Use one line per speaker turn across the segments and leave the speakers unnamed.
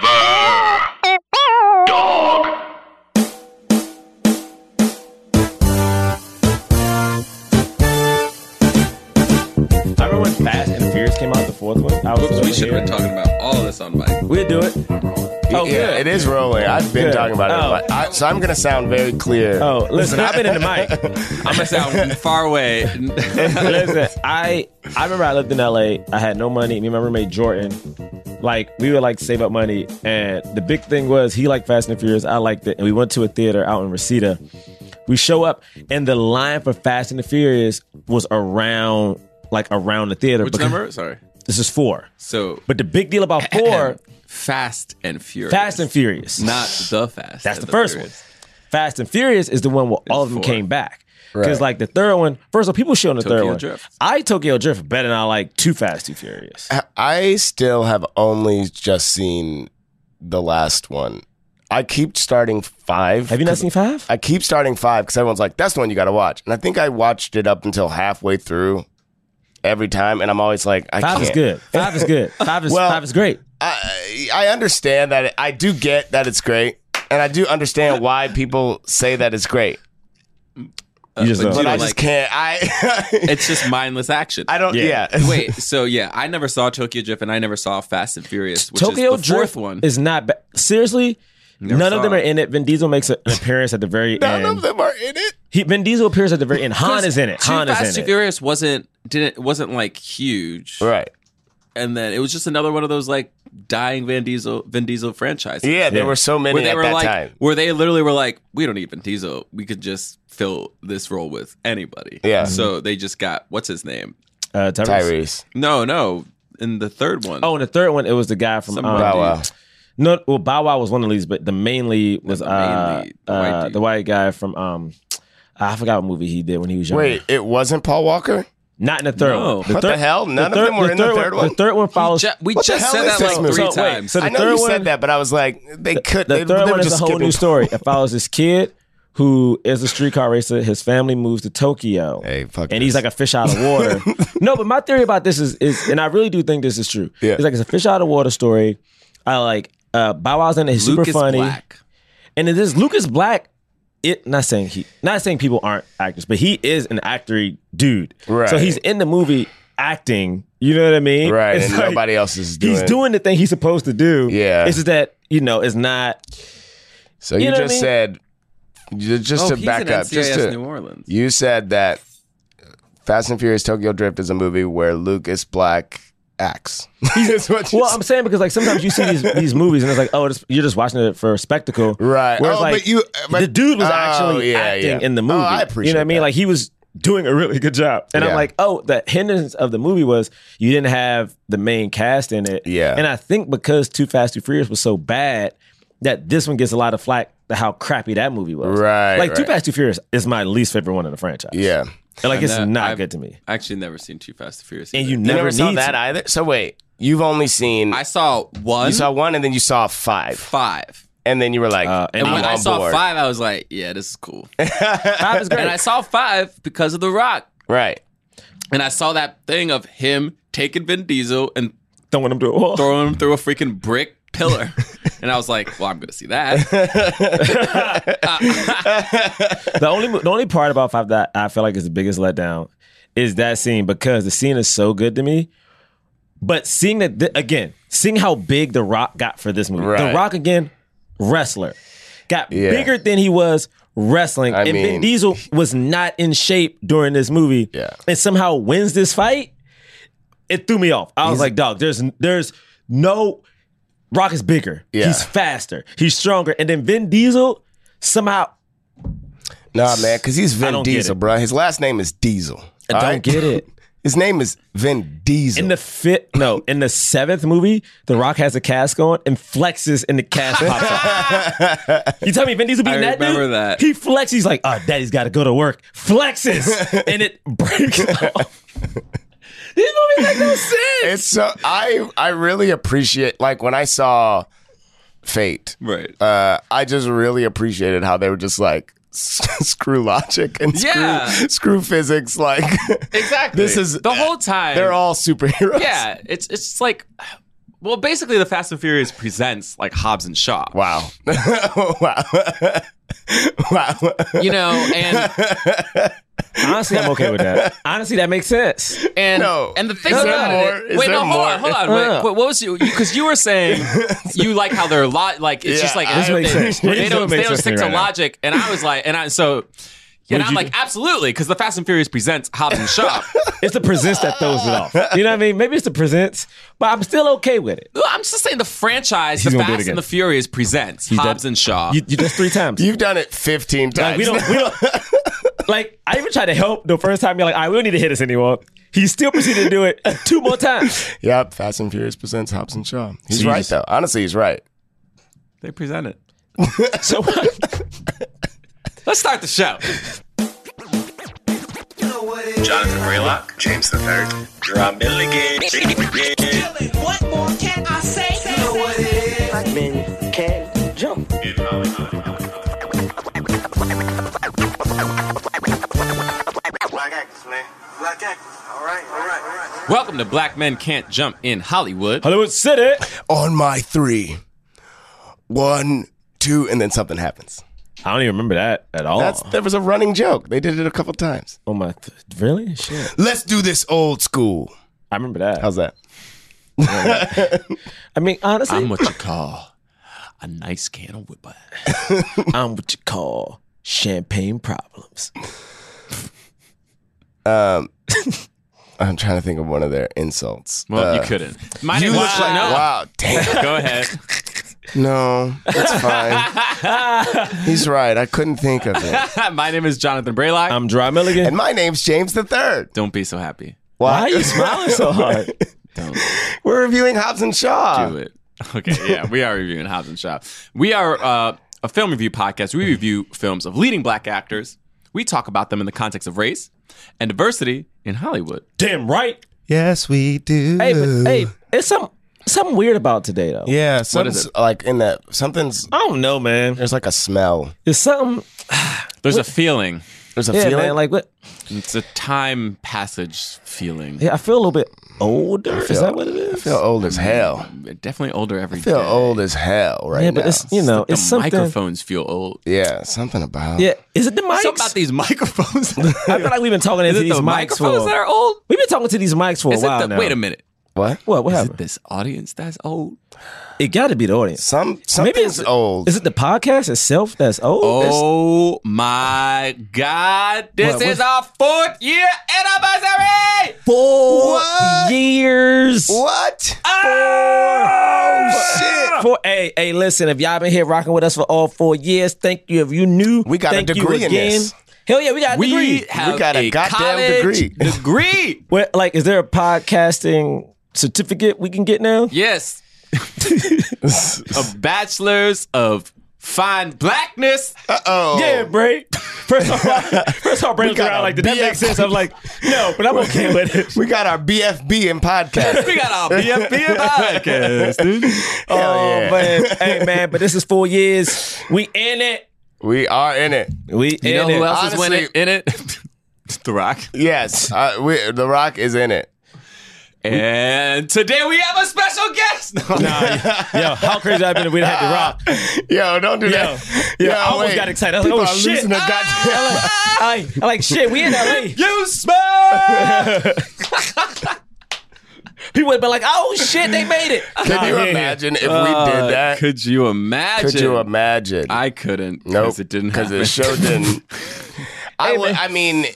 Forever. Dog.
I remember when Fast and Furious came out, the fourth one. I was
Whoops,
over
we should have
here.
been talking about all of this on mic.
We'll do it. Oh,
yeah,
good.
it is rolling. I've been
Good.
talking about
Oh.
it. a lot. I, so I'm going to sound very clear.
Oh, listen, I've been in the mic.
I'm gonna sound far away.
listen, I I remember I lived in LA. I had no money. Me and my roommate Jordan, like we would like save up money, and the big thing was he liked Fast and Furious. I liked it, and we went to a theater out in Reseda. We show up, and the line for Fast and the Furious was around like around the theater.
Which number? Sorry.
This is four.
So
But the big deal about four,
Fast and Furious.
Fast and Furious,
Not the Fast.
That's
and
the first
Furious.
one. Fast and Furious is the one where all of
It's
them
four.
came back.
Right.
Because like the third one, first of all, people shit on the third
Tokyo
one.
Drift.
I Tokyo Drift better than I like Too Fast, Too Furious.
I still have only just seen the last one. I keep starting five.
Have you not seen five?
I keep starting five because everyone's like, that's the one you got to watch. And I think I watched it up until halfway through every time. And I'm always like, I
Five
can't.
is good. Five is good. Five is
Well-
five is great.
I, I understand that. It, I do get that it's great. And I do understand why people say that it's great.
Uh,
just
but
don't.
you
But I
don't like-
just can't. I,
It's just mindless action.
I don't,
Yeah.
yeah.
Wait, so yeah, I never saw Tokyo Drift and I never saw Fast and Furious, which
Tokyo
is the
Drift
fourth one.
is not bad. Seriously, none
saw
of them are
it.
in it. Vin Diesel makes a- an appearance at the very
None
end.
of them are in it.
He, Vin Diesel appears at the very end. Han is in it.
Too
Han
Fast
is
Too
in it.
Furious wasn't didn't wasn't like huge,
Right.
and then it was just another one of those like dying Van Diesel Vin Diesel franchises.
Yeah, there
Yeah.
were so many
where they
at
were
that
like,
time.
where they literally were like, we don't need Vin Diesel. We could just fill this role with anybody.
Yeah. Mm-hmm.
So they just got what's his name?
Uh, Tyrese.
Tyrese.
No, no. In the third one.
Oh, and the third one, it was the guy from
Somebody.
um,
Bow Oh, Wow.
No, well, Bow Wow was one of the leads, but the main lead was
the main
uh,
lead,
the,
the
white
white
uh,
dude.
the white guy from um, I forgot what movie he did when he was young.
Wait, it wasn't Paul Walker?
not in the third
No.
one.
What the hell? None of them were in the third one?
The third one follows.
Ju- we
What the
just
hell
said that
is this
like
movie?
three
So, wait,
times.
so the
I know
third
you
one-
said that, but I was like, they could.
the
they,
third
they were
one is
just
a whole
skipping
new story. It follows this kid who is a streetcar racer. His family moves to Tokyo.
Hey, fuck
and he's
this.
like a fish out of water. no, but my theory about this is is, and I really do think this is true.
Yeah.
It's like it's a fish out of water story. I like uh, Bow Wow's in it. He's
Luke
super
is
funny.
black.
And it is Lucas Black. It not saying he not saying people aren't actors, but he is an actory dude.
Right.
So he's in the movie acting. You know what I mean?
Right,
It's
and
like,
nobody else is doing
He's doing the thing he's supposed to do.
Yeah.
It's just that you know it's not.
So
you
you,
know what
just
I mean?
said, you- just
Oh,
to
he's
back
in
up,
NCIS
just to,
New Orleans.
you said that Fast and Furious Tokyo Drift is a movie where Lucas Black acts. Is what you
Well,
said.
I'm saying because like sometimes you see these these movies and it's like oh it's, you're just watching it for spectacle.
Right.
Whereas,
Oh,
like,
but you- but-
the dude was
Oh,
actually
yeah,
acting
yeah.
in the movie.
Oh, I
You
appreciate
know what I mean?
that.
Like he was doing a really good job. And I'm
Yeah.
like, oh, the hindrance of the movie was you didn't have the main cast in it.
Yeah.
And I think because Too Fast Too Furious was so bad that this one gets a lot of flack to how crappy that movie was.
Right,
Like Too
right.
Fast Too Furious is my least favorite one in the franchise.
yeah.
And like
And
it's
that-
not
I've
good to me.
I actually never seen Too Fast and Furious.
And
either.
you
You
never,
never saw
need
that
to.
either. So wait, you've only seen
I saw one,
you saw one, and then you saw five,
five.
and then you were like,
Uh, and
And
I'm
when I
on
saw
board.
five, I was like, yeah, this is cool.
Five is great.
and I saw five because of The Rock.
right?
And I saw that thing of him taking Vin Diesel and
don't want them to. Oh.
throwing him through a freaking brick pillar. and I was like, well, I'm going to see that.
the only the only part about Five that I feel like is the biggest letdown is that scene because the scene is so good to me. But seeing that th- again, seeing how big The Rock got for this movie, The
Right.
Rock again, wrestler, got
Yeah.
bigger than he was wrestling,
I
and Vin
mean-
Diesel was not in shape during this movie,
Yeah.
and somehow wins this fight. It threw me off. I was like, dog, there's there's no Rock is bigger.
Yeah.
He's faster. He's stronger. And then Vin Diesel somehow
Nah, man, because he's Vin
don't get
Diesel,
it.
bro. His last name is Diesel.
I don't get it.
His name is Vin Diesel.
In the fifth, no, in the seventh movie, The Rock has a cask on and flexes, and the cask pops off. You tell me Vin Diesel being
I
that
remember
dude?
that.
He flexes. He's like, "Oh, daddy's got to go to work." Flexes, and it breaks off. These movies make no sense.
it's so I I really appreciate like when I saw Fate.
right.
Uh, I just really appreciated how they were just like screw logic and screw,
Yeah.
screw physics. Like
Exactly.
This is-
the whole time.
they're all superheroes.
Yeah, it's it's just like Well, basically, the Fast and Furious presents like Hobbs and Shaw.
Wow. wow. wow.
You know, and
Honestly, I'm okay with that. Honestly, that makes sense.
and
No.
and the thing
Is there
about
more?
it.
Is
wait,
there
no, hold on,
more?
hold on.
Uh.
Wait, what, what was you? Because you, were saying you like how they're lot like it's
Yeah,
just like
I- This
they,
makes sense.
they
This makes
don't they don't
sense to
stick
me
to
right now.
logic, and I was like, and I so.
did
And I'm
you
like, absolutely, because the Fast and Furious presents Hobbs and Shaw.
It's the presents that throws it off. You know what I mean? Maybe it's the presents, but I'm still okay with it.
No, I'm just saying the franchise,
He's
The
gonna do it
Fast
again.
and the Furious presents
done-
Hobbs and Shaw.
You, you just three times.
You've done it 15
like,
times.
we don't, we don't. Like I even tried to help the first time. You're like, all right, we don't need to hit this anymore. He still proceeded to do it two more times.
yep. Fast and Furious presents Hobbs and Shaw. He's
So you
right,
just-
though. Honestly, he's right.
they present it.
So
Let's start the show.
Jonathan Raylock, James the Third, Drum Milligan.
What more can I say? You know what it is.
Black actors, man. Black actors. All right, all right, all right.
Welcome to Black Men Can't Jump in Hollywood.
Hollywood City.
On my three. One, two, and then something happens.
I don't even remember that at all.
That's There was a running joke. They did it a couple times.
oh my, th- really? Shit.
Let's do this old school.
I remember that.
How's that?
I mean, honestly,
I'm what you call a nice can of whip ass.
I'm what you call champagne problems.
Um, I'm trying to think of one of their insults.
Well,
Uh,
you couldn't. Mine
You
is-
look like
no.
wow, damn.
Go ahead.
No, it's fine. He's right. I couldn't think of it.
My name is Jonathan Braylock.
I'm Dry Milligan.
And my name's James the Third.
Don't be so happy.
Why are you smiling so hard?
Don't
We're reviewing Hobbs and Shaw.
do it. Okay, yeah, we are reviewing Hobbs and Shaw. We are uh, a film review podcast. We review films of leading black actors. We talk about them in the context of race and diversity in Hollywood.
Damn right.
Yes, we do.
Hey, but, hey, it's some something weird about today though.
yeah, something's
is
like in that something's
I don't know, man.
there's like a smell.
It's something.
There's a feeling.
There's a
Yeah,
feeling
man. Like what?
It's a time passage feeling.
Yeah, I feel a little bit older.
feel-
is that what it
I
is?
feel old as hell.
Um, Definitely older every
I
day.
feel old as hell right
yeah,
now.
but it's you know,
The
it's something.
microphones feel old.
yeah, something about
Yeah, is it the mics?
Something about these microphones.
I feel like we've been talking
Is
to
it
these
the
mics
microphones
for.
that are old?
We've been talking to these mics for
Is
a while
it the,
now.
wait a minute.
what?
What? What
Is it
happened?
this audience that's old?
It, got to be the audience.
Some
Maybe
something's
it's
old.
Is it the podcast itself that's old?
Oh my God. This
What-
is our fourth year anniversary!
four
What?
years.
what?
Ah!
Oh
shit.
Four, hey, hey, listen, if y'all been here rocking with us for all four years, thank you. If you knew,
We got a
thank you
degree in
again.
this.
Hell yeah, we got a
We
degree.
have
got a goddamn
college
degree.
degree.
Well, like, is there a podcasting certificate we can get now?
Yes. a bachelor's of fine blackness.
Uh-oh.
Yeah, Bray. First off, first off, Bray looked
got
around
a
like, did that make
BF.
sense? I'm like, no, but I'm okay with it.
Oh. We got our BFB in podcast.
We got our BFB podcast, dude.
oh
yeah.
man, hey man, but this is four years. We in it.
we are in it.
We
You
in
know
it.
who else is winning
Honestly-
in it? the Rock.
Yes, uh, we, The Rock is in it.
And today we have a special guest.
Yo, how crazy I've been if we done had the rock.
Yo, don't do
Yo,
that.
yo,
Yo,
I almost
wait.
got excited. I was
People
like, oh
are
shit.
losing their goddamn.
I, I like shit. We in LA.
you smell.
People would be like, "Oh shit, they made it." Oh,
Can you
Nah, yeah.
imagine if we did that?
Uh, Could you imagine?
Could you imagine?
I couldn't.
nope.
Because it didn't
Because
happen.
the show didn't. I would.
man.
I mean,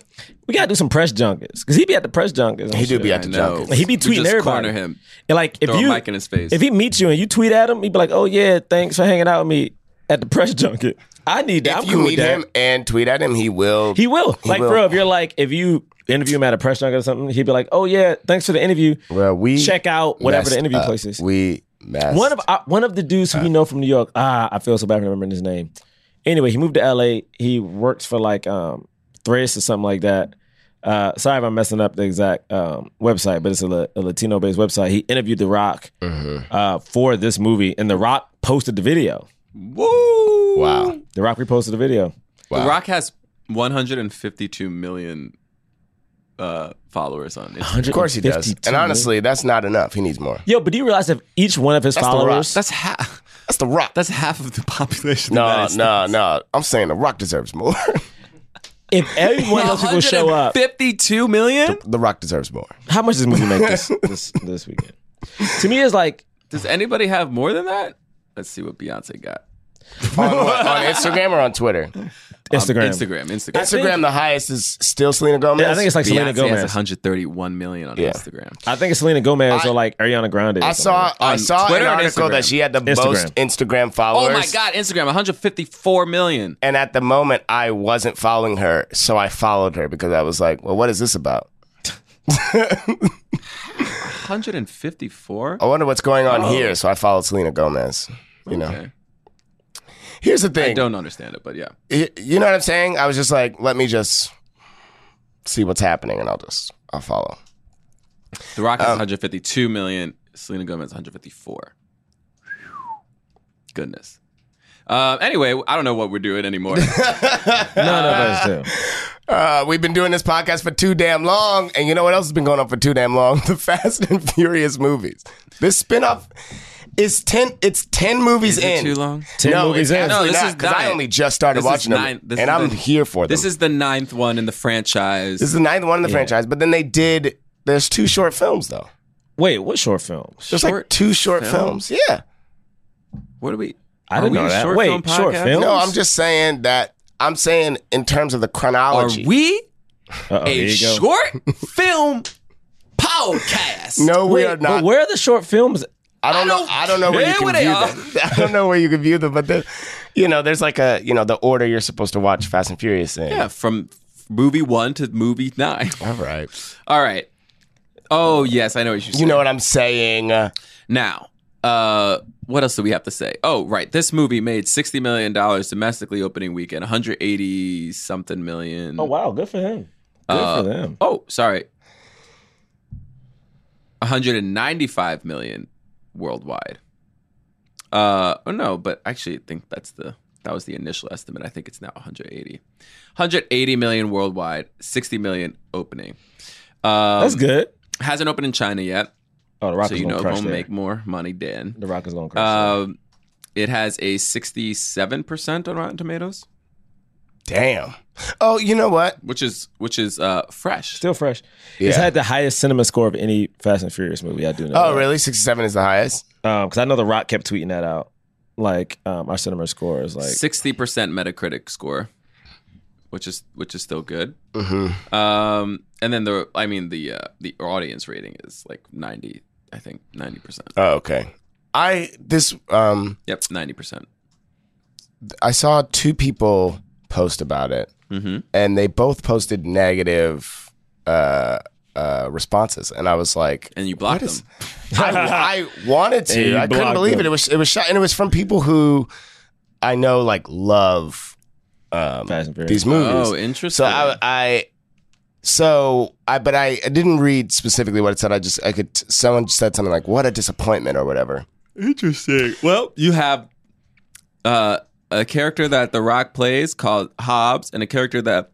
We gotta do some press junkets because he be at the press junkets. and
he do
shit.
be at
I
the
know.
junket.
He be
We
tweeting
just
everybody.
corner him.
And like if
Throw
you
a mic in his face.
if he meets you and you tweet at him, he'd be like, "Oh yeah, thanks for hanging out with me at the press junket." I need that.
If
I'm
you
cool
meet
with that.
him and tweet at him, he will.
He will. like,
will.
bro, if you're like, if you interview him at a press junket or something, he'd be like, "Oh yeah, thanks for the interview."
Well, we
check out whatever the
messed
interview
up.
place is.
We messed.
one of uh, one of the dudes who we know from New York. Ah, I feel so bad for remembering his name. Anyway, he moved to L.A. He works for like um Threads or something like that. Uh, sorry if I'm messing up the exact um, website, but it's a, La- a Latino-based website. He interviewed The Rock
Mm-hmm.
uh, for this movie, and The Rock posted the video.
Woo!
wow.
The Rock reposted the video.
Wow.
The Rock has 152 million uh, followers on Instagram.
Of course he does.
152
And
million.
honestly, that's not enough. He needs more.
yo, but do you realize if each one of his
That's The Rock.
followers,
That's half.
That's the Rock.
That's half of the population.
no, no, no. I'm saying the Rock deserves more.
if every one of those people show up,
Fifty-two million.
the Rock deserves more.
how much does this movie make this this, this weekend? To me, it's like
Does anybody have more than that? Let's see what Beyonce got.
on, what, on Instagram or on Twitter?
Instagram.
Um, Instagram. Instagram.
Um, Instagram, the highest is still Selena Gomez.
Yeah, I think it's like Selena
Beyonce has
Gomez.
131 million on
Yeah.
Instagram.
I think it's Selena Gomez
I-
or like Ariana Grande. or
I
something
saw
like
I
On
saw
Twitter
an
and
article that
Instagram.
she had the most Instagram
Oh
followers.
my God, Instagram 154 million.
And at the moment, I wasn't following her, so I followed her because I was like, "Well, what is this about?
154.
Oh,
I wonder what's going on here." So I followed Selena Gomez. You know,
Oh. Okay.
here's the
I
thing.
don't understand it, but yeah.
Y- You know what I'm saying? I was just like, "Let me just see what's happening, and I'll just I'll follow."
The Rock is
Oh.
152 million. Selena Gomez 154. Goodness. Uh, anyway, I don't know what we're doing anymore.
that. None of us do.
Uh, we've been doing this podcast for too damn long, and you know what else has been going on for too damn long? The Fast and Furious movies. This spinoff is ten. It's ten movies
is it
in.
too long?
Ten
no,
movies
it's
in.
No,
absolutely
this
not
is
because I
nine.
only just started
This is
watching
nine.
them,
This
and
is
I'm
the-
here for them.
This is the ninth one in the franchise.
this is the ninth one in the franchise. But then they did. There's two short films though.
Wait, what short films?
There's like
Short
two short
films?
films. Yeah.
what are we?
I didn't
are we
know
a
that.
Short
Wait,
film
short
podcast?
film?
No, I'm just saying that. I'm saying in terms of the
Are
chronology.
we
Uh-oh, Oh, here
a
you go.
short film podcast?
No, we
Wait,
are
But
not.
where are the short films?
I don't
I
know.
don't
I don't know where
care
you can
where they
view
are.
them. I don't know where you can view them, but then, you know, there's like a you know the order you're supposed to watch Fast and Furious in.
Yeah, from movie one to movie nine.
All right.
All right. Oh yes, I know what you're saying.
You know what I'm saying? Uh,
Now, uh, what else do we have to say? Oh, right. This movie made sixty million dollars domestically opening weekend, one hundred eighty something million.
Oh wow, good for him. Good
Uh,
for
um,
them.
Oh, sorry. One hundred and ninety-five million worldwide. Uh, oh no, but actually, I think that's the that was the initial estimate. I think it's now 180, 180 million worldwide, 60 million opening. Um,
That's good.
Hasn't opened in China yet,
Oh, the Rock
so
is
you
gonna
know
crush
it'll
there.
make more money then.
the Rock is gonna crush.
Uh,
there.
Um, it has a 67% on Rotten Tomatoes,
damn. Oh, you know what?
which is which is uh, fresh.
Still fresh. It's
Yeah.
had the highest cinema score of any Fast and Furious movie. I do know.
Oh,
that.
really? 67 is the highest.
because I know The Rock kept tweeting that out. Like um, our cinema score is like
Sixty percent Metacritic score, which is which is still good.
Mm-hmm.
Um, and then the I mean the uh, the audience rating is like ninety, I think ninety percent.
Oh, okay. I this um
Yep, ninety percent.
I saw two people post about it,
Mhm.
and they both posted negative uh, uh, responses, and I was like,
And you blocked
what is-
them.
I, I wanted
And you
to. I couldn't
blocked
believe it.
them.
It was it was shot, and it was from people who I know like love um,
Fast and Furious.
these movies.
Oh, interesting.
So I, I so I but I, I didn't read specifically what it said. I just I could someone said something like what a disappointment or whatever.
interesting. Well, you have uh, a character that The Rock plays called Hobbs, and a character that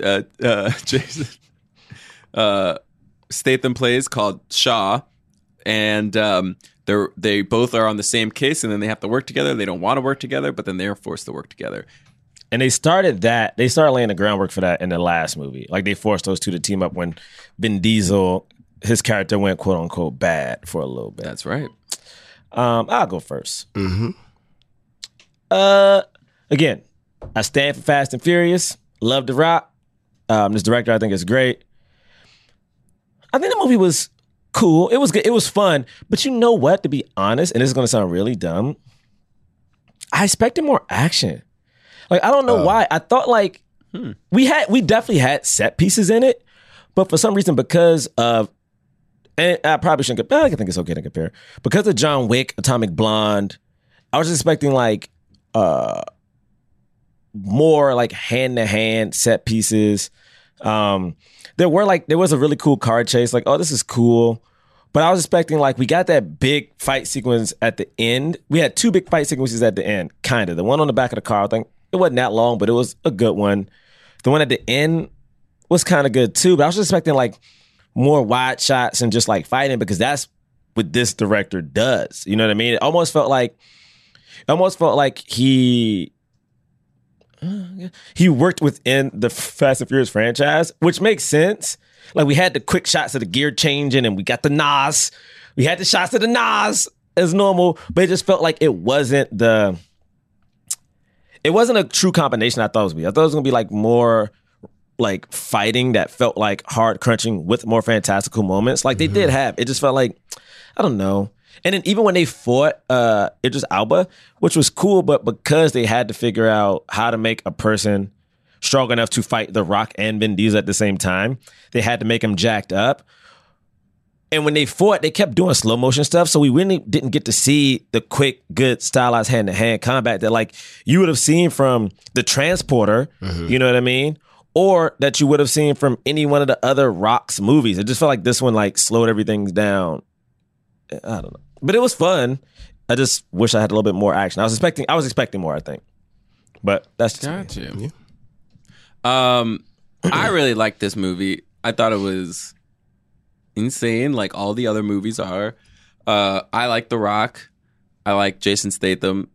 uh, uh, Jason uh, Statham plays called Shaw, and um, they're they both are on the same case, and then they have to work together. They don't want to work together, but then they are forced to work together.
And they started that. They started laying the groundwork for that in the last movie. Like they forced those two to team up when Vin Diesel, his character went quote unquote bad for a little bit.
That's right.
Um, I'll go 1st Mm-hmm. Uh, again, I stand for Fast and Furious. Love The Rock. Um, this director, I think, is great. I think the movie was cool. It was good. It was fun. But you know what? To be honest, and this is going to sound really dumb, I expected more action. Like I don't know why. I thought like we had we definitely had set pieces in it, but for some reason, because of and I probably shouldn't compare. I think it's okay to compare because of John Wick, Atomic Blonde. I was expecting like uh more like hand to hand set pieces. Um there were like there was a really cool car chase. Like oh this is cool, but I was expecting like we got that big fight sequence at the end. We had two big fight sequences at the end, kind of the one on the back of the car. I think it wasn't that long, but it was a good one. The one at the end was kind of good too. But I was just expecting like more wide shots and just like fighting because that's what this director does. You know what I mean? It almost felt like, it almost felt like he. uh, He worked within the Fast and Furious franchise, which makes sense. Like we had the quick shots of the gear changing, and we got the Nas. We had the shots of the Nas as normal, but it just felt like it wasn't the it wasn't a true combination I thought it was gonna be. I thought it was gonna be like more like fighting that felt like hard crunching with more fantastical moments. Like they did have. It just felt like I don't know. And then even when they fought uh Idris Alba, which was cool, but because they had to figure out how to make a person strong enough to fight The Rock and Vin Diesel at the same time, they had to make him jacked up. And when they fought, they kept doing slow motion stuff, so we really didn't get to see the quick, good, stylized hand to hand combat that like you would have seen from the transporter. You know what I mean? Or that you would have seen from any one of the other Rocks movies. It just felt like this one like slowed everything down. Eh, I don't know, but it was fun. I just wish I had a little bit more action. I was expecting, I was expecting more. I think, but that's just me.
Gotcha. Um, I really liked this movie. I thought it was insane, like all the other movies are. Uh, I like The Rock. I like Jason Statham.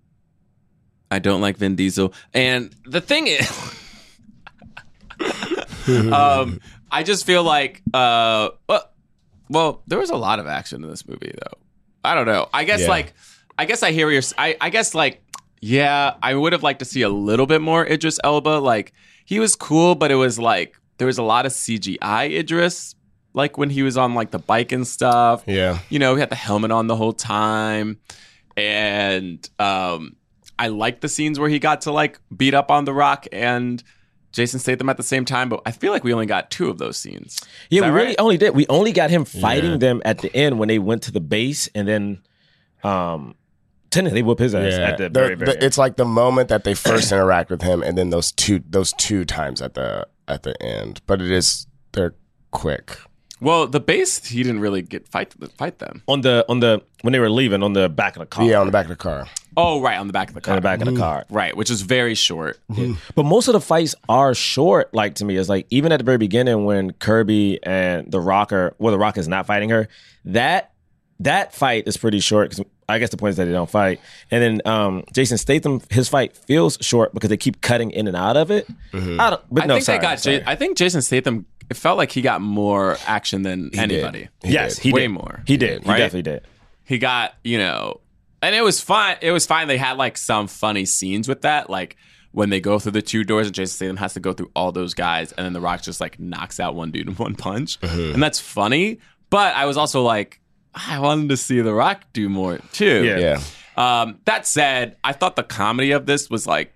I don't like Vin Diesel. And the thing is, um, I just feel like, uh, well, well, there was a lot of action in this movie, though. I don't know. I guess
Yeah.
like, I guess I hear your. I, I guess like, yeah, I would have liked to see a little bit more Idris Elba. Like he was cool, but it was like there was a lot of CGI Idris, like when he was on like the bike and stuff.
Yeah.
You know, he had the helmet on the whole time, and um, I liked the scenes where he got to like beat up on The Rock and. Jason Statham at the same time, but I feel like we only got two of those scenes.
Yeah,
that
we really
right?
only did. We only got him fighting them at the end when they went to the base, and then, um, Tenet they whoop his ass
Yeah.
at the
They're-
very, very.
the- it's like the moment that they first interact with him, and then those two those two times at the at the end. But it is they're quick.
Well, the base he didn't really get fight fight them.
end. on the on the when they were leaving on the back of the car.
Yeah, on the back of the car.
Oh, right on the back of the car.
on the back of the car.
Right, which is very short.
But most of the fights are short. Like to me, it's like even at the very beginning when Kirby and the Rocker, well, the Rock is not fighting her. That that fight is pretty short because I guess the point is that they don't fight. And then um, Jason Statham, his fight feels short because they keep cutting in and out of it. I don't. But
I
no,
think
sorry,
they got.
sorry.
Ja- I think Jason Statham. It felt like he got more action than
did.
anybody.
He
yes,
did.
he
Way
did.
more.
He did. He
Right?
definitely did.
He got you know, and it was fine. It was fine. They had like some funny scenes with that, like when they go through the two doors and Jason Statham has to go through all those guys, and then The Rock just like knocks out one dude in one punch, and that's funny. But I was also like, I wanted to see The Rock do more too.
Yeah.
Yeah.
Um, that said, I thought the comedy of this was like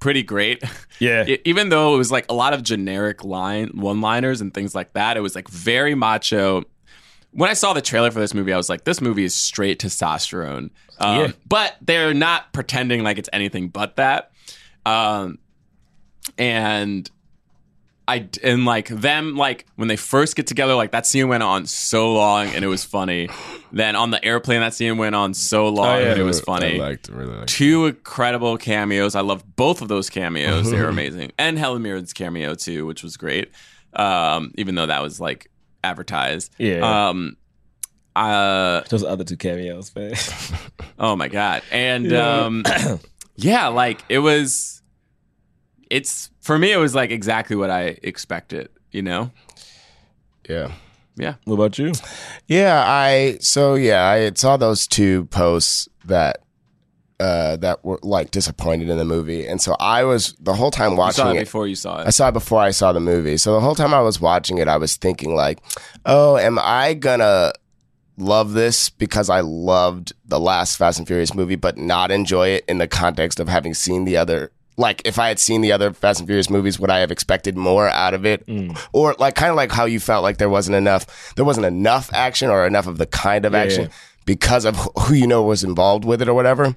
pretty great.
Yeah.
E- even though it was like a lot of generic line one-liners and things like that, it was like very macho. When I saw the trailer for this movie, I was like, "This movie is straight testosterone." Um,
Yeah.
But they're not pretending like it's anything but that. Um, and I d- and like them like when they first get together, like that scene went on so long and it was funny. then on the airplane, that scene went on
Oh,
so long
Oh,
and it was funny.
I liked really liked.
Two incredible cameos. I love both of those cameos. they were amazing, and Helen Mirren's cameo too, which was great. Um, even though that was like advertised.
Yeah.
Um, uh,
Those other two cameos, man.
Oh my god. And yeah. um yeah, like it was it's for me it was like exactly what I expected, you know?
Yeah.
Yeah.
what about you?
Yeah, I so yeah, I saw those two posts that uh that were like disappointed in the movie. And so I was the whole time
I
watching
saw it
it.
before you saw
I
it.
saw it before I saw the movie. So the whole time I was watching it, I was thinking like, "Oh, am I gonna love this because I loved the last Fast and Furious movie, but not enjoy it in the context of having seen the other?" Like, if I had seen the other Fast and Furious movies, would I have expected more out of it?
Mm.
Or like, kind of like how you felt like there wasn't enough, there wasn't enough action or enough of the kind of action
yeah.
because of wh- who you know was involved with it or whatever.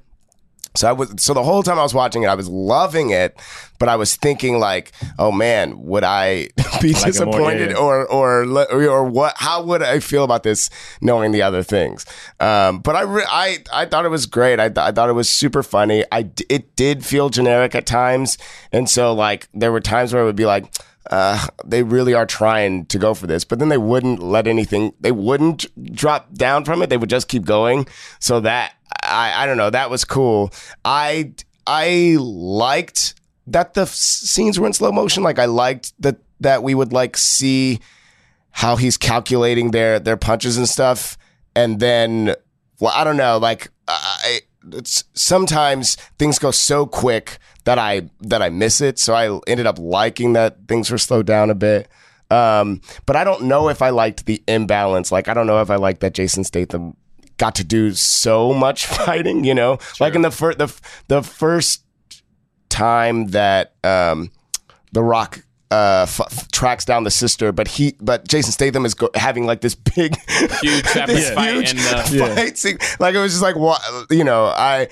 So I was so the whole time I was watching it, I was loving it, but I was thinking like, oh man, would I
Like
be
it more,
disappointed
yeah.
or or le- or what? How would I feel about this knowing the other things? Um, but I, re- I I thought it was great. I, th- I thought it was super funny. I d- it did feel generic at times, and so like there were times where it would be like. uh, they really are trying to go for this, but then they wouldn't let anything. They wouldn't drop down from it. They would just keep going. So that I, I don't know. That was cool. I I liked that the f- scenes were in slow motion. Like I liked that that we would like see how he's calculating their their punches and stuff, and then well, I don't know. Like I, it's, sometimes things go so quick that I that I miss it. So I ended up liking that things were slowed down a bit. Um, but I don't know if I liked the imbalance. Like I don't know if I liked that Jason Statham got to do so much fighting. You know, like in the first the f- the first time that um, the Rock uh, f- f- tracks down the sister, but he, but Jason Statham is go- having like this big,
Huge separate
this
fight
huge
in the-
Yeah.
fight scene. Like it was just like, what, you know, I,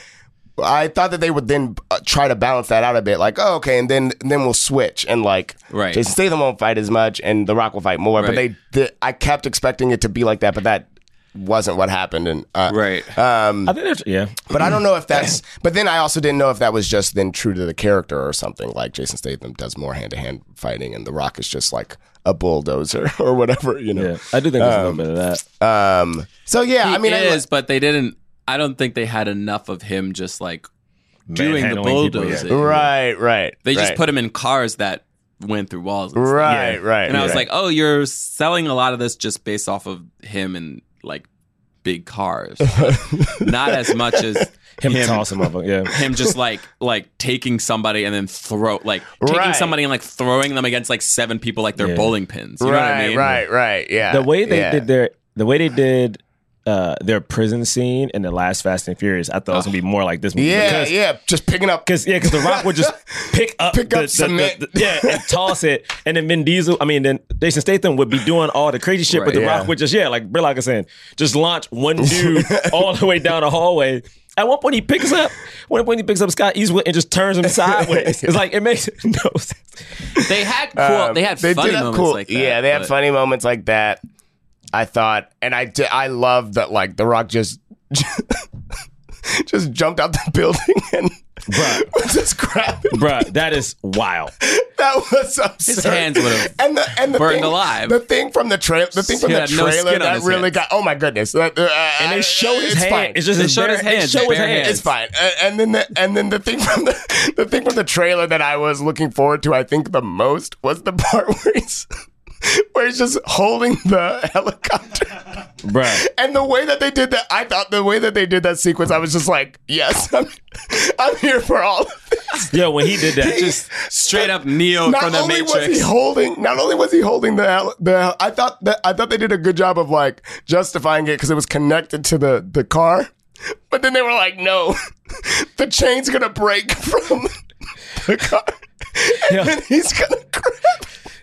I thought that they would then uh, try to balance that out a bit, like, oh, okay, and then and then we'll switch, and like,
Right.
Jason Statham won't fight as much, and The Rock will fight more. But
Right.
they, they, I kept expecting it to be like that, but that wasn't what happened, and uh,
Right.
I think that's yeah.
but I don't know if that's. But then I also didn't know if that was just then true to the character or something. Like Jason Statham does more hand to hand fighting, and The Rock is just like a bulldozer or whatever, you
Yeah,
know.
I do think there's a little bit of that.
Um. So yeah, I mean, I-
is, but they didn't. I don't think they had enough of him just like doing the
Manhandling people, yeah.
bulldozing.
right, right.
They just
right.
put him in cars that went through walls. and stuff.
Right, right.
And I was
right.
like, oh, you're selling a lot of this just based off of him and like big cars, but not as much as
Him,
him him,
tossing motherfucker. Yeah.
just like like taking somebody and then throw like taking
Right.
somebody and like throwing them against like seven people like they're
Yeah.
bowling pins. You know what
right,
I mean?
right, right. Yeah.
the way they
yeah.
did their the way they did uh, their prison scene in the last Fast and Furious, I thought it was gonna be more like this movie.
Yeah,
because,
yeah. Just picking up.
Cause yeah, cause the Rock would just pick up,
Pick
the, the-
up
the-
cement.
the- yeah, and toss it, and then Vin Diesel. I mean, then Jason Statham would be doing all the crazy shit,
Right.
but the
Yeah.
Rock would just yeah, like Brillock is saying, just launch one dude all the way down the hallway. At one point, he picks up. One point, he picks up Scott Eastwood and just turns him sideways. It's like it makes no sense.
They had cool.
Um,
they had
did
funny
have
moments
cool-
like that.
Yeah, they had
but-
funny moments like that. I thought, and I did, I love that. Like The Rock just just jumped out the building and
Bruh.
was just grabbing.
Bruh, that is wild.
That was absurd.
hands would've
and the and the
burned
thing,
alive.
The thing from the trail, the thing from
He
the
had no skin
trailer
on
that
his
really
hands.
got. Oh my goodness! And
And they show his
uh, it's
hand.
Fine.
It's just
They
his
showed
bare-
his hands,
They show his
bare
hands.
It's fine. Uh, and then the and then the thing from the the thing from the trailer that I was looking forward to, I think the most was the part where he's where he's just holding the helicopter.
Bruh.
And the way that they did that, I thought the way that they did that sequence, I was just like, yes, I'm, I'm here for all of this.
Yo, when he did that,
just straight up Neo
Not
from the
only was he
Matrix.
holding, not only was he holding the hel- the hel- I thought that I thought they did a good job of like justifying it because it was connected to the the car, but then they were like, no, the chain's gonna break from the car, and
Yeah.
then he's gonna grab.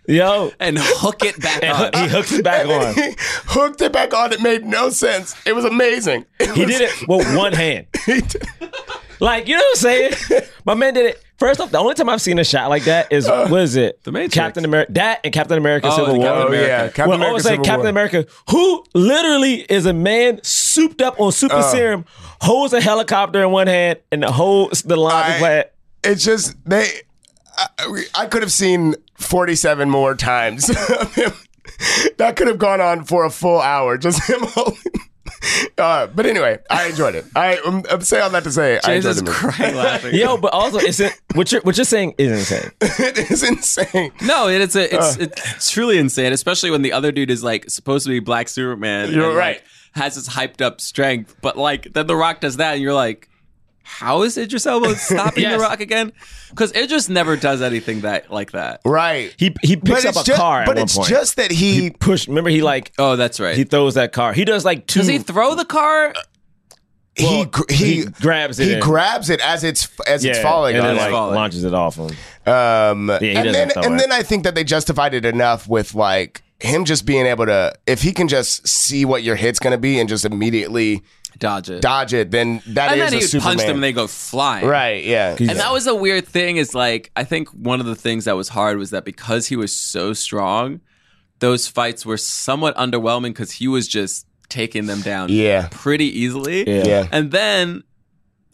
yo,
and hook it back
and
on.
hoo- he hooks it back
And then
on.
he hooked it back on. It made no sense. It was amazing. It
He
was-
did it with one hand.
he did-
Like, you know what I'm saying? My man did it. First off, the only time I've seen a shot like that is
Uh,
what is it? The
Matrix.
Captain America. That and Captain America
Oh,
Civil
the
War.
Captain
Oh
America.
yeah, Captain
well, I
America
was saying
Civil
Captain
War.
America, who literally is a man souped up on
Uh.
super serum, holds a helicopter in one hand and holds the line
I-
of flat.
It's just they. I, I could have seen forty-seven more times. of him. that could have gone on for a full hour, just him holding. Uh, but anyway, I enjoyed it. I, I'm, I'm saying all that to say I enjoyed
Jesus
the movie.
Christ, laughing.
Yo, but also, it's in, what you're what you're saying is insane.
it is insane.
No, it- it's a,
Uh.
it's it's truly insane, especially when the other dude is like supposed to be Black Superman.
You're
and,
right.
Like, has his hyped up strength, but like then The Rock does that, and you're like, how is Idris Elba stopping
Yes.
The Rock again? Because Idris never does anything that like that.
Right.
He he picks up a
just,
car at
But
one
it's
point.
just that he.
push. Remember, he like
Oh, that's right.
he throws that car. He does like two.
does he throw the car?
he,
well,
gr-
he grabs it
He
and-
grabs it as it's as it's falling
and then
on him.
like
falling.
launches it off him.
Um,
he
and
doesn't
then
throw
and
it.
then I think that they justified it enough with like him just being able to if he can just see what your hit's gonna be and just immediately
Dodge it.
dodge it, then that is
and then
a
he
Superman.
punched them, and they go flying.
right? Yeah.
And that was a weird thing. Is like I think one of the things that was hard was that because he was so strong, those fights were somewhat underwhelming because he was just taking them down
Yeah.
pretty easily.
Yeah.
Yeah.
And then,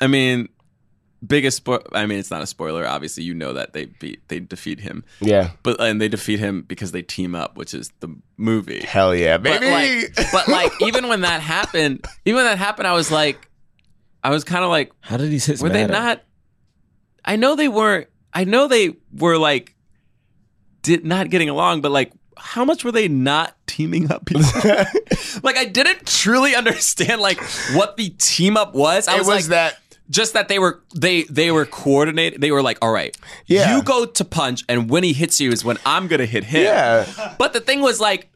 I mean, biggest spo- I mean, it's not a spoiler. Obviously, you know that they beat they defeat him,
Yeah.
but and they defeat him because they team up, which is the movie.
Hell yeah,
But
baby.
like, but like, even when that happened, even when that happened, I was like, I was kind of like,
How did these hits
were they
matter?
not? I know they weren't. I know they were like, did not getting along, but like, how much were they not teaming up? People? like, I didn't truly understand like what the team up was. I
it was
was, like,
that.
just that they were they they were coordinated. They were like, all right,
Yeah.
you go to punch, and when he hits you is when I'm gonna hit him.
Yeah.
But the thing was like,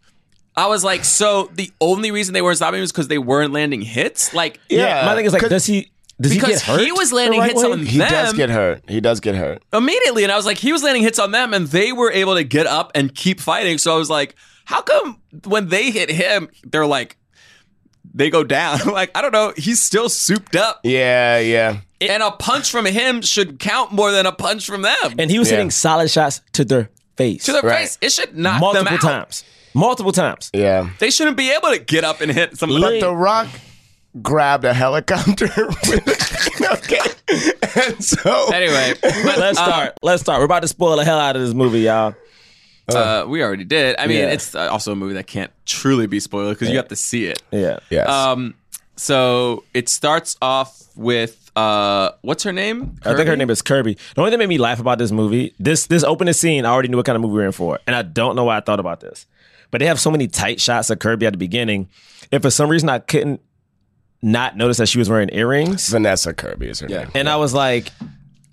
I was like, so the only reason they weren't stopping him was because they weren't landing hits. Like,
Yeah,
Yeah.
my thing is like,
Could-
does he? Does he get
Because
hurt?
he was
the
landing
right
hits
way?
on
He does
them-
get hurt. He does get hurt.
immediately and I was like he was landing hits on them and they were able to get up and keep fighting so I was like how come when they hit him they're like they go down like I don't know he's still souped up
Yeah, yeah.
and a punch from him should count more than a punch from them
and he was
Yeah.
hitting solid shots to their face
to their
Right.
face it should knock them
multiple
out
times, multiple times.
Yeah.
they shouldn't be able to get up and hit somebody
But The Rock grabbed a helicopter. okay. And so
anyway but,
Let's
uh,
start. Let's start. We're about to spoil the hell out of this movie, y'all.
uh, we already did I mean
Yeah.
it's uh, also a movie that can't truly be spoiled because you have to see it
Yeah.
Yes.
Um, so it starts off with uh, what's her name?
I think her name is Kirby. The only thing that made me laugh about this movie, this this opening scene, I already knew what kind of movie we were in for, and I don't know why I thought about this. But they have so many tight shots of Kirby at the beginning. If for some reason I couldn't not notice that she was wearing earrings,
Vanessa Kirby is her name.
and I was like,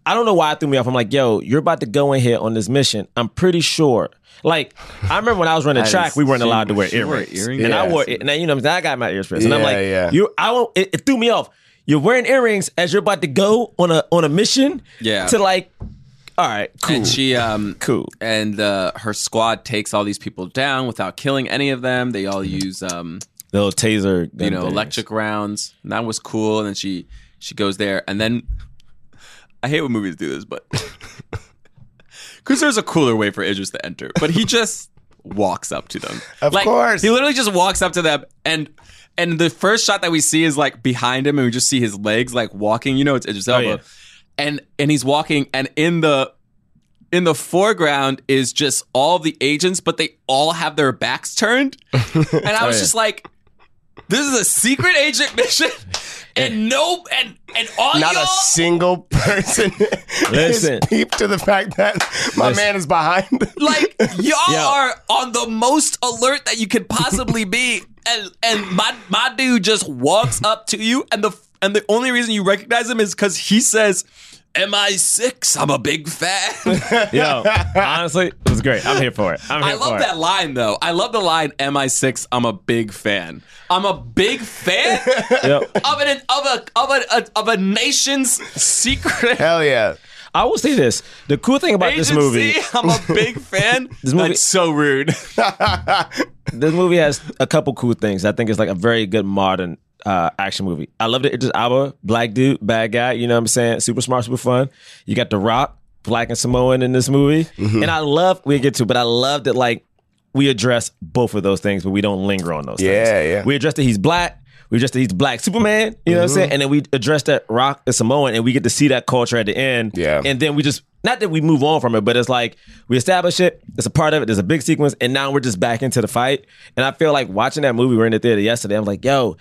I don't know why it threw me off. I'm like, yo, you're about to go in here on this mission. I'm pretty sure. Like, I remember when I was running
That
track,
is-
we weren't
she-
allowed to wear
she wore
earrings.
earrings?
And I
Yeah.
wore, and I, you know, I got my ears pierced. And I'm
Yeah,
like,
yeah.
you, I won't. It, it threw me off. You're wearing earrings as you're about to go on a on a mission.
Yeah.
To like, all right, cool,
And she um
cool.
and uh, her squad takes all these people down without killing any of them. They all use um
Little taser,
you
gun
know
things.
electric rounds. And that was cool. And then she she goes there, and then I hate when movies do this, but because there's a cooler way for Idris to enter, but he just walks up to them.
Of
Like,
course.
he literally just walks up to them and. And the first shot that we see is like behind him, and we just see his legs like walking. You know, it's Idris Elba,
yeah.
and and he's walking, and in the in the foreground is just all the agents, but they all have their backs turned. And I
Oh,
was
yeah.
just like, this is a secret agent mission. And no, and and all
Not
y'all,
a single person
Listen.
is peeped to the fact that my
Listen.
man is behind.
like y'all
Yo.
are on the most alert that you could possibly be. And and my my dude just walks up to you, and the and the only reason you recognize him is because he says, "MI6, I'm a big fan."
Yo, honestly, it was great. I'm here for it. I'm here
I
for
love
it.
that line though. I love the line MI6 I'm a big fan. I'm a big fan
Yep.
of an of a of a of a nation's secret
Hell yeah.
I will say this: the cool thing about
agency.
this movie.
I'm a big fan.
This movie-
That's so rude.
this movie has a couple cool things. I think it's like a very good modern uh, action movie. I love that Idris Alba, black dude, bad guy. You know what I'm saying? Super smart, super fun. You got The Rock, black and Samoan in this movie,
Mm-hmm.
and I love we get to, but I love that like we address both of those things, but we don't linger on those.
Yeah,
things.
yeah.
We address that he's black. We address that he's black Superman. You know what I'm saying? And then we address that Rock is Samoan, and we get to see that culture at the end.
Yeah.
And then we just not that we move on from it, but it's like we establish it. It's a part of it. There's a big sequence, and now we're just back into the fight. And I feel like watching that movie. We were in the theater yesterday. I'm like, yo,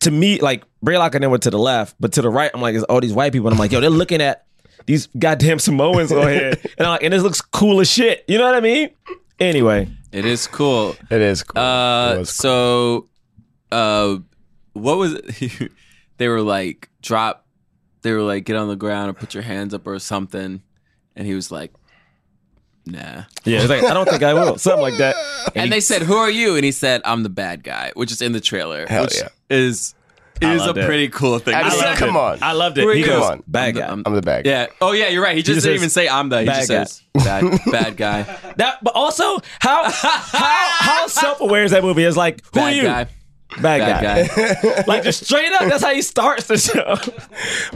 to me, like Braylock and then went to the left, but to the right, I'm like, it's all these white people, and I'm like, yo, they're looking at these goddamn Samoans on here, and I'm like, and this looks cool as shit. You know what I mean? Anyway,
It is cool.
It is cool. It
Uh,
was
so, uh, what was it? they were like drop? They were like get on the ground or put your hands up or something, and he was like, nah.
yeah, it's like I don't think I will, something like that.
And, they said, "Who are you?" And he said, "I'm the bad guy," which is in the trailer.
Hell
which
yeah.
is is a
loved it.
pretty cool thing.
I
to
mean,
say.
loved
come
it.
on.
I loved it.
Where
He
you
goes,
going?
bad
the-
guy.
I'm-
I'm the bag.
Yeah. Oh yeah, you're right. He just,
just
didn't
says,
even say I'm the. He
"Bad
just says bad bad guy.
That, but also how how how self aware is that movie? It's like who are
Bad
you?
guy.
Bad,
Bad
guy.
guy.
Like just straight up, that's how he starts the show.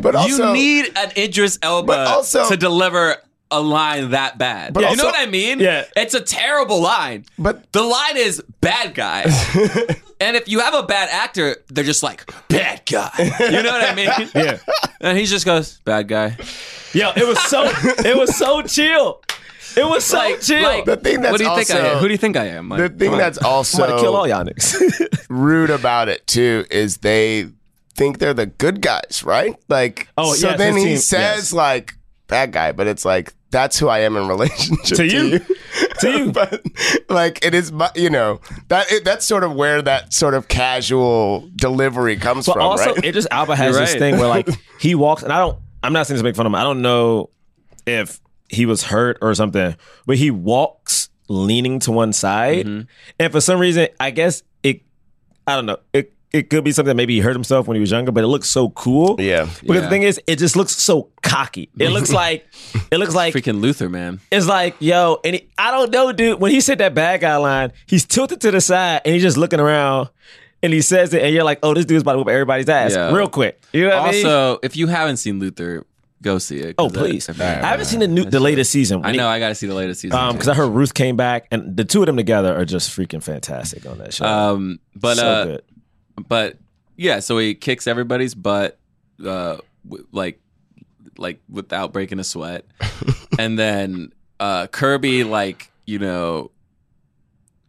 But also,
you need an Idris Elba
But also-
to deliver a line that bad.
But
you
also-
know what I mean?
Yeah.
It's a terrible line.
But-
the line is bad guy. and if you have a bad actor, they're just like bad guy. You know what I mean?
Yeah.
And he just goes bad guy.
Yo, it was so it was so chill. It was so
Like,
chill.
like,
The thing that's
what do you think I
also-
am? Who do you think I am? Like,
The thing
come on.
that's
I want to kill all
also
y'all niggas.
rude about it too is they think they're the good guys, right? Like,
Oh,
so
yes,
then
his
he
team-
says
yes.
like that guy, but it's like that's who I am in relationship
To you. To you.
but like it is, mu- you know, that it, that's sort of where that sort of casual delivery comes
But
from,
also,
right?
Idris Alba has
You're
this
right.
thing where like he walks, and I don't. I'm not saying this to make fun of him. I don't know if he was hurt or something, but he walks leaning to one side,
Mm-hmm.
and for some reason, I guess it. I don't know. It it could be something that maybe he hurt himself when he was younger, but it looks so cool.
Yeah.
Because the
Yeah.
thing is, it just looks so cocky. It looks like it looks like
freaking Luther, man.
it's like, yo, and he, I don't know, dude. When he said that bad guy line, he's tilted to the side and he's just looking around and he says it, and you're like, oh, this dude's about to whoop everybody's ass
Yeah.
real quick. You know what I mean?
Also, if you haven't seen Luther, go see it.
Oh,
'cause
please.
that-
I haven't seen the, new, the latest season.
I know. I got to see the latest season.
Because um, I heard Ruth came back, and the two of them together are just freaking fantastic on that show.
Um, but
so
uh,
good.
but yeah, so he kicks everybody's butt, uh, w- like like without breaking a sweat, and then uh, Kirby, like you know,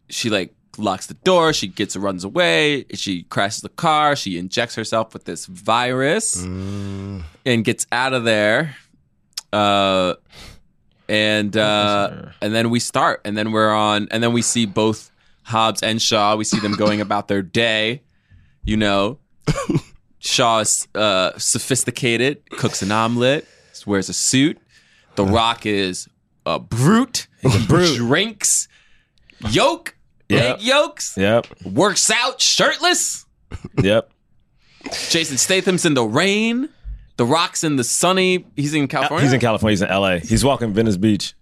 she like locks the door, she gets runs away, she crashes the car, she injects herself with this virus, and gets out of there. Uh, and uh, and then we start, and then we're on, and then we see both Hobbs and Shaw. We see them going about their day. You know, Shaw is uh, sophisticated, cooks an omelet, wears a suit. The Rock is a brute, drinks yolk,
Yep.
egg yolks,
Yep.
works out shirtless.
Yep.
Jason Statham's in the rain. The Rock's in the sunny. He's in California.
He's in California. He's in LA. He's walking Venice Beach.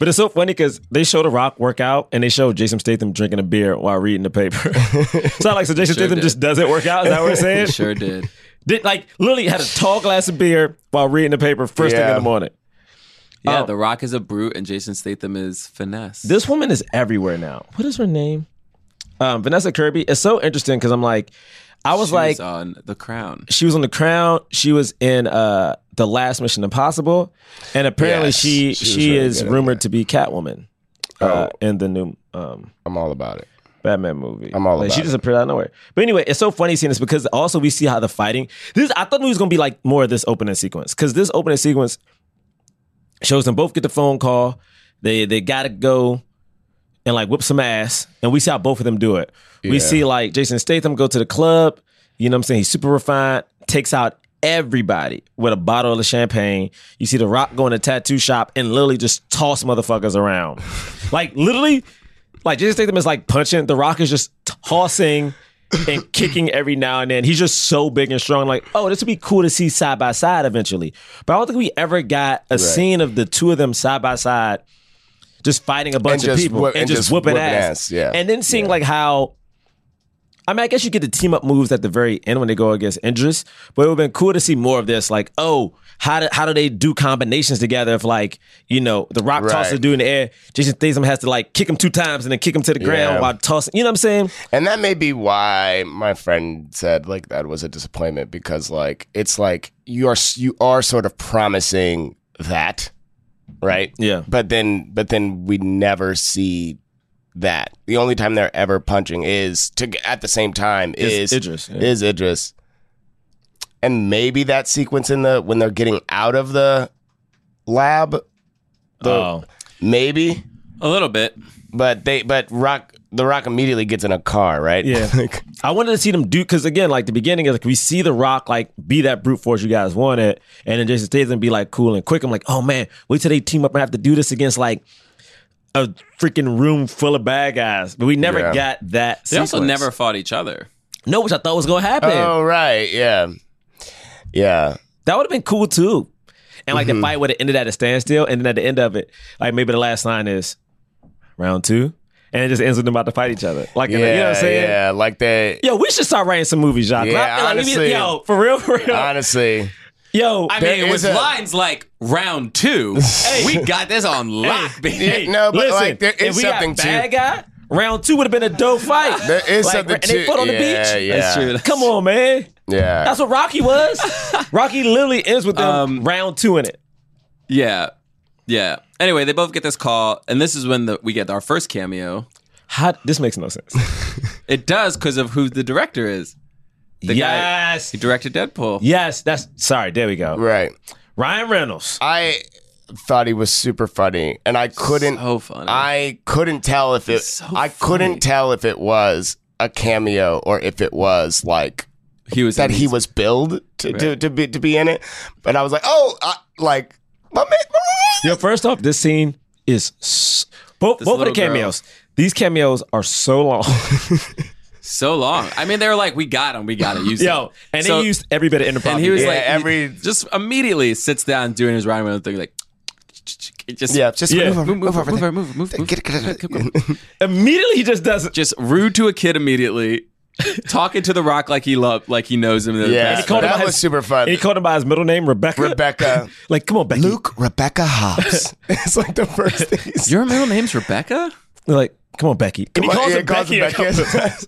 But it's so funny because they show The Rock workout and they show Jason Statham drinking a beer while reading the paper. so like, so Jason Statham
did.
just doesn't work out. Is that what we're saying?
Sure did.
Did like literally had a tall glass of beer while reading the paper first thing in
Yeah.
the morning.
Yeah,
Oh.
The Rock is a brute, and Jason Statham is finesse.
This woman is everywhere now. What is her name? Um, Vanessa Kirby. It's so interesting because I'm like, I was
She
like,
on The Crown.
she was on The Crown. She was in uh the last Mission Impossible, and apparently
Yes,
she she,
she
is
was really good Oh. in
rumored to be Catwoman uh, in the new um
I'm all about it.
Batman movie.
I'm all
like,
about
She
it.
just appeared out of nowhere. But anyway, it's so funny seeing this because also we see how the fighting. This I thought the movie was gonna be like more of this opening sequence because this opening sequence shows them both get the phone call. They they gotta go and like whip some ass, and we see how both of them do it. We
Yeah.
see like Jason Statham go to the club. You know what I'm saying? He's super refined. Takes out everybody with a bottle of champagne. You see The Rock go in a tattoo shop and literally just toss motherfuckers around, like literally. Like Jason Statham is like punching. The Rock is just tossing and kicking every now and then. He's just so big and strong. Like, oh, this would be cool to see side by side eventually. But I don't think we ever got a scene of the two of them side by side, just fighting a bunch
And
of
just
people
whip-
and,
and
just,
just
whooping,
whipping
ass.
ass, yeah.
And then seeing like how. I mean, I guess you get the team up moves at the very end when they go against Idris, but it would have been cool to see more of this. Like, oh, how do, how do they do combinations together? If like you know, the Rock tosses
Right.
the dude in the air, Jason Statham has to like kick him two times and then kick him to the ground
Yeah.
while tossing. You know what I'm saying?
And that may be why my friend said like that was a disappointment because like it's like you are you are sort of promising that, right?
Yeah.
But then but then we never see that. The only time they're ever punching is to at the same time
Is
is
Idris, yeah.
Is Idris. And maybe that sequence in the when they're getting out of the lab, the-
Oh.
maybe
A little bit.
but they but rock the rock immediately gets in a car right
Yeah.
Like,
I wanted to see them do because again, like the beginning is like we see The Rock like be that brute force you guys wanted, and then Jason Statham be like cool and quick. I'm like, oh man, wait till they team up and have to do this against like a freaking room full of bad guys. But we never
Yeah.
got that.
They also
sequence.
never fought each other.
no, which I thought was gonna happen.
oh right yeah yeah
That would have been cool too. And like
Mm-hmm.
the fight would have ended at a standstill, and then at the end of it, like maybe the last line is round two, and it just ends with them about to fight each other. Like,
yeah
in a- you know what I'm saying?
yeah like they
Yo, we should start writing some movies, Jacques.
Yeah,
I feel like we need-
honestly.
yo, for real, for real.
honestly
Yo,
I
There
mean, with
is a-
lines like round two, we got this on lock, baby.
hey,
no, but, like, there
if
is
we
something
got
to-
bad guy. Round two would have been a dope fight.
There is
Like,
something
and
to
they foot on the
yeah,
beach.
Yeah,
That's true.
Come on, man.
Yeah.
That's what Rocky was. Rocky literally ends with them
Um,
round two in it.
Yeah. Yeah. Anyway, they both get this call, and this is when the, we get our first cameo.
How, this makes no sense.
It does because of who the director is. The guy
yes.
who directed Deadpool.
Yes, that's sorry. There we go.
right.
Ryan Reynolds.
I thought he was super funny, and I couldn't.
So funny.
I couldn't tell if it.
so
I
funny.
couldn't tell if it was a cameo or if it was like
He was
that
in
he
these-
was billed to, to, to be to be in it. But I was like, oh, I, like my man.
Yo, first off, this scene is s- both
This
both of the
little girl.
cameos. These cameos are so long.
so long. I mean, they were like, "We got him. We got to use him."
Yo, and
So-
they used every bit of improv.
and
you
he was
did.
like,
Yeah,
every
every-
just immediately sits down doing his Ryan Reynolds thing, like just
Yeah, just
Yeah.
move over,
move, move, move,
over,
move,
there.
move, move, move.
Get- get- get-
immediately he just does it.
just rude to a kid immediately, talking to the Rock like he loved, like he knows him.
Yeah,
he called him
that
his-
was super fun.
And he called him by his middle name, Rebecca.
Rebecca,
Like, come on, Becky.
Luke, Rebecca Hobbs. it's like the first thing. He's,
your middle name's Rebecca.
They're like, come on, Becky. And he
Come on,
calls
yeah,
him Becky. a couple of times.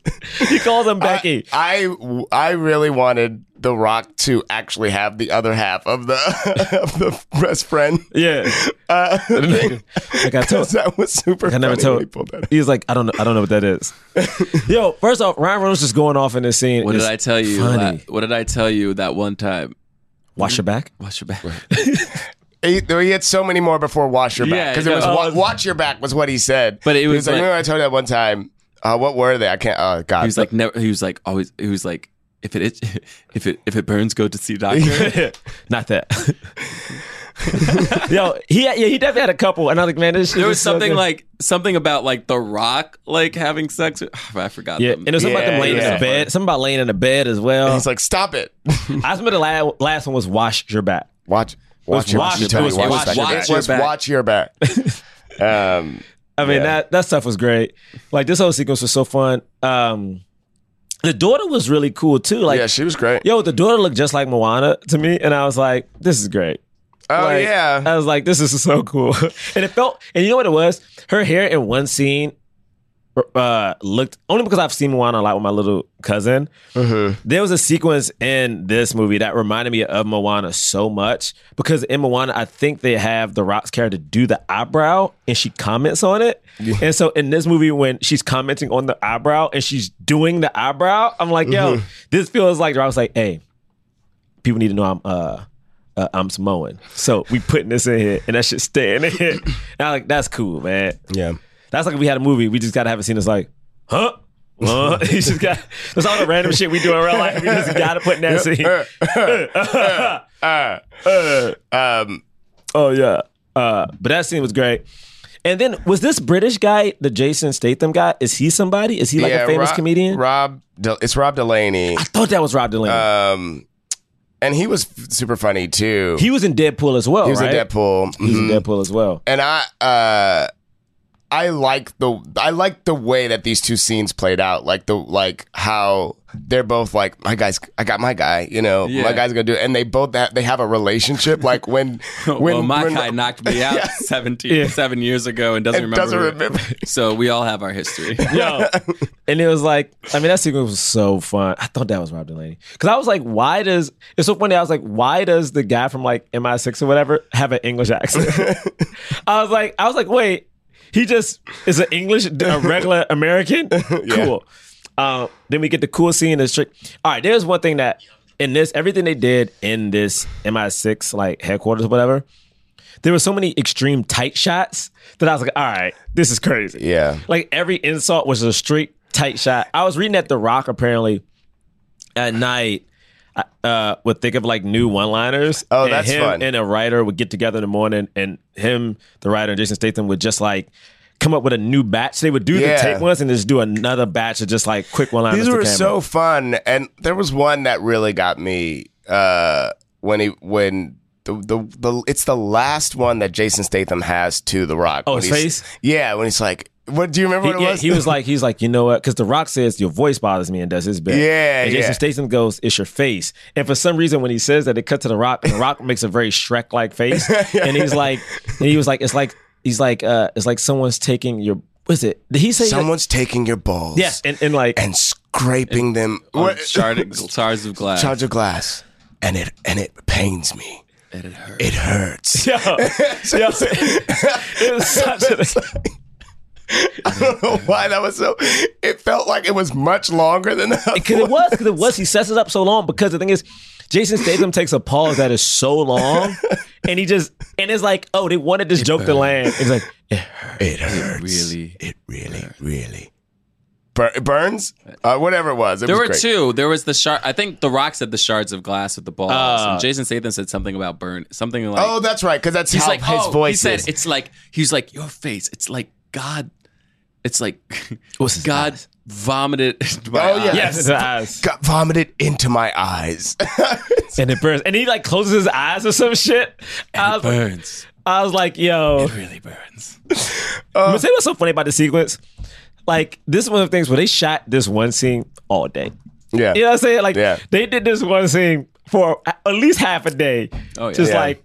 he calls him Becky.
I, I I really wanted The Rock to actually have the other half of the of the best friend.
yeah.
Uh, thing.
Like I told,
Because that was super.
I never
funny
told.
when he pulled that.
He was like, I don't know, I don't know what that is. Yo, first off, Ryan Reynolds just going off in this scene.
What
is
did I tell you?
Funny.
la- what did I tell you that one time?
Wash your back.
Watch your back.
He, he had so many more before "Wash Your
Yeah,
Back" because
no,
it was
uh,
wa- "Watch Your Back" was what he said.
But it
He
was
like,
like-
remember I told you that one time. Uh, what were they? I can't. Oh God.
He was like never. He was like always. He was like if it itch, if it if it burns, go to see a doctor.
Not that. Yo, he had- yeah, he definitely had a couple, and I was like, man, this shit
There
is
was
so
something
good.
like something about like The Rock like having sex. With, I forgot.
Yeah,
them.
and it was something about them
Yeah,
laying in
yeah.
the bed. Something about laying in the bed as well.
He's like, stop it.
I remember the last, last one was wash your back.
Watch.
was
Watch your
watch-
back. You tell
it
me
was
watch
watch-
your
watch
back. It
your
was
back.
watch your back. um,
I mean
Yeah.
that that stuff was great. Like this whole sequence was so fun. Um, the daughter was really cool too. Like
yeah, she was great.
yo, the daughter looked just like Moana to me, and I was like, this is great.
oh
Like,
yeah.
I was like, this is so cool. and it felt, and you know what it was? Her hair in one scene uh looked only because I've seen Moana a lot with my little cousin.
Mm-hmm.
There was a sequence in this movie that reminded me of Moana so much because in Moana, I think they have the Rock's character do the eyebrow and she comments on it. And so in this movie, when she's commenting on the eyebrow and she's doing the eyebrow, I'm like, yo,
Mm-hmm.
this feels like the Rock's like, hey, people need to know I'm uh, uh I'm Samoan. So we putting this in here and that shit staying in here. And I'm like, that's cool, man.
yeah.
That's like if we had a movie, we just gotta have a scene that's like, huh? Huh? you just got that's all the random shit we do in real life. We just gotta put in that scene.
Um,
Oh yeah. Uh, but that scene was great. And then was this British guy, the Jason Statham guy? Is he somebody? Is he like
yeah,
a famous
Rob,
comedian?
Rob, De- it's Rob Delaney,
I thought that was Rob Delaney.
um, and he was f- super funny too.
he was in Deadpool as well.
He was
right?
in Deadpool.
He was in
Mhm.
Deadpool as well.
and I uh I like the I like the way that these two scenes played out. Like the like how they're both like my guys. I got my guy. You know,
Yeah.
my guy's gonna do it. And they both have, they have a relationship. Like when when
well, my
when-
guy knocked me out 17, seven years ago and doesn't
And
remember.
doesn't
it.
remember.
So we all have our history.
Yo. and it was like, I mean, that sequence was so fun. I thought that was Rob Delaney. Because I was like, why does, it's so funny. I was like, why does the guy from like MI6 or whatever have an English accent? I was like, I was like, wait, he just is an English, a regular American? Cool. Um, then we get the cool scene. The trick. All right, there's one thing that in this, everything they did in this MI6 like headquarters, whatever, there were so many extreme tight shots that I was like, all right, this is crazy.
Yeah.
Like every insult was a straight tight shot. I was reading that The Rock apparently at night uh, would think of like new one liners.
Oh, that's
him
fun.
And a writer would get together in the morning, and him, the writer, and Jason Statham would just like come up with a new batch. They would do
Yeah.
the take once and just do another batch of just like quick one liners.
These were so fun, and there was one that really got me uh, when he when the, the the it's the last one that Jason Statham has to The Rock.
Oh,
when
his
he's-
face?
Yeah, when he's like, What do you remember?
He,
what it
yeah,
was?
he was like, he's like, you know what? Because The Rock says your voice bothers me and does his best.
Yeah,
and Jason
yeah.
Statham goes, it's your face. And for some reason, when he says that, it cuts to The Rock, and The Rock makes a very Shrek like face, and he's like, and he was like, it's like he's like, uh, it's like someone's taking your. What's it? Did he say?
someone's taking your balls.
Yes, and, and like
and scraping them.
on
What-
Um, shard, shards of glass.
Shards of glass, and it and it pains me. And it hurts. It hurts.
Yo, yo, it was such a,
I don't know why that was so. It felt like it was much longer than that.
because it was because it was he sets it up so long because the thing is Jason Statham takes a pause that is so long and he just and it's like oh they wanted this joke to land it's like
It hurts.
really
It really, really. Bur- it burns? Uh, whatever it was. It
There
was
were
great.
two. There was the shard. I think The Rock said the shards of glass with the balls.
Ah.
and Jason Statham said something about burn. Something like
Oh, that's right, because that's
he's
how
like
his
oh,
voice
He said
is.
it's like he's like your face. It's like God. It's like
What's his
God vomited. into my
Oh, yeah.
eyes.
yes his eyes
Got vomited into my eyes.
and it burns and he like closes his eyes or some shit I was,
burns.
I was like
Uh.
yo
Really burns.
But say what's so funny about the sequence like this is one of the things where they shot this one scene all day
yeah.
You know what I'm saying? Like
Yeah.
they did this one scene for a- at least half a day.
Oh, yeah.
Just
Yeah.
like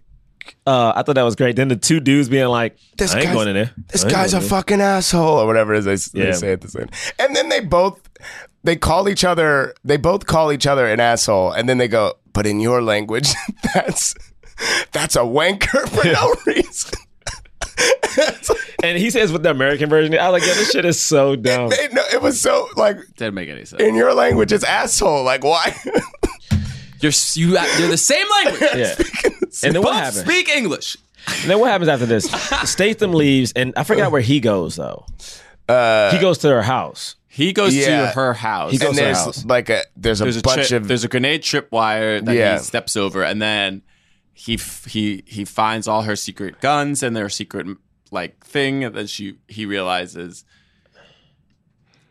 uh, I thought that was great. Then the two dudes being like,
This
I ain't
guy's-
going in there.
this
I ain't
guy's a
going in there."
fucking asshole or whatever it is they, they
Yeah.
say at the same and then they both they call each other they both call each other an asshole and then they go but in your language that's that's a wanker for no reason
And he says with the American version, I was like, yeah, this shit is so dumb.
They- no, it was so like
Didn't make any sense.
in your language it's asshole like why
You're s- you. You're the same language.
Yeah. And then what
Both
happens?
speak English.
And then what happens after this? Statham leaves, and I forgot where he goes though.
Uh,
he goes to her house.
He goes
Yeah.
to her house.
He goes-
and
to her
there's
house.
like a there's a
there's a
bunch
trip-
of
there's a grenade tripwire that
Yeah.
he steps over, and then he f- he he finds all her secret guns and their secret like thing, and then she he realizes.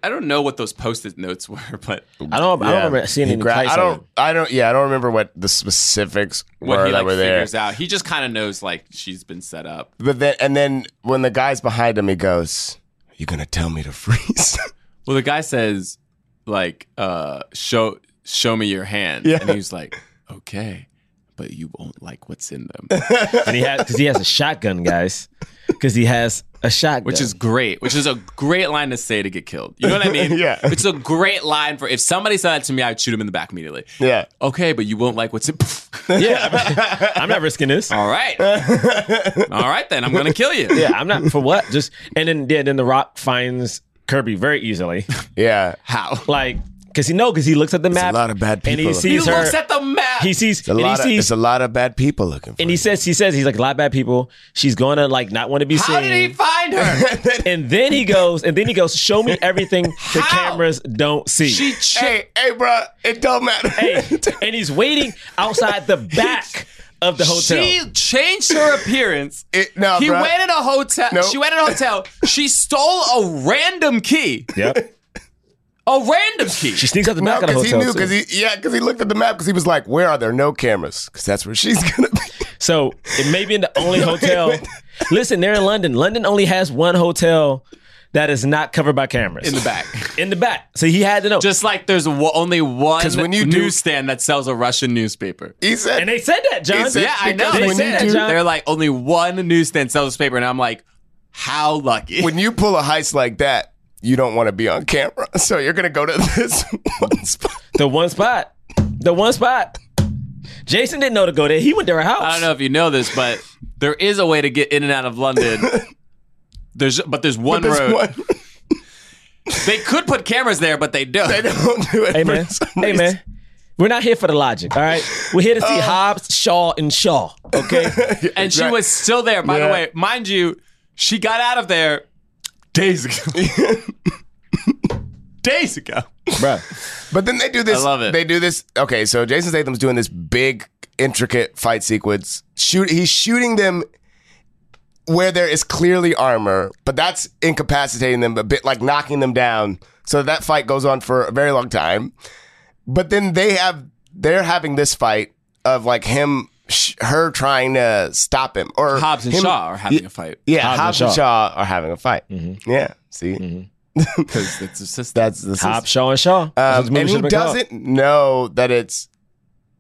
I don't know what those post-it notes were, but
I don't. I
yeah.
don't remember seeing
He
any.
gra-
Christ
I
on
don't
him.
I don't yeah I don't remember what the specifics
what
were
he
that
like
were there
figures out, he just kind of knows like she's been set up.
but then and then when the guy's behind him he goes you're gonna tell me to freeze
Well, the guy says like, uh, "Show show me your hand,"
Yeah.
and he's like, "Okay." But you won't like what's in them,
And he has because he has a shotgun, guys. Because he has a shotgun,
which is great. Which is a great line to say to get killed. You know what I mean?
Yeah.
It's a great line for if somebody said that to me, I'd shoot him in the back immediately.
yeah
Okay, but you won't like what's in.
yeah. I'm- I'm not risking this.
All right. All right then, I'm gonna kill you.
Yeah, I'm not for what. Just and then yeah, then the Rock finds Kirby very easily,
Yeah.
How?
like because he know because he looks at the map.
lot of bad
and he
people.
He
sees her.
looks at the map.
he sees
It's a,
and he
lot of,
sees
it's a lot of bad people looking for
and he says he says he's like a lot of bad people. She's gonna like not want to be
How
seen.
did he find her?
and then he goes and then he goes. Show me everything the
How?
cameras don't see.
she
you.
ch-
Hey, hey, bro, it don't matter.
Hey, and he's waiting outside the back of the hotel.
she changed her appearance.
It- no,
he
bruh.
went in a hotel.
Nope.
She went in a hotel. She stole a random key.
yep.
A random key.
She sneaks out the
No,
back of the
because he
hotel. too.
knew, because he, yeah, because he looked at the map, because he was like, where are there no cameras? Because that's where she's going to be.
So it may be in the only hotel. Listen, they're in London. London only has one hotel that is not covered by cameras.
in the back.
In the back. So he had to know.
Just like there's w- only one
'Cause when you do-
newsstand that sells a Russian newspaper.
He said,
and they said that, John.
He said-
Yeah, I know.
Because
They
when
said
you
that,
do-
John. They're like only one newsstand sells this paper, and I'm like, how lucky.
when you pull a heist like that, you don't want to be on camera. So you're going to go to this one spot.
The one spot. The one spot. Jason didn't know to go there. He went to her house.
I don't know if you know this, but there is a way to get in and out of London. There's but there's one
This
road.
one-
They could put cameras there, but they don't.
they don't do it.
Hey
for
man.
some
Hey
reason.
man. We're not here for the logic, all right? We're here to
Uh,
see Hobbs, Shaw, and Shaw. Okay.
and she
Right.
was still there, by
Yeah.
the way. Mind you, she got out of there days ago. days ago.
Bruh.
But then they do this.
I love it.
They do this. Okay, so Jason Statham's doing this big, intricate fight sequence. Shoot, he's shooting them where there is clearly armor, but that's incapacitating them a bit, like knocking them down. So that fight goes on for a very long time. But then they have they're having this fight of like him sh- her trying to stop him or
Hobbs and
him-
Shaw are having a fight
Yeah,
Hobbs
Hobbs,
and
and Shaw are having a fight.
Mm-hmm.
Yeah, see,
because it's a system.
that's the system.
Hobbs, Shaw, and Shaw. That's what
Um,
the movie
and he
should've been called.
doesn't know that it's.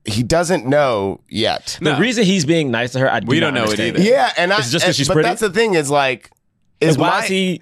He doesn't know yet.
The
No.
reason he's being nice to her, I do
We
not
don't know it
understand
either.
Yeah, and I.
It's just 'cause
and-
she's
but
pretty?
that's the thing is like,
And
is
why
why
is he?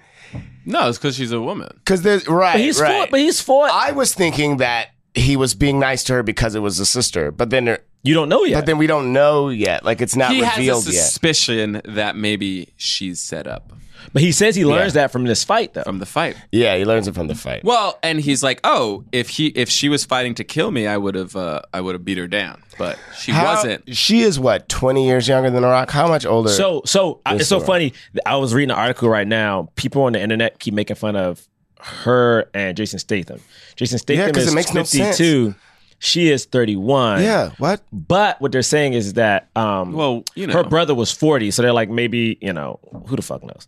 no, it's because she's a woman.
because there's right.
But he's
right.
for. But he's for.
I was thinking that he was being nice to her because it was a sister, but then there-
you don't know yet.
but then we don't know yet. Like it's not
he
revealed
has a
yet.
suspicion that maybe she's set up
But he says he learns that from this fight, though.
from the fight.
Yeah, he learns it from the fight.
Well, and he's like, "Oh, if he if she was fighting to kill me, I would have uh, I would have beat her down, but she
How-
wasn't."
She is what twenty years younger than The Rock. How much older?
So, so I,
Yes,
it's so
sir.
funny. I was reading an article right now. People on the internet keep making fun of her and Jason Statham. Jason Statham
'cause
is
it makes no sense.
52. She is 31.
yeah, what?
But what they're saying is that um,
Well, you know,
her brother was 40. So they're like, maybe, you know, who the fuck knows?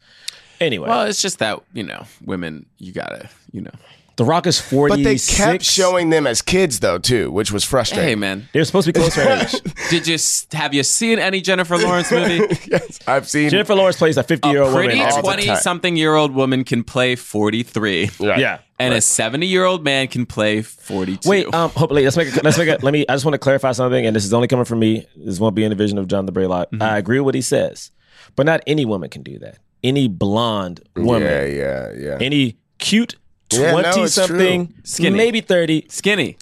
Anyway,
Well, it's just that you know, women, you gotta, you know,
The Rock is 40.
But they kept showing them as kids though too, which was
hey
frustrating.
man,
They're supposed to be close to her age.
did you s- have you seen any Jennifer Lawrence movie?
yes, I've seen.
Jennifer Lawrence plays a 50 year
A
old woman.
pretty
every time.
twenty something year old woman can play forty three.
Right.
Yeah.
And a 70 year old man can play 42.
Wait, um, hopefully, let's make a, let's make a, let me. I just want to clarify something, and this is only coming from me. This won't be in the vision of John the Braylock.
Mm-hmm.
I agree with what he says, but not any woman can do that. Any blonde woman,
Yeah, yeah, yeah.
any cute
Yeah, no,
twenty
it's
something,
Skinny.
maybe thirty,
Skinny.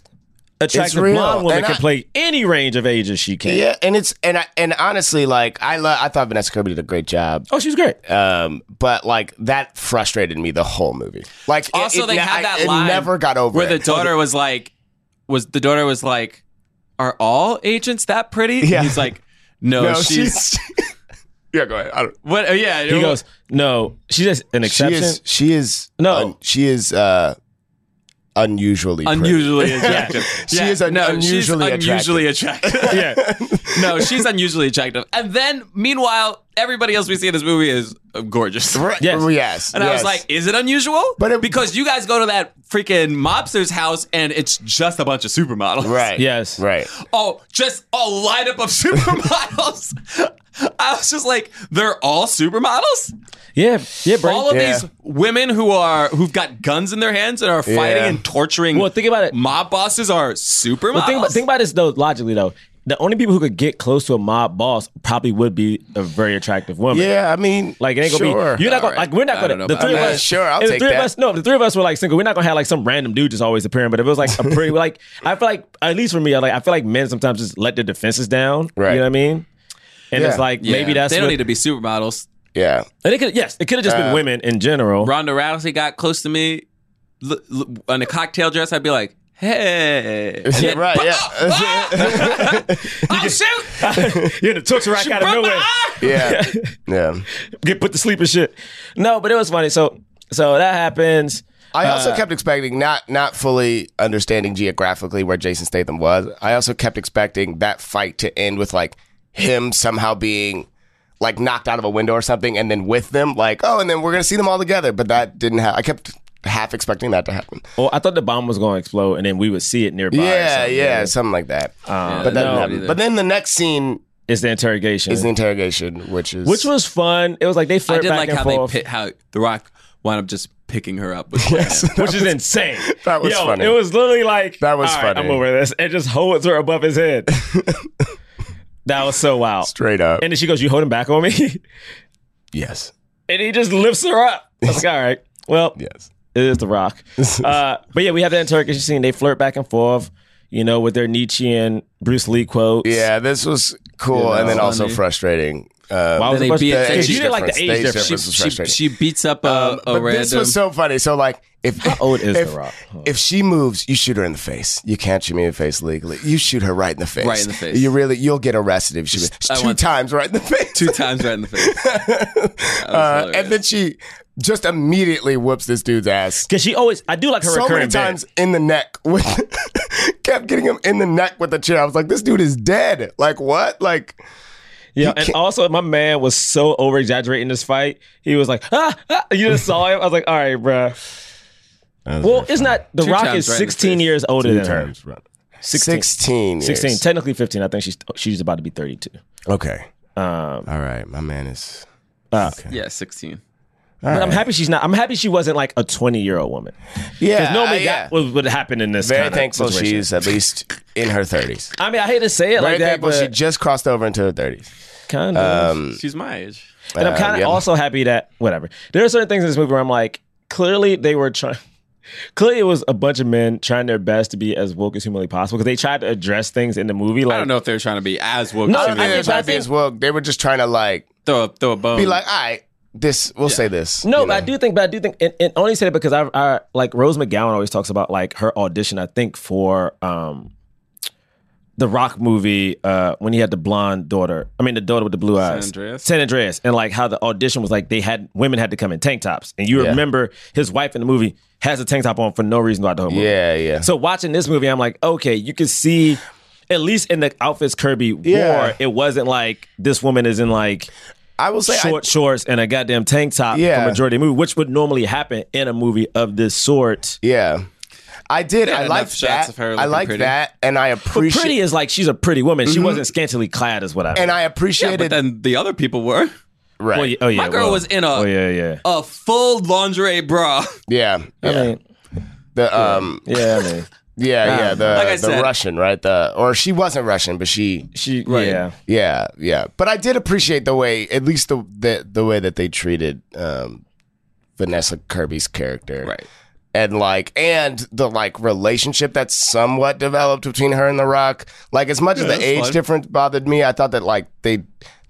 attractive
real,
blonde woman
and
can
I-
play any range of ages she can.
yeah, and it's and I, and honestly, like I lo- I thought Vanessa Kirby did a great job,
Oh, she was great.
um, but like that frustrated me the whole movie. Like it-
Also,
it,
they
I-
had that
it
line
never got over
where the
it.
daughter was like, was the daughter was like, are all agents that pretty? And
Yeah.
He's like, no,
oh,
no,
she's,
she's. yeah, go ahead. I don't,
what? oh, yeah.
He goes, no, she's just an
she
exception.
is. She is.
No.
un- she is. uh Unusually, pretty.
unusually attractive.
She is un- unusually
she's unusually attractive.
yeah,
no, she's unusually attractive. And then, meanwhile, everybody else we see in this movie is uh, gorgeous.
Right.
Yes.
Yes.
And I was
yes.
like, is it unusual?
But it-
because you guys go to that freaking mobster's house and it's just a bunch of supermodels.
right.
Yes.
Right.
Oh, just a lineup of supermodels. I was just like, they're all supermodels?
yeah, yeah, Bray.
All of
Yeah.
these women who are who've got guns in their hands and are fighting
Yeah.
and torturing
Well, think about it.
mob bosses are supermodels.
But think about, think about this though logically though. The only people who could get close to a mob boss probably would be a very attractive woman.
Yeah. I mean,
Like it ain't gonna
sure.
be. You're not gonna like. We're not
I
gonna.
don't know
the
about
three of
that.
us.
Sure, I'll
if the
take
three of
that.
us. No, if the three of us were like single. We're not gonna have like some random dude just always appearing. But if it was like a pretty, like I feel like at least for me, I like I feel like men sometimes just let their defenses down.
Right.
You know what I mean? And it's
Yeah.
like
Yeah,
maybe that's
they don't
what,
need to be supermodels.
Yeah.
And it could yes, it could have just been
Uh,
women in general.
Ronda Rousey got close to me l- l- in a cocktail dress. I'd be like, hey, And
Yeah,
then,
right. Yeah.
oh shoot,
You're the took rock out of
broke my
nowhere.
arm!
yeah. Yeah.
Get put to sleep and shit. No, but it was funny. So so that happens.
I also kept expecting not not fully understanding geographically where Jason Statham was. I also kept expecting that fight to end with like him somehow being like knocked out of a window or something, and then with them, like oh, and then we're gonna see them all together. But that didn't happen. I kept half expecting that to happen.
Well, I thought the bomb was going to explode, and then we would see it nearby. or
yeah,
something.
yeah, something like that.
Um, no,
but that didn't happen. But then the next scene
It's the interrogation,
is the interrogation, which is
which was fun. It was like they
I
flirt
did
back
like
and
how
forth,
they pit, how The Rock wound up just picking her up. With yes.
which is insane.
that was
Yo,
funny.
It was literally like
That was
"All right,
funny.
I'm over this. It just holds her above his head. that was so wild.
straight up.
And then she goes, "You holding back on me?"
yes,
and he just lifts her up. I was like, all right, well,
yes.
it is the Rock. Uh, but yeah, we have that interrogation scene. They flirt back and forth, you know, with their Nietzschean Bruce Lee quotes.
Yeah, this was cool and then also
Funny.
frustrating. Uh,
Why was
They
it
beat
frustrating?
the age
You didn't like the
difference.
age
They
difference.
She,
This was
she,
frustrating.
she beats up a, Um, a
but
random.
this was so funny. So like, if how
old is The
if,
Rock? Huh.
If she moves, you shoot her in the face. You can't shoot me in the face legally. You shoot her right in the face.
Right in the face.
You really, you'll get arrested if she
I
two
want-
times right in the face.
two times right in the face.
uh, and then she just immediately whoops this dude's ass.
Because she always, I do like her
so many
recurring bit.
times in the neck with kept getting him in the neck with the chair. I was like, this dude is dead. Like what? Like
Yeah,
You
and
can't-
also my man was so over exaggerating this fight. He was like, ah, ah," you just saw him. I was like, all right, bruh. Well, it's not. The
Two
Rock is
times right in the
16
face.
years older than her. 16.
16 years.
16, technically 15. I think she's she's about to be 32.
Okay.
Um,
All right. My man is.
uh,
Yeah, 16.
all
but I'm
right.
happy she's not. I'm happy she wasn't like a 20 year old woman.
Yeah.
Because normally
I- yeah.
that was what happened in this.
Very
kinda
thankful
situation.
she's at least in her 30s.
I mean, I hate to say it
Very
like that,
thankful
but
she just crossed over into her 30s.
kind of.
She's my age.
and I'm
uh,
kind of
yeah.
also happy that whatever. There are certain things in this movie where I'm like, clearly they were trying. Clearly, it was a bunch of men trying their best to be as woke as humanly possible because they tried to address things in the movie. Like,
I don't know if they're trying to be as woke.
No,
as
I
you
think
are.
they're
They're trying to be
think-
as woke. They were just trying to like
throw a, throw a bone.
be like, all right, this we'll say this.
No,
you
but I
know?
do think, but I do think, and, and only say that because I, I like Rose McGowan always talks about like her audition. I think for um, the Rock movie uh, when he had the blonde daughter. I mean, the daughter with the blue eyes,
Andreas?
San Andreas, and like how the audition was like they had women had to come in tank tops, and you
Yeah.
remember his wife in the movie has a tank top on for no reason throughout the whole movie.
Yeah, yeah.
So watching this movie, I'm like, okay, you can see. At least in the outfits Kirby wore,
Yeah.
it wasn't like this woman is in like
I will say, I-
short shorts and a goddamn tank top
Yeah.
for majority of the movie, which would normally happen in a movie of this sort.
yeah, I did. I
enough
liked
shots
that.
of her
I
looking
liked
pretty.
that, and I
But
appreciate.
pretty is like she's a pretty woman. She wasn't scantily clad, is what I.
Mm-hmm. and I
yeah,
appreciated.
but then the other people were.
right.
Well, yeah, oh yeah,
My girl
well,
was in a
Oh yeah, yeah.
a full lingerie bra.
yeah, yeah.
I mean,
the um,
yeah, I mean,
yeah, yeah. The
Like I
the
said-
Russian, right? The or she wasn't Russian, but she.
she.
Right.
Yeah,
Yeah, yeah. But I did appreciate the way, at least the the, the way that they treated um, Vanessa Kirby's character,
Right.
and like and the like relationship that's somewhat developed between her and the rock like as much
Yeah,
as
that's
the age
fine.
difference bothered me i thought that like they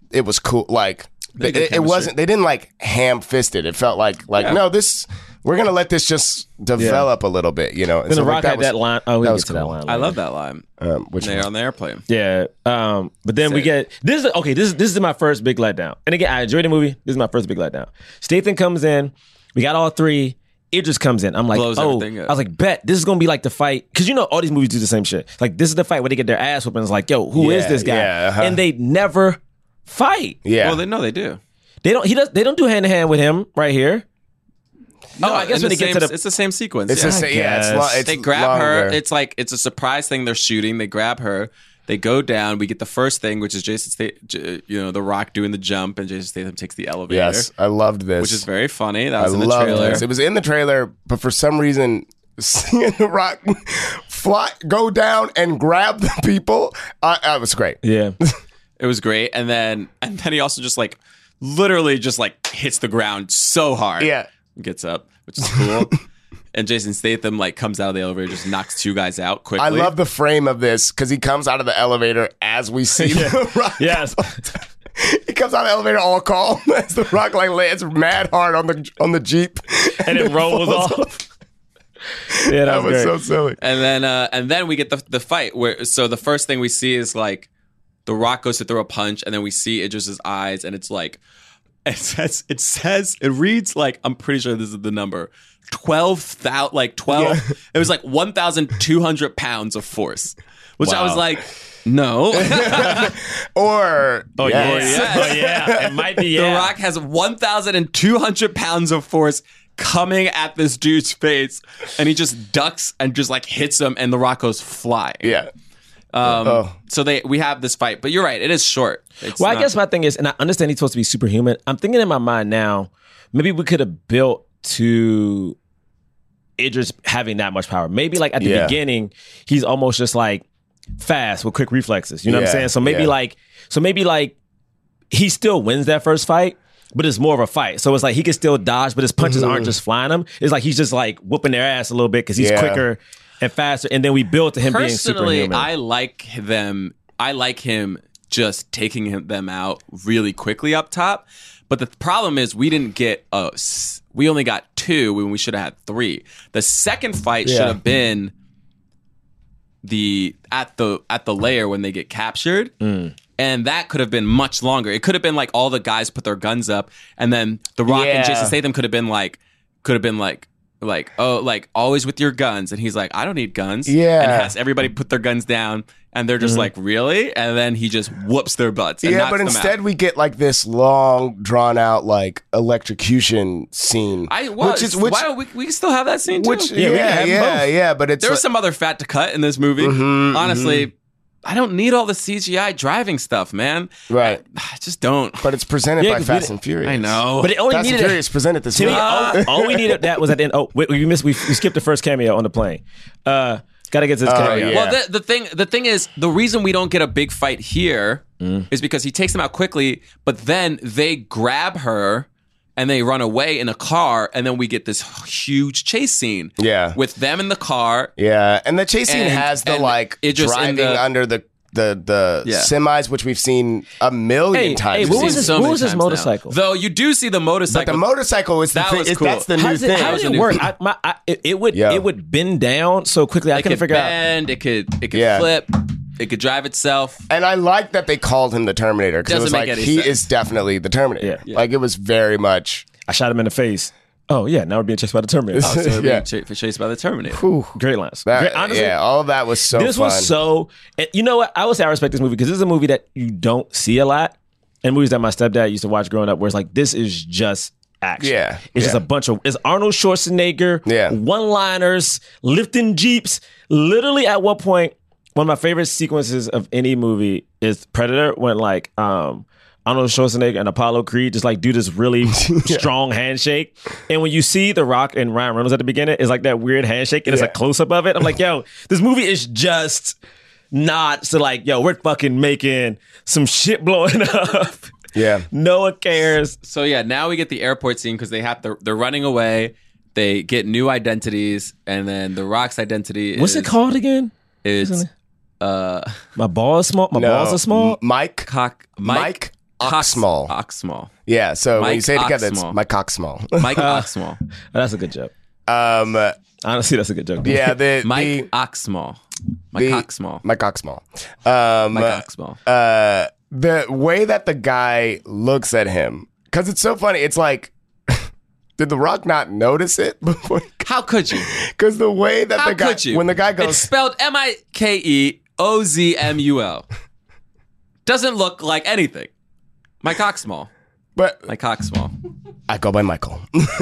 it was cool like
They
it,
did
it
chemistry.
wasn't they didn't like ham fisted it felt like like
Yeah.
no this we're gonna let this just develop a little bit you know and
Then the Rock
like,
had that line. Oh, we
that
can
was
get to that
cool.
line.
I
later.
love that line.
um, which
They're on the airplane.
Yeah. Um, but then we get this is okay, this is this is my first big letdown. And again, I enjoyed the movie. This is my first big letdown. Stathan comes in, we got all three. Idris comes in. I'm like,
Blows
oh,
everything up.
I was like, bet this is gonna be like the fight because you know all these movies do the same shit. Like this is the fight where they get their ass whooping. It's like, yo, who is
Yeah,
this guy?
yeah, uh-huh.
And they never fight.
yeah
Well, they know they do.
They don't. He does. They don't do hand to hand with him right here.
No,
oh, I guess when
in the
they get
same-
to the
it's the same sequence.
it's
yeah.
just yeah it's,
guess.
lo- it's
they grab her.
longer.
It's like it's a surprise thing. They're shooting. They grab her. They go down. We get the first thing, which is Jason, Sta- J- you know, The Rock doing the jump, and Jason Statham takes the elevator,
yes i loved this
which is very funny. That
I
was in the
love
trailer.
this. It was in the trailer, but for some reason, seeing the rock fly, go down and grab the people, I, I was great.
yeah.
It was great, and then and then he also just like literally just like hits the ground so hard.
Yeah.
gets up, which is cool. and Jason Statham like comes out of the elevator, just knocks two guys out quickly.
I love the frame of this because he comes out of the elevator as we see the rock.
Yes.
He comes out of the elevator all calm as the rock like lands mad hard on the on the jeep,
And it rolls
falls
off. yeah, that,
That
was,
was
great.
so silly.
And then uh, and then we get the the fight where so the first thing we see is like the rock goes to throw a punch and then we see Idris's eyes and it's like it says it says it reads like I'm pretty sure this is the number. Twelve thousand like twelve it was like one thousand two hundred pounds of force. Which I was
Wow.
like, no.
Or
oh
yes.
yeah. Oh yeah. It might be.
The
Yeah.
Rock has 1,200 pounds of force coming at this dude's face, and he just ducks and just like hits him, and The Rock goes flying.
yeah,
Um,
Oh.
So they we have this fight, but you're right, it is short. It's
well, I
not-
guess my thing is, and I understand he's supposed to be superhuman. I'm thinking in my mind now, maybe we could have built to Idris having that much power. Maybe like at the
Yeah.
beginning, he's almost just like fast with quick reflexes. You know what
Yeah,
I'm saying? So maybe
yeah.
like, so maybe like he still wins that first fight. But it's more of a fight, so it's like he can still dodge, but his punches aren't just flying him. It's like he's just like whooping their ass a little bit because he's
Mm-hmm. Yeah.
quicker and faster. And then we build to him being
personally,
superhuman.
I like them. I like him just taking him, them out really quickly up top. But the problem is we didn't get a. s- We only got two when we should have had three. The second fight should
Yeah.
have been the at the at the layer when they get captured.
Mm.
And that could have been much longer. It could have been like all the guys put their guns up, and then The Rock
Yeah.
and Jason Statham could have been like, could have been like, like oh like always with your guns and he's like I don't need guns
Yeah. Mm-hmm.
and has everybody put their guns down and they're just like really and then he just whoops their butts and
yeah,
knocks
but
them out.
instead we get like this long, drawn out like electrocution scene.
I well,
which is which,
why don't we we can still have that scene too
which
Yeah,
yeah,
we can
yeah,
have
yeah,
both.
But it's
there was
like-
some other fat to cut in this movie
Mm-hmm,
honestly I don't need all the CGI driving stuff man
right,
I just don't
but it's presented
Yeah,
by
'cause we
Fast
didn't-
and Furious.
I know
But it only
Fast and
needed a-
Furious presented this.
To me,
movie.
all, Oh, all we needed that was at the end. Oh, wait, we missed. We, we skipped the first cameo on the plane. Uh, gotta get to this cameo.
Oh, yeah.
Well, the, the thing the thing is the reason we don't get a big fight here is
Mm.
because he takes them out quickly, but then they grab her and they run away in a car, and then we get this huge chase scene.
Yeah.
with them in the car.
Yeah, and the chase scene
And-
has the
and
like
Idris in
driving
the-
under the the the
Yeah.
semis, which we've seen a million
Hey,
times.
hey, what
We've
was
seen
his-
many
what was his
times now.
motorcycle?
Though you do see the
but
motorcycle.
the motorcycle is the
That
thing.
was
is-
cool.
That's the
How
new
does it,
thing.
how does
That was
it
a
work?
new-
I, my, I, it, it would
Yeah.
it would bend down so quickly. I
it could
couldn't figure out.
bend. It could it could
Yeah.
flip. It could drive itself.
And I like that they called him the Terminator because it
Doesn't
was
make
like
any
he
sense.
is definitely the Terminator.
Yeah.
Like it was very much.
I shot him in the face. Oh yeah, now we're being chased by the Terminator. Oh,
So
Yeah.
yeah. being ch- chased by the Terminator.
great lines.
that-
Great- honestly,
yeah, all of that was so.
this
fun.
was so. And you know what? I would say I respect this movie because this is a movie that you don't see a lot, and movies that my stepdad used to watch growing up. Where it's like this is just action.
Yeah,
it's just
yeah.
a bunch of it's Arnold Schwarzenegger.
Yeah.
one liners, lifting jeeps. Literally, at one point, one of my favorite sequences of any movie is Predator when like um. Arnold Schwarzenegger and Apollo Creed just like do this really strong handshake, and when you see The Rock and Ryan Reynolds at the beginning, it's like that weird handshake, and it's
Yeah.
a close up of it. I'm like, yo, this movie is just not so like, yo, we're fucking making some shit blowing up.
Yeah.
No one cares.
So yeah, now we get the airport scene because they have to. They're running away. They get new identities, and then the Rock's identity.
What's
is,
it called again?
It's uh,
My ball is small. My
No,
balls are small. Oh,
M- Mike.
cock
Mike. Oxmal.
Oxmal.
yeah. So when
Mike
you say it together, it's
Oxmal.
Mike Oxmal.
Mike Oxmal.
Oh, that's a good joke.
um.
Honestly, that's a good joke.
Yeah. The
Mike
the,
Oxmal.
the
Mike Oxmal.
Mike Oxmal. Um.
Mike Oxmal.
uh, the way that the guy looks at him, because it's so funny. It's like, did The Rock not notice it before?
How could you?
Because the way that
How
the guy,
could you?
when the guy
it's
goes,
spelled M I K E O Z M U L. Doesn't look like anything. Mike Oxmal.
but
Mike Oxmal.
I go by Michael.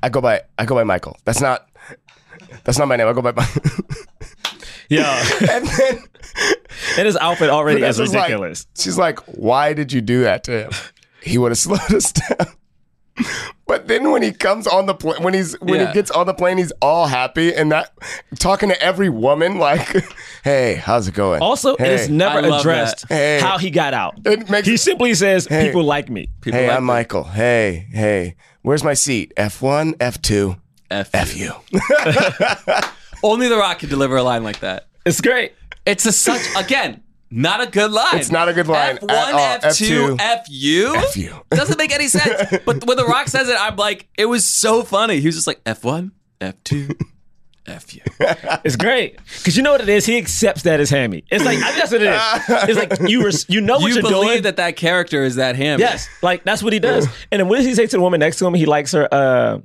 I go by I go by Michael. That's not that's not my name. I go by. My,
yeah.
and then
and his outfit already is
Vanessa's like-
ridiculous.
she's like, "Why did you do that to him? He would have slowed us down." But then when he comes on the plane, when he's when
Yeah.
he gets on the plane, he's all happy and that talking to every woman like, "Hey, how's it going?"
also,
hey,
it is never
I love
addressed
that. Hey.
how he got out.
It makes-
he simply says,
Hey.
"People like me."
People
Hey,
like
I'm Michael. Hey, hey, where's my seat? F one, F two,
F,
F you.
Only The Rock could deliver a line like that.
It's great.
It's a such again, not a good line.
It's not a good line
F
at
one,
all.
F two,
F2.
F you.
F you.
Doesn't make any sense. But when The Rock says it, I'm like, it was so funny. He was just like F one, F two, F you.
It's great because you know what it is. He accepts that as hammy. It's like I mean, that's what it is. It's like you were, you know what
You
are
believe
doing.
that that character is that him?
yes, like that's what he does. And then what does he say to the woman next to him? He likes her. uh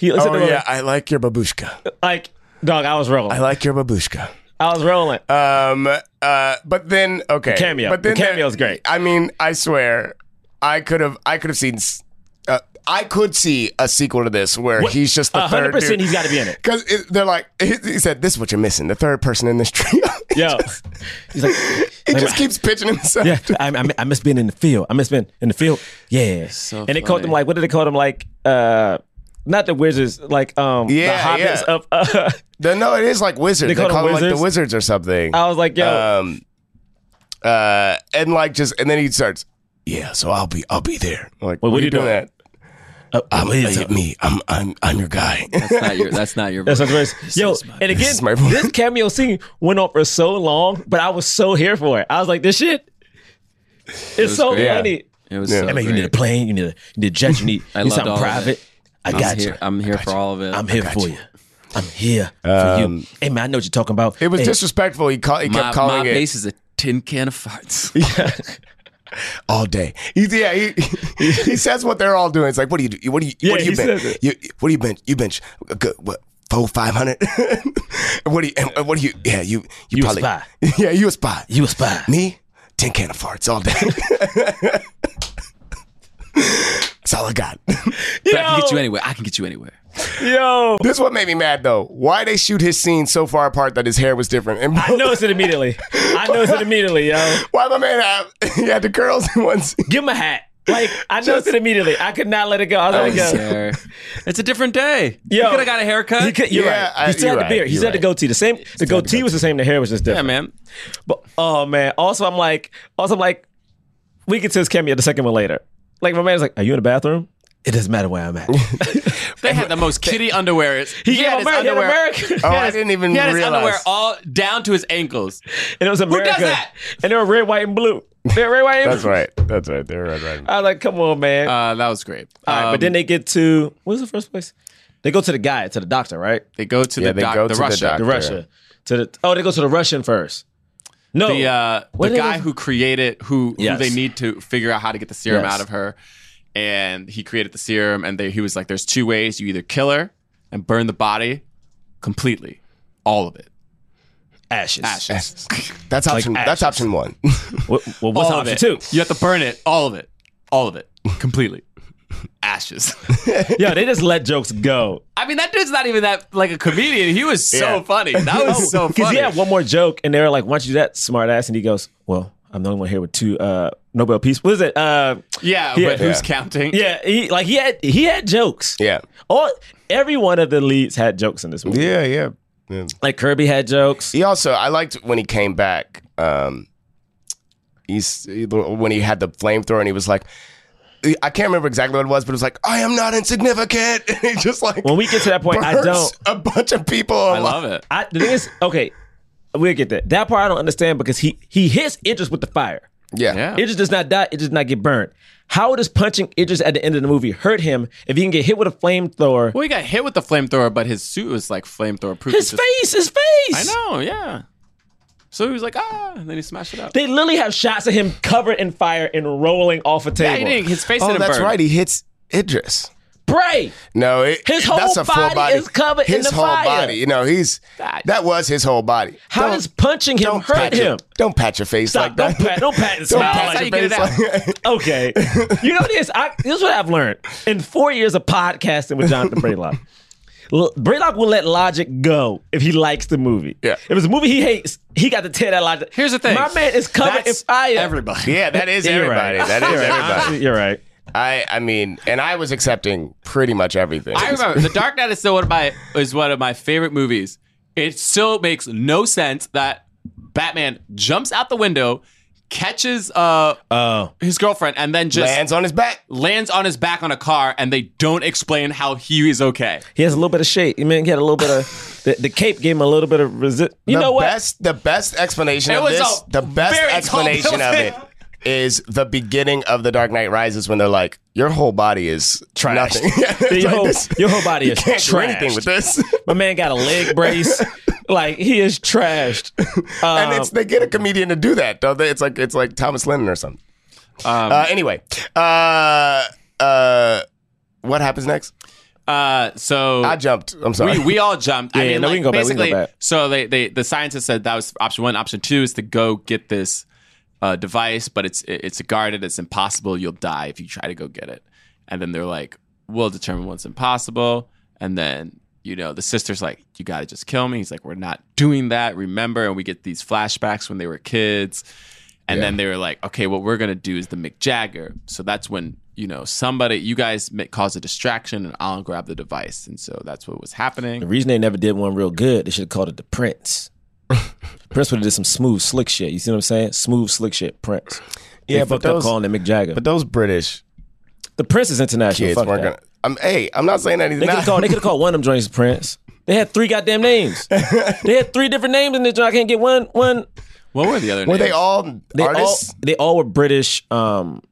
He looks at
Oh
the woman
yeah, I like your babushka.
like, dog, I was rolling.
I like your babushka.
I was rolling.
Um, uh, but then okay,
cameo.
But
The
then
cameo's great.
I mean, I swear, I could have, I could have seen. s- Uh, I could see a sequel to this where
What-
he's just the
A hundred
3rd
percent, he's gotta be in it.
because they're like he, he said, "This is what you're missing." The third person in this trio. He
Yo,
just-
he's like,
he
like,
just keeps pitching himself.
yeah, I, I, I miss being in the field. I miss being in the field. Yeah.
So
and they called
funny.
them like, what did they call them? Like, uh, not the wizards, like um, the
Yeah,
hobbits
yeah.
of. Uh,
The- no, it is like wizards. They,
call them
call them like the
wizards? Oh.
wizards or something.
I was like, yo,
um uh and like just and then he starts yeah so i'll be i'll be there I'm like
Wait,
what are you doing, that
uh,
i'm
it's a-
me i'm i'm i'm your guy
That's not your. That's not your.
That's not voice. Yo,
is my-
and again,
is my voice.
this cameo scene went on for so long, but I was so here for it. I was like, this shit, it's
was
so
great.
funny.
It was.
Yeah.
So
I
I mean, you
great.
need a plane, you need a, you need a jet, you need,
I
you need
loved
something
all of it.
private. I
I'm
got
here,
you.
I'm here for all of it.
I'm here for you. I'm here for you. Hey man, I know what you're talking about.
it was
Hey,
disrespectful he, call, he
My,
kept calling
my
it
base is a tin can of farts.
all day. He, yeah, he, he says what they're all doing. It's like, what do you do? What do you?
Yeah,
what do
he
you bench?
says it.
You, what do you bench? You bench a good what? Four five hundred. what do you? And, and what do you? Yeah, you. You,
You a
probably.
spy.
Yeah, you a spy.
You a spy.
Me, ten can of farts all day. That's all I got.
But I can get you anywhere. I can get you anywhere.
Yo.
this is what made me mad though. Why they shoot his scene so far apart that his hair was different? And
I noticed it immediately. I noticed it immediately, yo.
why my man have he had the curls in one scene?
Give him a hat. Like I noticed it immediately. I could not let it go. I was like, yo.
Sir, it's a different day.
Yo.
you could have got a haircut.
He could, you're
Yeah,
right.
I-
he still
you're
had
right,
the beard. He
you're
still had the
right.
goatee. The same. The goatee was the same. The hair was just
yeah,
different.
man.
But oh man. Also, I'm like. Also, I'm like. We get to his cameo. The second one later. Like my man's like, "Are you in the bathroom?" It doesn't matter where I'm at.
They had the most kitty underwear. It's-
He, had his underwear. American.
Oh,
He
I
had his-
didn't even
He had his
realize.
underwear all down to his ankles.
and it was America.
that?
And they were red, white, and blue. They were red, white, and
That's
blue.
right. That's right. They're right. right.
I was like, come on, man.
Uh, that was great.
All right,
Um,
but then they get to what was the first place? They go to the guy, to the doctor, right?
they go to
Yeah,
the
they
doc,
go
the
to the
Russia,
doc.
The
Doctor.
Russia. To the oh, they go to the Russian first. No,
the uh,
What did
the
it
guy
was-
who created who,
Yes.
who they need to figure out how to get the serum
Yes.
out of her, and he created the serum, and they, he was like, "There's two ways: you either kill her and burn the body completely, all of it,
ashes.
ashes,
That's option. that's
ashes.
option one.
Well, well, what's
all of
option
it.
two?
You have to burn it, all of it, all of it, completely, ashes."
Yo, they just let jokes go.
I mean, that dude's not even that like a comedian. He was so
Yeah.
funny. That was so
Because
funny.
Oh, he had one more joke, and they were like, "Why don't you do that smart ass?" And he goes, "Well, I'm the only one here with two uh, Nobel Peace. What is it? Uh,
yeah,
Yeah.
but who's
Yeah.
counting?
yeah, he, like he had he had jokes.
Yeah.
all every one of the leads had jokes in this movie.
Yeah, yeah. yeah.
Like Kirby had jokes.
He also, I liked when he came back. Um, he's he- when he had the flamethrower and he was like, I can't remember exactly what it was, but it was like, I am not insignificant. And he just like
When we get to that point, I
burns
don't-
a bunch of people.
I love it.
I the thing is, okay, we'll get that. That part I don't understand because he he hits Idris with the fire.
Yeah.
Yeah.
Idris does not die. It does not get burned. How does punching Idris at the end of the movie hurt him if he can get hit with a flamethrower?
Well, he got hit with the flamethrower, but his suit was like flamethrower proof.
His
It's just-
face, his face.
I know, yeah. So he was like, ah, and then he smashed it up.
They literally have shots of him covered in fire and rolling off a
Yeah,
table.
he didn't, his face
Oh,
didn't
that's
burn.
right. He hits Idris.
Pray.
No, it,
His
that's
whole
a full
body
body,
is covered in
his
the
whole
fire.
body. You know, he's that was his whole body.
How
Don't-
does punching him
don't
hurt
pat your-
him?
don't pat your face
Stop.
like
don't
that.
pat. Don't pat and
Don't
smile.
pat
That's how
like
you get
your
it
face like-
Okay. You know this. I, this is what I've learned in four years of podcasting with Jonathan Braylock. L- Braylock will let logic go if he likes the movie.
Yeah.
If it's a movie he hates, he got to tear that logic.
Here's the thing.
My man is covered
That's
in fire.
Everybody.
Yeah, that is
Yeah, you're
everybody.
right.
That
You're
is
right.
everybody.
You're right.
I, I mean, and I was accepting pretty much everything.
I remember The Dark Knight is still one of my is one of my favorite movies. It still makes no sense that Batman jumps out the window, catches uh
Oh.
his girlfriend, and then just lands.
Lands on his back.
on his back on a car, and they don't explain how he is okay.
He has a little bit of shape. I mean, he had a little bit of the, the cape gave him a little bit of resist. You
the
know what?
Best, the best explanation
It
of
was
this,
a
the best
very tall
explanation of
building.
it is the beginning of The Dark Knight Rises when they're like, your whole body is
Trash.
nothing. Yeah, it's
your,
like
whole,
this-
your whole body
you
is
can't do anything
trashed.
with this.
My man got a leg brace. like he is trashed.
and
Um,
it's they get a comedian to do that, don't they? It's like it's like Thomas Lennon or something. uh, anyway, uh, uh, what happens next?
Uh, so
I jumped. I'm sorry.
We, we all jumped. I
Yeah,
mean,
no, we
like,
can go back, we can go
basically,
back.
so they, they the scientists said that was option one. Option two is to go get this uh, device, but it's it- it's guarded. It's impossible. You'll die if you try to go get it. And then they're like, "We'll determine what's impossible." And then you know the sister's like, "You got to just kill me." He's like, "We're not doing that. Remember." And we get these flashbacks when they were kids. And then they were like, okay, what we're gonna do is the Mick Jagger. So that's when you know somebody, you guys ma- cause a distraction, and I'll grab the device. And so that's what was
The
happening.
reason they never did one real good, they should have called it the Prince. Prince would have did some smooth, slick shit. You see what I'm saying? Smooth, slick shit, Prince. They
Yeah, but
fucked up
those-
calling it Mick Jagger. But
but those British
the Prince is international.
kids
Fuck
weren't
that.
gonna. I'm, hey, I'm not saying anything.
They could have
now.
called. They could have called one of them joints Prince. They had three goddamn names. they had three different names in this joint. I can't get one. One.
What were the other? names?
Were they all
They
artists?
all. They all were British. Um,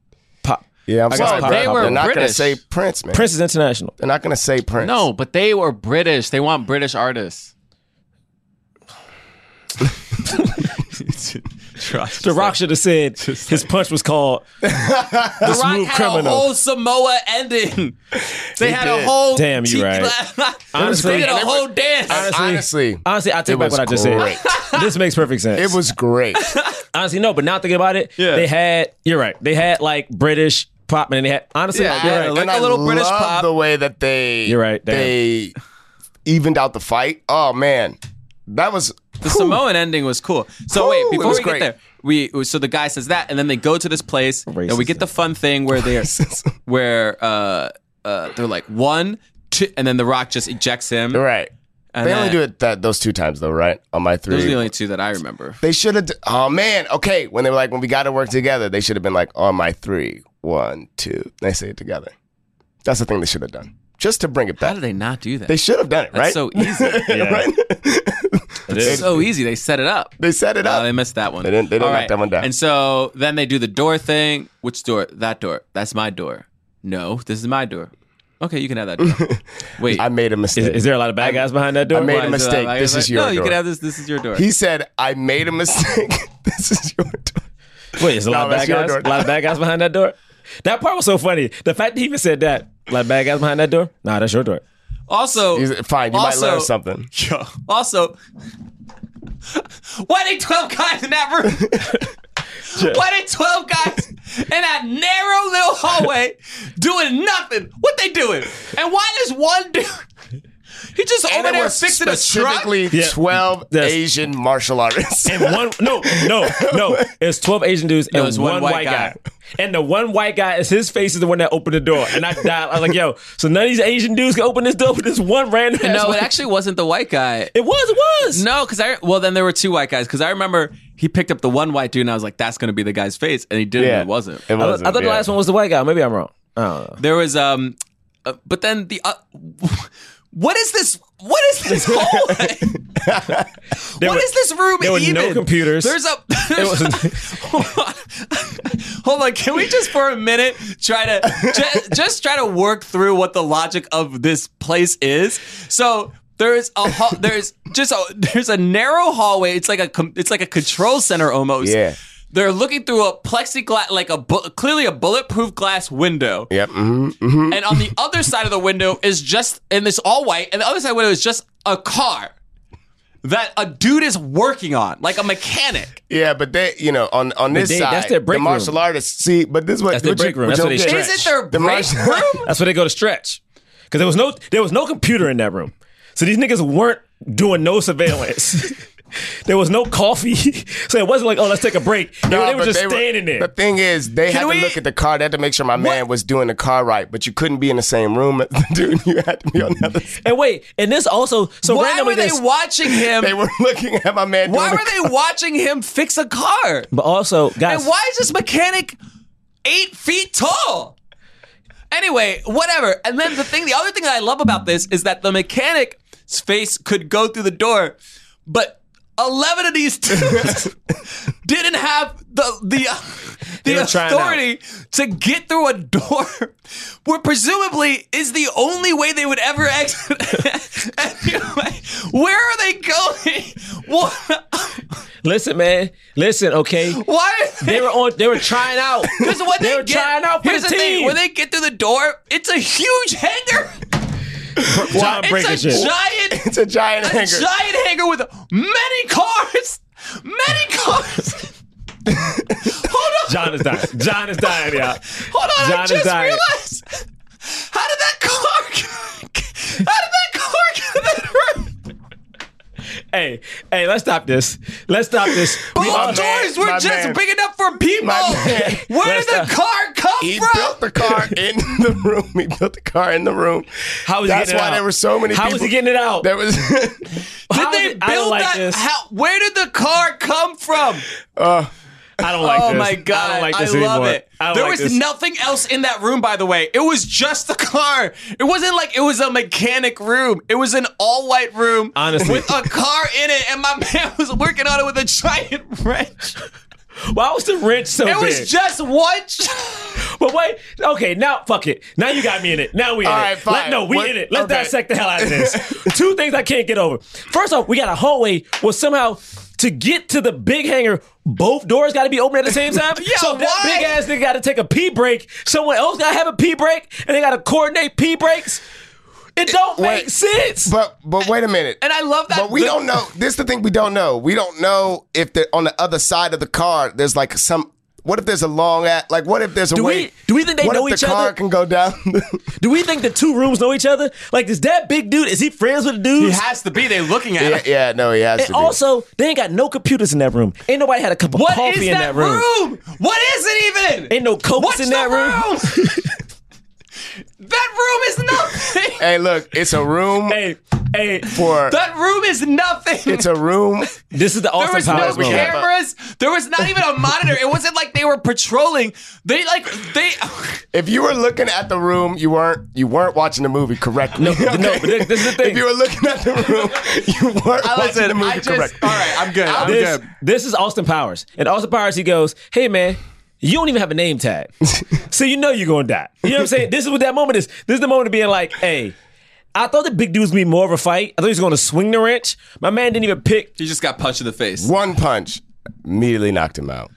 pop.
yeah, I'm
guess
sorry.
they
Brett.
were
They're not gonna
British.
say Prince, man.
Prince is international.
They're not gonna say Prince.
No, but they were British. They want British artists. Trust.
The Rock should have said
Just
his punch was called
The Rock
smooth
had
criminal.
a whole Samoa ending. They had
did.
a whole.
Damn, you
tiki-
right. Honestly-
they did a whole dance.
honestly,
Honestly,
honestly, I
it
take back
was
what I just
great.
said. This makes perfect sense.
it was great.
honestly no, but now thinking about it,
Yeah.
they had you're right. They had like British pop and they had honestly
Yeah,
you're
yeah,
right.
like-
and
a
I
little British
love
pop.
the way that they
You're right, damn.
they evened out the fight. Oh man, that was
The Samoan ending was cool. So
Cool.
wait,
It
before
was
we
great.
get there, we so the guy says that, and then they go to this place, and we
Racism.
get the fun thing where they're where uh, uh, they're like one, two, and then the Rock just ejects him.
You're right.
And
they only
then-
do it that those two times though, right? On my three.
Those are the only two that I remember.
They should have. Oh man. Okay. When they were like, when we got to work together, they should have been like, on my three, one, two. They say it together. That's the thing they should have done, just to bring it
How
back.
did they not do that?
They should have done it,
That's
right?
so e- easy.
Yeah.
right?
It is.
so easy. They set it up.
they set it
No,
up.
Oh, they missed that one.
They didn't- they didn't
All
knock that one down.
And so then they do the door thing. Which door? That door. That's my door. No, this is my door. Okay, you can have that door. Wait.
I made a
is,
mistake.
is there a lot of bad guys behind that door?
I made
Why
a
is it-
mistake.
I
This
was
is
like,
your
No, you
door.
can have this. This is your door.
he said, "I made a mistake. this is your." Door.
Wait, is a lot
No,
of
that's
bad
your
guys?
door.
A lot of bad guys behind that door? That part was so funny. The fact that he even said that. A lot of bad guys behind that door? Nah, that's your door.
also,
He's- Fine, you
also,
might learn something.
Also, why did twelve guys in that room? Why did twelve guys in that narrow little hallway doing nothing? What they doing? And why does one dude? He just
And
over
there
there
were
fixing a truck.
specifically
Yeah.
twelve
Yes.
Asian martial artists.
And one no, no, no. It's twelve Asian dudes and
it's
one, white guy. And the one white guy is his face is the one that opened the door. And I died. I was like, yo, so none of these Asian dudes can open this door with this one random. ass
No, it
white-
actually wasn't the white guy.
it was, it was.
No, because I well then there were two white guys because I remember he picked up the one white dude and I was like that's gonna be the guy's face and he didn't.
Yeah.
It wasn't.
It
I,
wasn't,
I thought the
yeah.
last one was the white guy. Maybe I'm wrong. I don't know.
There was um, uh, but then the uh, what is this? What is this hallway?
There
What
were-
is this room
there were no
even?
computers.
There's a. There's Hold on, can we just for a minute try to just, just try to work through what the logic of this place is? So there's a hall, there's just a there's a narrow hallway. It's like a com- it's like a control center almost.
Yeah.
They're looking through a plexiglass, like a bu- clearly a bulletproof glass window
Yep. hmm
and on the other side of the window is just and it's all white and the other side of the window is just a car that a dude is working on like a mechanic
Yeah, but they, you know, on on this
they-
side,
that's their break
the martial
room.
artists. See, but this was
That's their break room. That's where they stretch.
is it their
The
break
Martian-
room
That's where they go to stretch. Because there was no there was no computer in that room. So these niggas weren't doing no surveillance. there was no coffee. So it wasn't like, oh, let's take a break. They, were- they were just standing there.
The thing is, they had
we-
to look at the car. They had to make sure my man was doing the car right. But you couldn't be in the same room as the dude. You had to be on the other side.
and wait, and this also so
why
randomly
were they
this-
watching him
They were looking at my man.
why
doing
were they watching him fix a car
But also, guys,
and why is this mechanic eight feet tall anyway whatever and then the thing the other thing that i love about this is that the mechanic's face could go through the door but 11 of these dudes didn't have the the the
were trying out.
authority to get through a door where presumably is the only way they would ever exit anyway where are they going what,
listen, man, listen, okay.
why are
They were on. They were trying out.
Because when they,
they were
get,
trying out for
here's
the
the thing:
team.
when they get through the door, it's a huge hanger.
John Breaker
It's a
shit.
giant,
It's a giant
a
hanger.
giant hanger with many cars, many cars. hold on,
John is dying. John is dying. Yeah.
hold on.
John
I
is
just
dying.
realized how did that car? get- How did that car get in that room?
Hey, hey, let's stop this. Let's stop this. We
Both
all-
man,
doors were
my
just
man.
big enough for people.
My man.
Where did the
Let's
car come
He
from?
built the car in the room. He built the car in the room.
How was he
That's
getting it
why
out?
there were so many.
How
people.
was he getting it out?
There was.
How
Did
was
they
it-
build
I don't like
that?
this.
How, where did the car come from?
I don't like
oh
this.
my god!
I don't like this
love
anymore.
it.
I don't
There
like
was
this.
nothing else in that room, by the way. It was just the car. It wasn't like it was a mechanic room. It was an all-white room,
Honestly.
with a car in it, and my man was working on it with a giant wrench.
Why was the wrench so
It
big?
was just one. ch-
but wait, okay, now fuck it. Now you got me in it. Now we in
All
it.
right, fine.
Let- no, we
What-
in it. Let's
okay.
dissect the hell out of this. Two things I can't get over. First off, we got a hallway where somehow to get to the big hangar, both doors got to be open at the same time.
Yeah,
so that
why?
big ass nigga got to take a pee break. Someone else got to have a pee break, and they got to coordinate pee breaks. It don't
wait.
make sense.
But but wait a minute.
And I love that.
But we don't know. This is the thing we don't know. We don't know if they're on the other side of the car. There's like some. What if there's a long at? Like what if there's a
Do
way?
we- do we think they
what
know
if
each
the car
other?
can go down?
Do we think the two rooms know each other? Like, is that big dude? Is he friends with the
He
dudes?
has to be. They looking at
yeah,
him.
yeah, no, he has to.
and
be.
also, they ain't got no computers in that room. Ain't nobody had a cup of
What is
coffee in that, room.
What is it even?
Ain't no cokes
What's
in
the
that room.
room? that room is nothing.
hey, look, it's a room
Hey, hey,
for.
That room is nothing.
It's a room.
this is the
There
Austin
was no
Powers moment.
can't-
cameras. There was not even a monitor. It wasn't like they were patrolling. They like they.
If you were looking at the room, you weren't you weren't watching the movie correctly.
No, no, but this- this is the thing.
If you were looking at the room, you weren't
I
watching
listen.
the movie
I just.
correctly.
All right. I'm good. I'm
this,
good.
this is Austin Powers. And Austin Powers, he goes, Hey, man, you don't even have a name tag. so you know you're going to die. You know what I'm saying? This is what that moment is. This is the moment of being like, Hey, I thought the big dude was going to be more of a fight. I thought he was going to swing the wrench. My man didn't even pick.
He just got punched in the face.
One punch immediately knocked him out,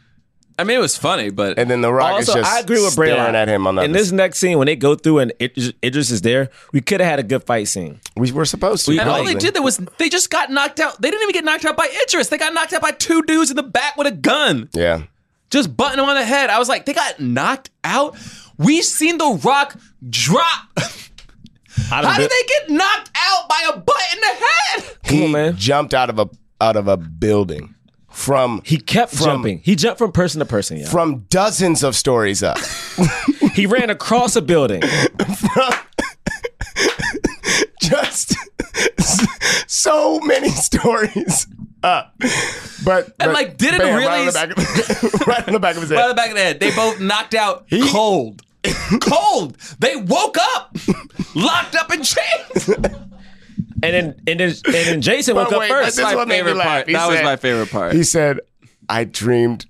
I mean, it was funny, but
and then the rock is
Also,
just
I agree with Bray. a
staring
lot.
at him on the
In
other
this next scene, when they go through and Idris Idris is there, we could have had a good fight scene.
We were supposed to.
and all they
probably.
did there was they just got knocked out. They didn't even get knocked out by Idris. They got knocked out by two dudes in the back with a gun.
Yeah.
Just button him on the head. I was like, they got knocked out. We seen The Rock drop.
I done
How did
been-
they get knocked out by a butt in the head?
He
on, man.
jumped out of a out of a building from
He kept
From-
jumping. He jumped from person to person. Yeah.
from dozens of stories up.
he ran across a building.
Just so many stories up. But
And, like, didn't
bam, right
really-
on, the back of, right on the back of his
By the
head.
back of the head, they both knocked out cold. cold. They woke up, locked up in chains.
And then and then and then Jason
But
woke up
wait, but
first.
this
Like,
one made me laugh. He
That was
said-
my favorite part.
He said, "I dreamed."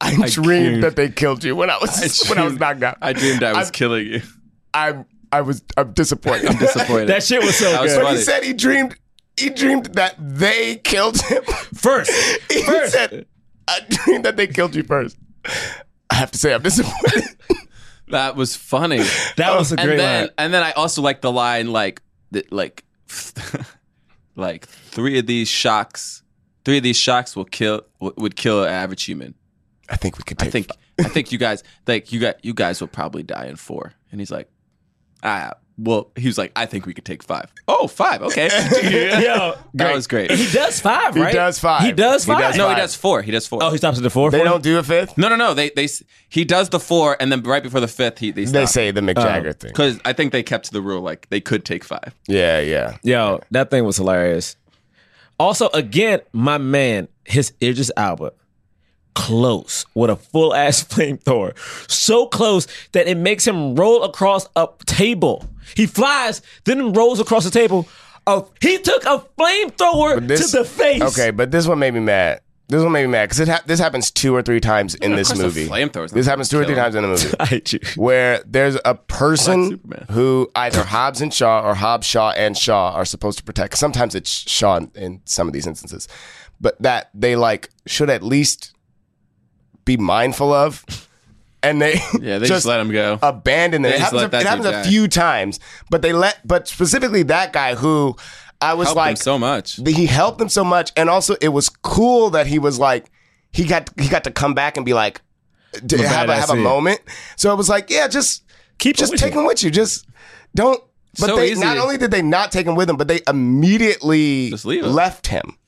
I, dreamed,
dreamed-
that they killed you when I was when I was
dreamed-
knocked out.
I dreamed I was
I'm-
killing you.
I'm I was I'm disappointed.
I'm disappointed.
that shit was so
That was
good.
But
funny.
he said he dreamed he dreamed that they killed him.
First,
He
first,
said, I dreamed that they killed you first. I have to say, I'm disappointed.
That was funny.
that was a
and
great
then
line.
and then I also like the line like th- like like three of these shocks, three of these shocks will kill w- would kill an average human.
I think we could
I
take
think I think you guys like you got you guys will probably die in four. And he's like, ah, well, he was like, I think we could take five. Oh, five, okay.
Yo,
that was great.
he does five,
He
right?
does five.
He does
He
five.
does
No, he
five.
does four. He does four.
Oh, he stops at the fourth.
They
one?
don't do a fifth.
no, no, no. They they s- he does the four, and then right before the fifth, he they,
They say the Mick Jagger thing.
because I think they kept to the rule like they could take five.
Yeah, yeah.
Yo, that thing was hilarious. Also, again, my man, his Idris Alba, close with a full ass flamethrower. So close that it makes him roll across a table. He flies, then rolls across the table. Oh, he took a flamethrower
This-
to the face.
Okay, but this one made me mad. This one made me mad because it ha- this happens two or three times in this
course a
movie.
flamethrower's not
This happens two or three
gonna
times in the movie.
I hate you.
where there's a person
Superman.
who either Hobbs and Shaw or Hobbs, Shaw, and Shaw are supposed to protect. Sometimes it's Shaw in, in some of these instances, but that they like should at least be mindful of, and they
Yeah, they just, let him go.
abandon them.
They
It
just
happens,
let
a,
that
it happens
dude
a
die.
few times, but they let but specifically that guy who I was
Helped him
like
so much.
he helped them so much, and also it was cool that he was like he got he got to come back and be like to
a
have a,
badass
have a
here.
moment. So it was like yeah, just
Keep
just
it with
take
you.
him with you. Just don't. But
So
they
easy.
not only did they not take him with them, but they immediately
Just leave him.
left him.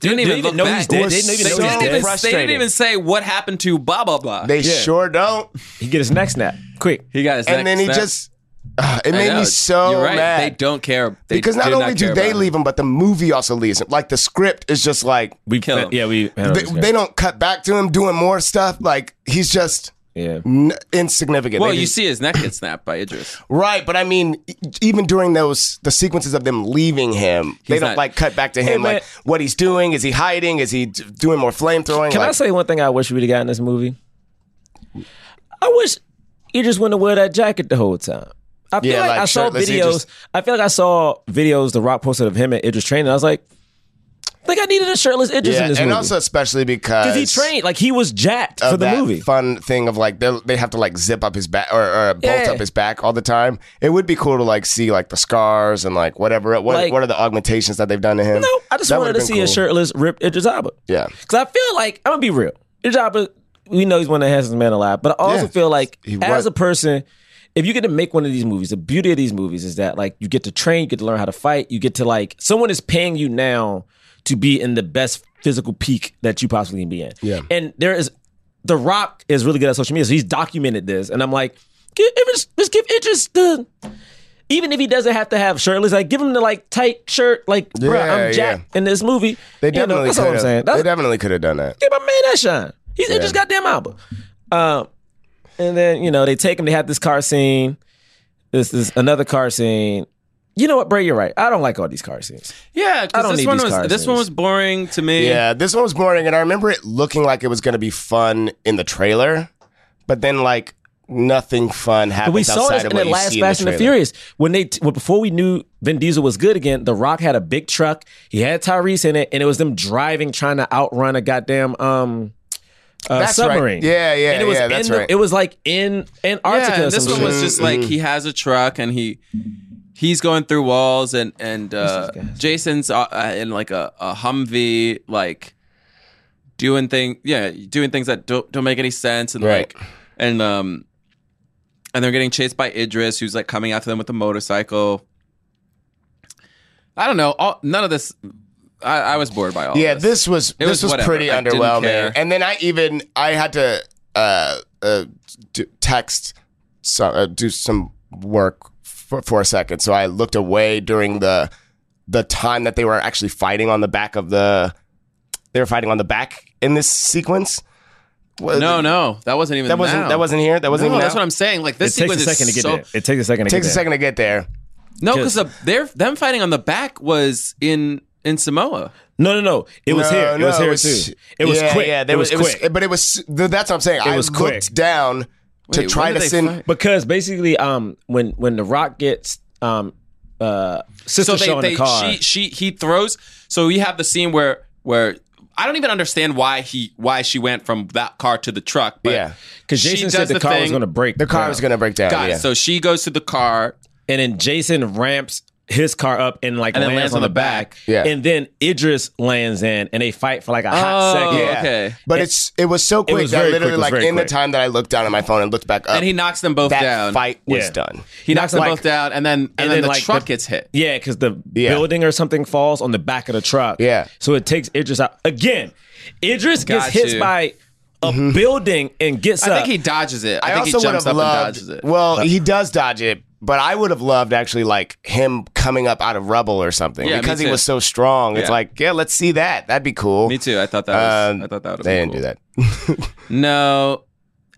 Didn't
They
even
didn't
look
know
back.
he's dead. They didn't even
They
know
so
he's
didn't,
dead.
even, they didn't
frustrating.
even say what happened to blah blah blah.
They
Yeah.
sure don't.
He get his neck snapped quick.
he got his
And
neck
then he
snapped.
just ah, it
I
made
know.
me so
You're right.
mad.
They don't care They
because not
did
only do
care
they
about him.
leave him, but the movie also leaves him. Like the script is just like
We
Kill him.
Yeah, we. I don't
they,
know.
they don't cut back to him doing more stuff. Like he's just
yeah.
n- insignificant.
Well,
They
you
just-
see his neck get snapped by Idris.
right? But I mean, e- even during those the sequences of them leaving him, they
He's
don't
not-
like cut back to him.
man.
like what he's doing? Is he hiding? Is he d- doing more flamethrowing?
Can
like,
I say one thing I wish we'd have got in this movie? I wish you just wouldn't have wear that jacket the whole time. I feel
Yeah,
like,
like
I saw
shirtless, he
videos.
just-
I feel like I saw videos the Rock posted of him and Idris training. I was like, Like I needed a shirtless Idris
Yeah,
in
and
this movie.
also especially because
because he trained, like he was jacked
of
for the
that
movie.
Fun thing of like they they have to like zip up his back or, or bolt
Yeah.
up his back all the time. It would be cool to like see like the scars and like whatever. What
Like-
what are the augmentations that they've done to him?
No, I just
That
wanted
would've
to
been
see
cool.
a shirtless ripped Idris Elba.
Yeah.
Because I feel like I'm gonna be real. Idris Elba, we know he's one of the handsomest men alive, but I also
Yeah.
feel like
He
as
was-
a person, if you get to make one of these movies, the beauty of these movies is that like you get to train, you get to learn how to fight, you get to like someone is paying you now to be in the best physical peak that you possibly can be in.
Yeah.
And there is The Rock is really good at social media, so he's documented this, and I'm like, give, Idris- just give Idris the. Even if he doesn't have to have shirtless, like give him the like tight shirt, like bro,
Yeah, yeah.
I'm jacked in this movie.
They
You know,
definitely
that's all I'm
could've-
saying.
They
That's,
definitely could have done that.
give my man that shine. He's
Yeah.
it just goddamn Alba. Um, and then you know they take him. They have this car scene. This is another car scene. You know what, Bray? You're right. I don't like all these car scenes.
Yeah,
I don't
because this
need
one
these
was
car
this one
scenes.
was boring to me.
Yeah, this one was boring, and I remember it looking like it was going to be fun in the trailer, but then like nothing fun
But
happened.
we saw this in the last Fast and the Furious when they t- well, before we knew Vin Diesel was good again. The Rock had a big truck. He had Tyrese in it, and it was them driving trying to outrun a goddamn um uh,
That's right.
submarine.
Yeah, yeah,
and it was
yeah,
in
that's
the,
right.
It was like in Antarctica.
Yeah,
or
and this
some
one
shit.
was just like he
Mm-hmm.
has a truck and he he's going through walls and and uh,
What's this guy's-
Jason's uh, uh, in like a, a Humvee like doing thing yeah doing things that don't don't make any sense and
Right.
like and um and they're getting chased by Idris who's like coming after them with a motorcycle. I don't know. All, none of this. I, I was bored by all.
Yeah,
this.
this was
It
this
was
was,
whatever.
pretty
I didn't care.
underwhelming. And then I even I had to uh, uh d- text some uh, do some work for, for a second, so I looked away during the the time that they were actually fighting on the back of the they were fighting on the back in this sequence. Well,
No, no, that wasn't even
uh, that wasn't
now.
that wasn't here. That wasn't
No,
even
that's
now?
what I'm saying. Like this
it takes a
sequence
second to
is
get
so
there. It takes a second to
takes
get there.
a second to get there.
No, because
Just-
the, their them fighting on the back was in in Samoa.
No, no, no. It was
No,
here.
no,
it was here too. It was
yeah,
quick.
Yeah,
it was, quick.
but it was. th- That's what I'm saying. I
was
looked
quick.
down
Wait,
to try
when
to
did they
send.
fight?
because basically, um, when when the Rock gets um, uh, sister
So
show
they,
in
they
the car,
she she he throws. So we have the scene where where I don't even understand why he why she went from that car to the truck. But
Yeah.
because
she
Jason
does
said the,
the
car was
thing-
going to break,
The car
down.
was going to break down.
God,
yeah.
so she goes to the car.
and then Jason ramps his car up and like
And then
lands, on, the back.
Yeah.
and then Idris lands in, and they fight for like a hot
Oh,
second.
yeah. okay.
But it's it was so quick
was
that
very
literally
quick, it was
like
very
in
quick.
the time that I looked down at my phone and looked back up,
And he knocks them both
that
down.
fight was
Yeah.
done.
He knocks them
like-
both down, and then and, then,
then,
the
like,
truck
the-
gets hit.
Yeah, because the
Yeah.
building or something falls on the back of the truck.
Yeah.
So it takes Idris out. Again, Idris gets
Got
hit
you. Mm-hmm.
by a building and gets
I
up.
think he dodges it. I,
I,
think
also
he
would
jumps
have
up
loved.
and dodges it.
Well, he does dodge it, but I would have loved actually like him coming up out of rubble or something
Yeah, me
because he
too.
was so strong. It's
Yeah.
like yeah, let's see that. That'd be cool.
Me too. I thought that was.
Um,
I thought that was.
they didn't
cool.
do that.
No.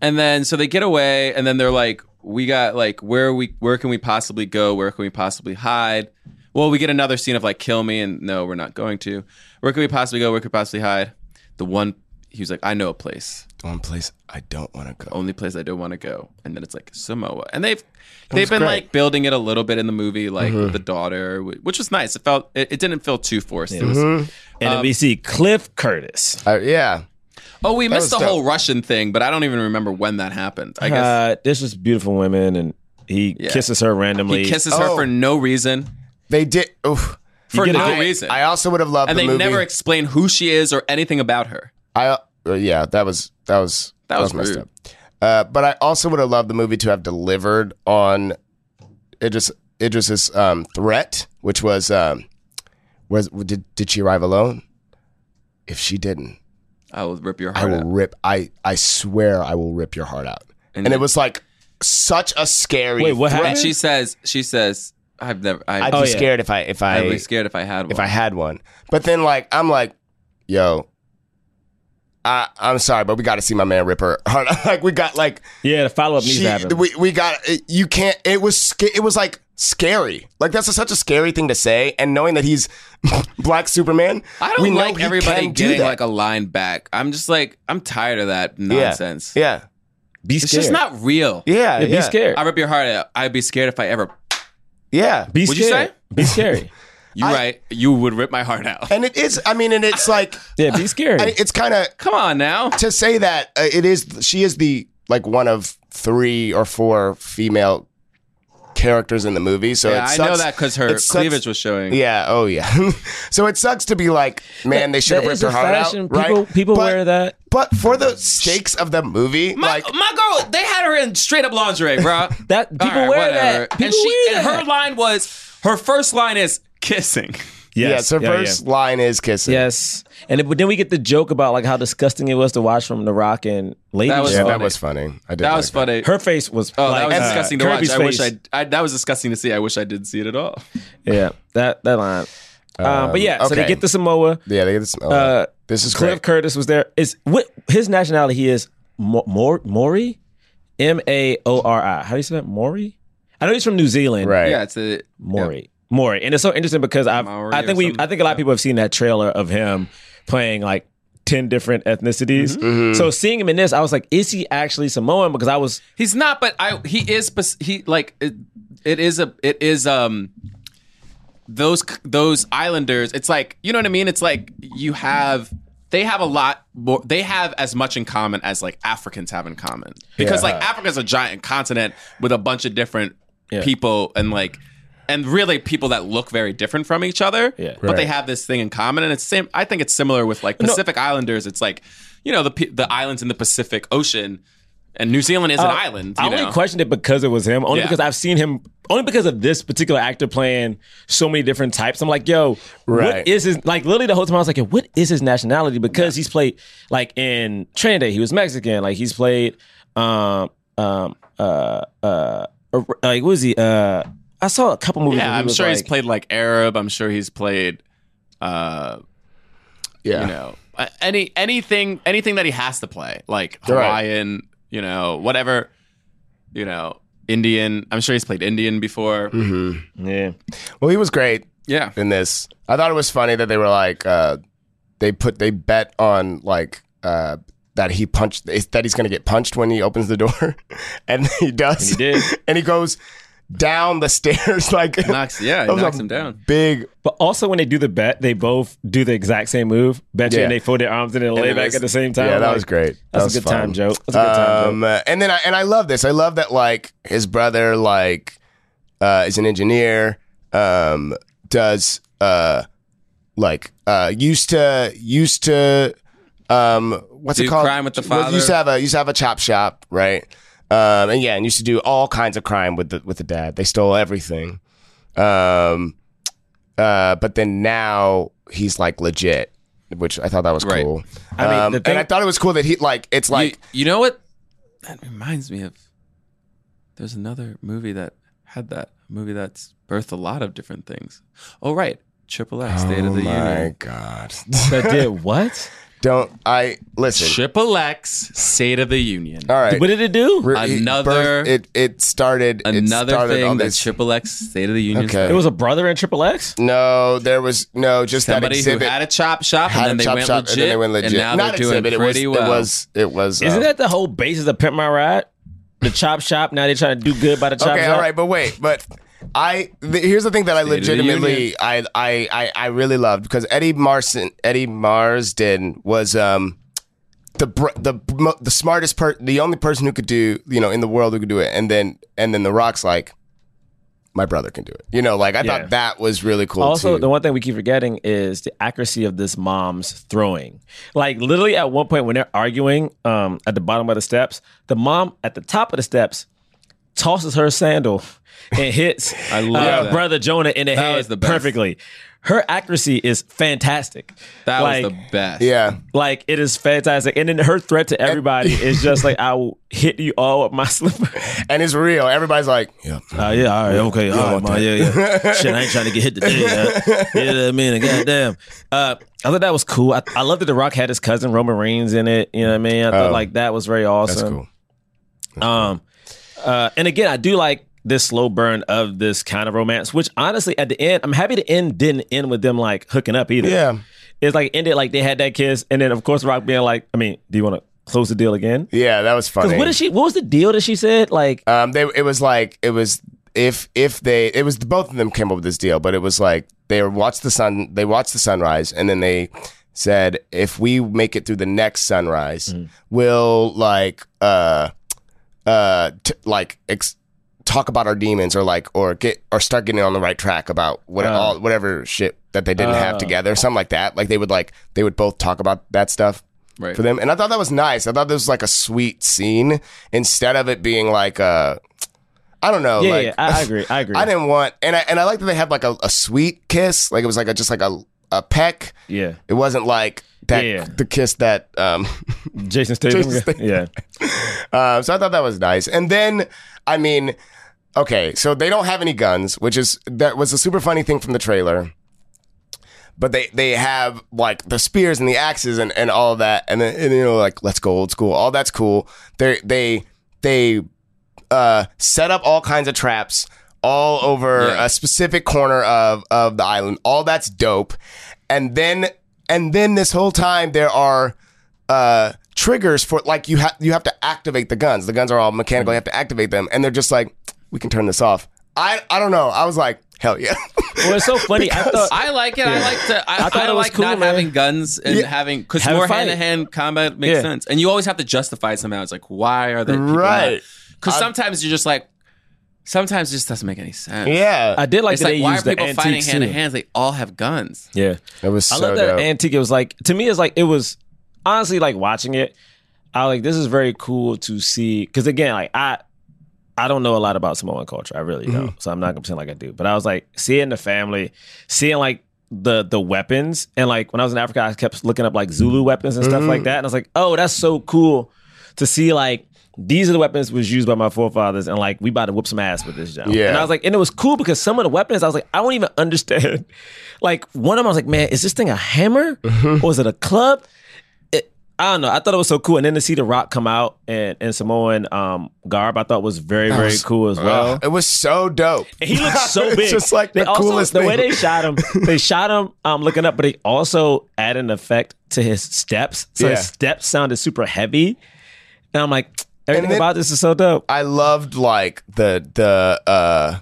And then so they get away and then they're like, we got like where we where can we possibly go? Where can we possibly hide? Well, we get another scene of like kill me and no, we're not going to. Where can we possibly go? Where could we possibly hide? The one he was like, I know a place.
One place I don't want to go.
Only place I don't want to go. And then it's like Samoa. And they've they've
was
been
great. Mm-hmm.
like building it a little bit in the movie, like with the daughter, wh- which was nice. It felt it, it didn't feel too forced. It was
Mm-hmm.
and
um,
then we see Cliff Curtis.
Uh, yeah,
Oh, we missed the
was
whole Russian thing, but I don't even remember when that happened. I guess
Uh, this is beautiful women, and he
Yeah.
kisses her randomly.
he kisses her
Oh.
for no reason.
they did. Oof.
for
get
no
a
I-
reason.
I also would have loved
and
the
they
movie.
never explain who she is or anything about her.
I uh, yeah, that was that was
That was
messed
rude.
up. Uh, but I also would have loved the movie to have delivered on Idris Idris's um, threat, which was um, was did did she arrive alone? If she didn't,
I will rip your
I
heart
will
out.
rip. I I swear I will rip your heart out. And, it was like such a scary.
Wait, what
threat.
happened?
And she says, she says, I've never, I,
I'd
Oh,
be
yeah.
scared if I if I
I'd be scared if I had one.
if I had one. But then like I'm like, yo, I I'm sorry, but we got to see my man rip her heart. out. like we got like
yeah, the follow up needs
she
to happen.
we we got it- you can't. It was sca- it was like scary. Like that's a, such a scary thing to say, and knowing that he's Black Superman,
I don't
we know
like
he
everybody
can do
getting
that.
like a line back. I'm just like, I'm tired of that nonsense.
Yeah,
be
It's
scared.
just not real.
Yeah,
yeah, yeah.
Be scared.
I rip your heart out. I'd be scared if I ever.
Yeah,
Be
What'd you
scared.
say?
Be scary.
You
I-
right. You would rip my heart out.
and it is. I mean, and it's like
Yeah, be scary.
I- it's kind of
Come on now.
to say that uh, it is she is the like one of three or four female characters in the movie so
Yeah,
it
I
sucks-
know that because her
it sucks-
cleavage was showing.
yeah oh yeah so it sucks to be like man they should have
That
ripped
is
her
a
heart
fashion.
out right
People, people
but,
wear that.
but for the stakes of the movie
My,
like
my girl, they had her in straight up lingerie, bro.
That- people wear that. People
and she,
wear
and
that.
her line was, her first line is kissing.
yes her
yeah, yeah.
first line is kissing
Yes, and it, but then we get the joke about like how disgusting it was to watch from The Rock and Lady.
That was
yeah that
funny.
was funny i did
That
like
was funny.
Her face was
oh,
like,
that was
uh,
disgusting to
Kirby's
watch. I wish
face.
I, I that was disgusting to see. I wish I didn't see it at all.
yeah that that line. Um, but yeah, so they
okay.
get to Samoa.
yeah they get this oh,
Uh,
this is
Cliff
great.
Curtis was there. Is what his nationality? He is Mo- Mor- Mori, M A O R I. How do you say that? Mori. I know he's from New Zealand.
right
Yeah, it's a
Maury. Maury. And it's so interesting because I've,
Maori
I
or
think we
something.
I think a lot of people have seen that trailer of him playing like 10 different ethnicities. So seeing him in this, I was like, is he actually Samoan? Because I was
He's not, but I he is spec- he like it, it is a it is um those those islanders. It's like you know what I mean. It's like you have they have a lot more. They have as much in common as like Africans have in common because like Africa's a giant continent with a bunch of different
Yeah.
people and like and really people that look very different from each other.
Yeah.
but they
Right.
have this thing in common, and it's same. I think it's similar with like Pacific Islanders. It's like you know the pe- the islands in the Pacific Ocean. And New Zealand is an
Uh,
island. You
I only
know?
questioned it because it was him. Only
Yeah.
because I've seen him. Only because of this particular actor playing so many different types. I'm like, yo,
Right.
what is his? Like literally the whole time I was like, yo, what is his nationality? Because he's played like in Training Day, he was Mexican. Like he's played, um, um, uh, uh, uh, like what was he? Uh, I saw a couple movies. where
Yeah,
he
I'm
was,
sure he's
like-
played like Arab. I'm sure he's played, uh,
yeah
you know, a- any anything anything that he has to play, like
Right.
Hawaiian, you know, whatever, you know, Indian. I'm sure he's played Indian before.
Mm-hmm.
Yeah,
well he was great
Yeah,
in this. I thought it was funny that they were like, uh, they put they bet on like uh, that he punched that he's gonna get punched when he opens the door, and he does.
And he did.
and he goes down the stairs like
knocks. Yeah,
that
he
was
knocks
a
him down.
Big
but also when they do the bet, they both do the exact same move. Bet you,
Yeah.
and they fold their arms and then lay
it
back
was-
at the same time.
yeah, that
Like,
was great. That
That's
was
a good
fun.
time joke. That's a good time joke.
Um, uh, and then I, and I love this. I love that like his brother like uh, is an engineer. Um, does uh, like uh, used to used to um, what's
Do
it called?
crime with the
Well,
father.
Used to have a used to have a chop shop, right? Um, and yeah, and used to do all kinds of crime with the with the dad. They stole everything. Um, uh, but then now he's like legit, which I thought that was
Right.
cool.
I mean,
Um,
the thing-
and I thought it was cool that he like it's like
you, you know what? That reminds me of. There's another movie that had that a movie that's birthed a lot of different things. Oh right, Triple X, State
Oh
of the
Oh my
Union.
God.
That did what?
Don't I listen?
Triple X, State of the Union.
All right.
What did it do?
Re- it
Another-
birth- It it started. it
another
started all
thing that
this-
Triple X State of the Union.
Okay.
It was a brother in Triple X.
No, there was no just
Somebody
that
who
exhibit.
had a chop shop
had
and
a
then they
chop
went
shop,
legit,
and then they went legit.
and now
Not
they're doing
exhibit. It was,
pretty well.
It was. It was.
Isn't
um,
that the whole basis of Pimp My Ride? The chop shop. Now they're trying to do good by the chop
okay?
shop.
All right, but wait, but. I the, here's the thing that I
State of the Union.
legitimately I, I I I really loved because Eddie Marson Eddie Marsden was um the br- the mo- the smartest per the only person who could do you know in the world who could do it and then and then the Rock's like my brother can do it you know like I
Yeah.
thought that was really cool
Also,
too.
the one thing we keep forgetting is the accuracy of this mom's throwing. Like literally, at one point when they're arguing um, at the bottom of the steps, the mom at the top of the steps tosses her sandal and hits
I love
uh,
that.
brother Jonah in the
That
head
was the best.
perfectly. Her accuracy is fantastic.
That
like,
was the best.
yeah
Like it is fantastic, and then her threat to everybody is just like I will hit you all with my slipper.
and it's real everybody's like yeah
Oh yeah, all right, okay, all right, man, yeah, yeah. Shit, I ain't trying to get hit today. Yeah, you know what I mean? Goddamn. Uh, I thought that was cool. I, I love that The Rock had his cousin Roman Reigns in it. You know what I mean? I thought
Oh.
like that was very awesome.
that's cool
Um, uh, and again, I do like this slow burn of this kind of romance, which honestly, at the end, I'm happy the end didn't end with them like hooking up either.
yeah
it's like it ended like they had that kiss, and then of course Rock being like, I mean, do you want to close the deal again?
yeah that was funny
Because what did she? What was the deal that she said? Like,
Um, they it was like it was if if they it was both of them came up with this deal, but it was like they watched the sun they watched the sunrise and then they said if we make it through the next sunrise, we'll like uh uh t- like ex- talk about our demons or like or get or start getting on the right track about what all whatever shit that they didn't have together, something like that. Like they would like they would both talk about that stuff
Right.
for them. And I thought that was nice. I thought this was like a sweet scene instead of it being like a, I don't know.
Yeah,
Uh, like,
yeah, I, I agree. I agree.
I didn't want, and I and I like that they had like a, a sweet kiss. Like it was like a just like a a peck.
Yeah,
It wasn't like that
Yeah.
the kiss that. Um,
Jason Statham.
Jason Statham.
Yeah,
uh, so I thought that was nice. And then, I mean, okay, so they don't have any guns, which is that was a super funny thing from the trailer. But they, they have like the spears and the axes and, and all of that and then and, you know like let's go old school all that's cool they they they uh, set up all kinds of traps all over
Yeah.
a specific corner of of the island. All that's dope. And then and then this whole time there are uh triggers for like you have you have to activate the guns. The guns are all mechanical. You have to activate them, and they're just like we can turn this off. I I don't know. I was like hell yeah.
well, it's so funny. I thought
I like it. I like to. I,
I
I,
thought it was
like
cool,
not
man.
having guns and
Yeah.
having because
Have a
more
fight.
hand to hand combat makes
Yeah.
sense, and you always have to justify somehow. It's like why are they
Right.
Because
I-
sometimes you're just like, sometimes it just doesn't make any sense.
yeah,
I did like
it's
that
like
they
why are
used the
people fighting
antiques
hand to
too.
hands? They all have guns.
Yeah,
it was so
I love that
dope.
antique. It was like to me, it's like it was honestly like watching it. I like this is very cool to see because again, like I, I don't know a lot about Samoan culture. I really
Mm-hmm.
don't, so I'm not gonna pretend like I do. But I was like seeing the family, seeing like the the weapons, and like when I was in Africa, I kept looking up like Zulu weapons and stuff like
Mm-hmm.
that, and I was like, oh, that's so cool to see like. These are the weapons was used by my forefathers, and like we about to whoop some ass with this job.
Yeah.
and I was like, and it was cool because some of the weapons, I was like, I don't even understand. Like one of them, I was like, man, is this thing a hammer
Mm-hmm.
or is it a club? It, I don't know. I thought it was so cool, and then to see The Rock come out and in Samoan um, garb, I thought was very very
was-
cool as well.
it was so dope.
And he looks so
It's
big.
just like
they
the
also,
coolest
The
thing.
way they shot him, they shot him um, looking up, but they also added an effect to his steps. So
Yeah.
his steps sounded super heavy, and I'm like, everything
then-
about this is so dope.
I loved like the the uh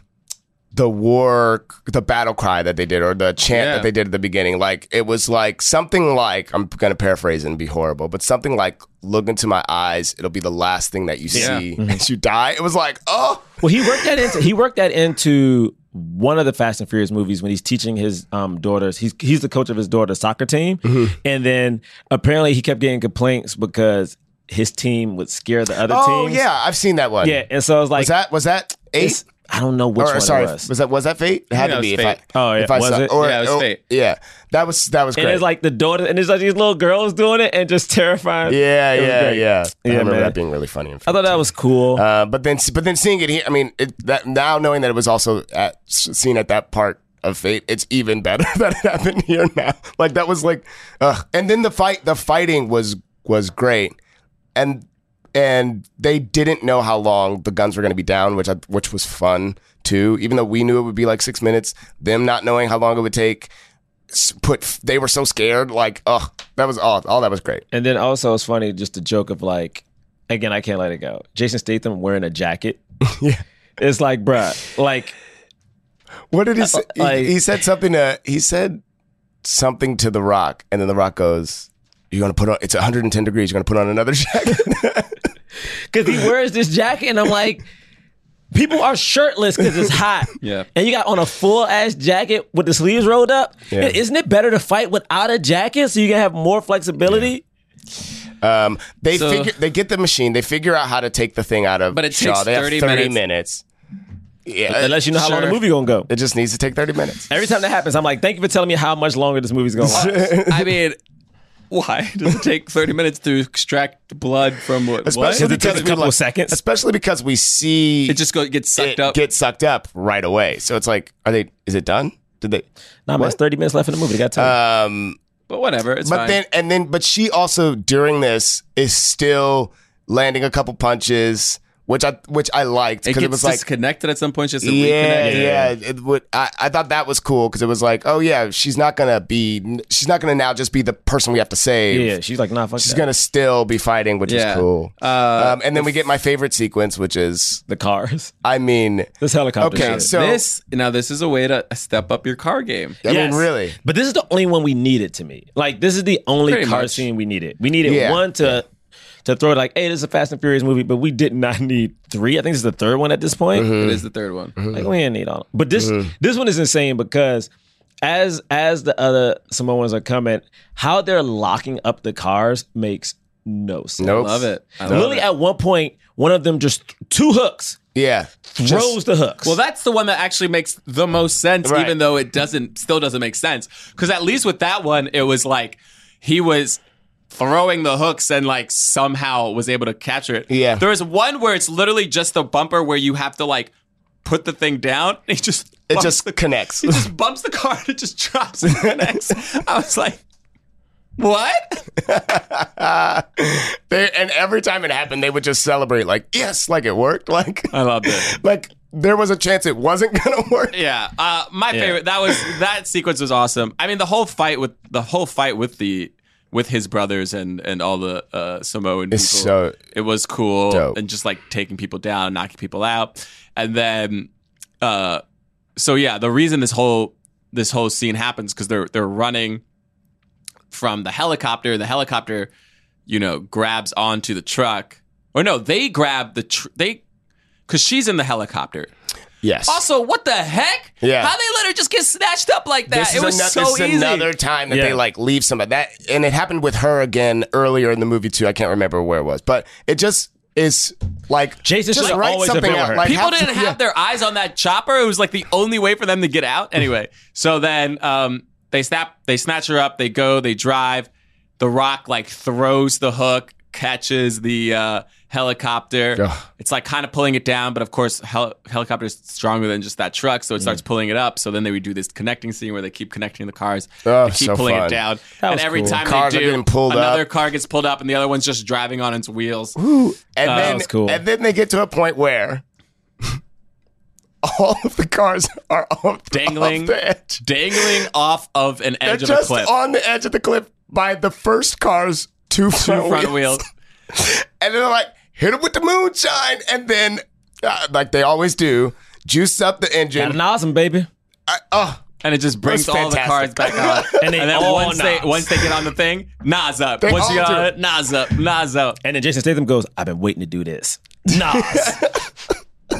the war the battle cry that they did or the chant
Yeah.
that they did at the beginning. Like it was like something like I'm gonna paraphrase and be horrible, but something like look into my eyes, it'll be the last thing that you
Yeah.
see
Mm-hmm.
as you die. It was like, oh
Well, he worked that into he worked that into one of the Fast and Furious movies when he's teaching his um, daughters. He's he's the coach of his daughter's soccer team,
Mm-hmm.
and then apparently he kept getting complaints because his team would scare the other
Oh
teams.
yeah, I've seen that one.
yeah. And so I was like,
was that was that eight?
it's- I don't know which
or
one
sorry,
it was.
that was that fate? It had
Yeah,
to
it
be
was
if I,
Fate.
Oh, yeah.
if I
Was
saw,
it?
Or,
Yeah, it was
oh,
Fate.
Yeah. That was that was
and
great.
it's like the daughter, and it's like these little girls doing it, and just terrifying.
yeah,
It was
yeah,
great.
yeah. I
Yeah,
remember
man.
that being really funny. and
I thought that was cool.
Uh, but then, but then seeing it here, I mean, it, that now knowing that it was also at, seen at that part of Fate, it's even better that it happened here now. Like that was like, ugh. and then the fight, the fighting was was great, and and they didn't know how long the guns were going to be down, which I, which was fun too. Even though we knew it would be like six minutes, them not knowing how long it would take, s- put they were so scared. Like, ugh, that was all. All that was great.
and then also it's funny just the joke of like, again, I can't let it go. Jason Statham wearing a jacket.
Yeah.
It's like, bruh, like
What
Uh,
did he say? He-
like-
he, said something to he said something to the Rock, and then the Rock goes, "You're gonna put on it's 110 degrees. You're gonna put on another jacket."
because he wears this jacket, and I'm like, people are shirtless because it's hot.
Yeah.
And you got on a full ass jacket with the sleeves rolled up.
Yeah.
Isn't it better to fight without a jacket so you can have more flexibility?
um, they
So-
figure they get the machine. They figure out how to take the thing out of.
But it
Shaw.
takes
They have
30
minutes. Yeah,
Unless you know how long the
Sure.
movie gonna go.
it just needs to take 30 minutes.
Every time that happens, I'm like, thank you for telling me how much longer this movie's gonna last.
I mean, why does it take 30 minutes to extract blood from what? what?
Especially
Does it take
because
a
we,
couple
like-
of seconds?
Especially because we see
It just go, gets sucked
it
up.
get sucked up right away. So it's like, are they? Is it done? Did they?
Nah, man, it's 30 minutes left in the movie. They got time.
Um,
but whatever. It's
but
fine.
then and then but she also during this is still landing a couple punches which I which I liked
It
because
gets
it was like
disconnected at some point. Just to
yeah,
reconnect.
yeah. It would. I, I thought that was cool because it was like, oh yeah, she's not gonna be. She's not gonna now just be the person we have to save.
Yeah, Um, she's like, nah, fuck
she's
that.
gonna still be fighting, which
Yeah.
is cool.
Uh,
um, and then we get my favorite sequence, which is,
the cars.
I mean,
This helicopter.
Okay,
shit.
so-
Uh, this now this is a way to step up your car game.
I
Yes.
mean, really,
But this is the only one we needed to me. Like this is the only
Pretty
car
much.
scene we needed. We needed
Yeah.
one to to throw it like, hey, this is a Fast and Furious movie, but we did not need three. I think this is the third one at this point.
Mm-hmm.
It is the third one.
Like we didn't need all. But this this one is insane because as as the other Samoans are coming, how they're locking up the cars makes no sense.
Nope.
Love it. I love
Literally
it.
at one point, one of them just two hooks
yeah,
throws the hooks.
Well, that's the one that actually makes the most sense,
Right.
even though it doesn't still doesn't make sense. Because at least with that one, it was like he was throwing the hooks and like somehow was able to capture it.
Yeah.
There is one where it's literally just the bumper where you have to like put the thing down. And it just
it
bumps
just
the,
connects.
he just bumps the car and it just drops and connects. I was like, what?
Uh, they, and every time it happened, they would just celebrate, like yes, like it worked, like
I loved it.
like there was a chance it wasn't gonna work.
Yeah, uh, my favorite. That was that sequence was awesome. I mean, the whole fight with the whole fight with the with his brothers and and all the uh, Samoan
It's
people.
so
it was cool
dope.
and just like taking people down, knocking people out, and then uh, so yeah, the reason this whole this whole scene happens because they're they're running from the helicopter. The helicopter, you know, grabs onto the truck. Or no, they grab the tr- they because she's in the helicopter.
yes.
Also, what the heck?
Yeah.
How they let her just get snatched up like that?
This
it
is
was
ano-
so
this is
easy.
another time that
Yeah.
they like leave somebody that, and it happened with her again earlier in the movie too. I can't remember where it was, but it just is like
Jason
just
should've
write
always
something
been with
out.
her.
Like,
People
have-
didn't have
yeah.
their eyes on that chopper. It was like the only way for them to get out. Anyway, so then um, they snap, they snatch her up. They go, they drive. The Rock like throws the hook, catches the uh, helicopter.
Ugh.
It's like kind of pulling it down, but of course, hel- helicopter is stronger than just that truck, so it
Mm.
starts pulling it up. So then they would do this connecting scene where they keep connecting the cars,
Oh,
they keep
so
pulling it
fun.
down,
That
and
was
every
cool.
time
Cars
they
are
do,
getting pulled up.
another car gets pulled up, and the other one's just driving on its wheels.
And
that
then,
was cool.
and then they get to a point where all of the cars are off,
Dangling.
off the edge.
dangling off of an
They're
edge of a
just
cliff.
on the edge of the cliff by the first car's two
Two
front,
front
wheels.
wheels.
And they're like, hit him with the moonshine. And then, uh, like they always do, juice up the
Got
engine.
an awesome baby.
I- oh,
And it just brings
That's
all the cards
fantastic.
back on.
And they
then
all
once they
Nas.
once they get on the thing, Nas up.
They
once you
all
get on
do.
it, Nas up, Nas up.
And then Jason Statham goes, I've been waiting to do this. Nas.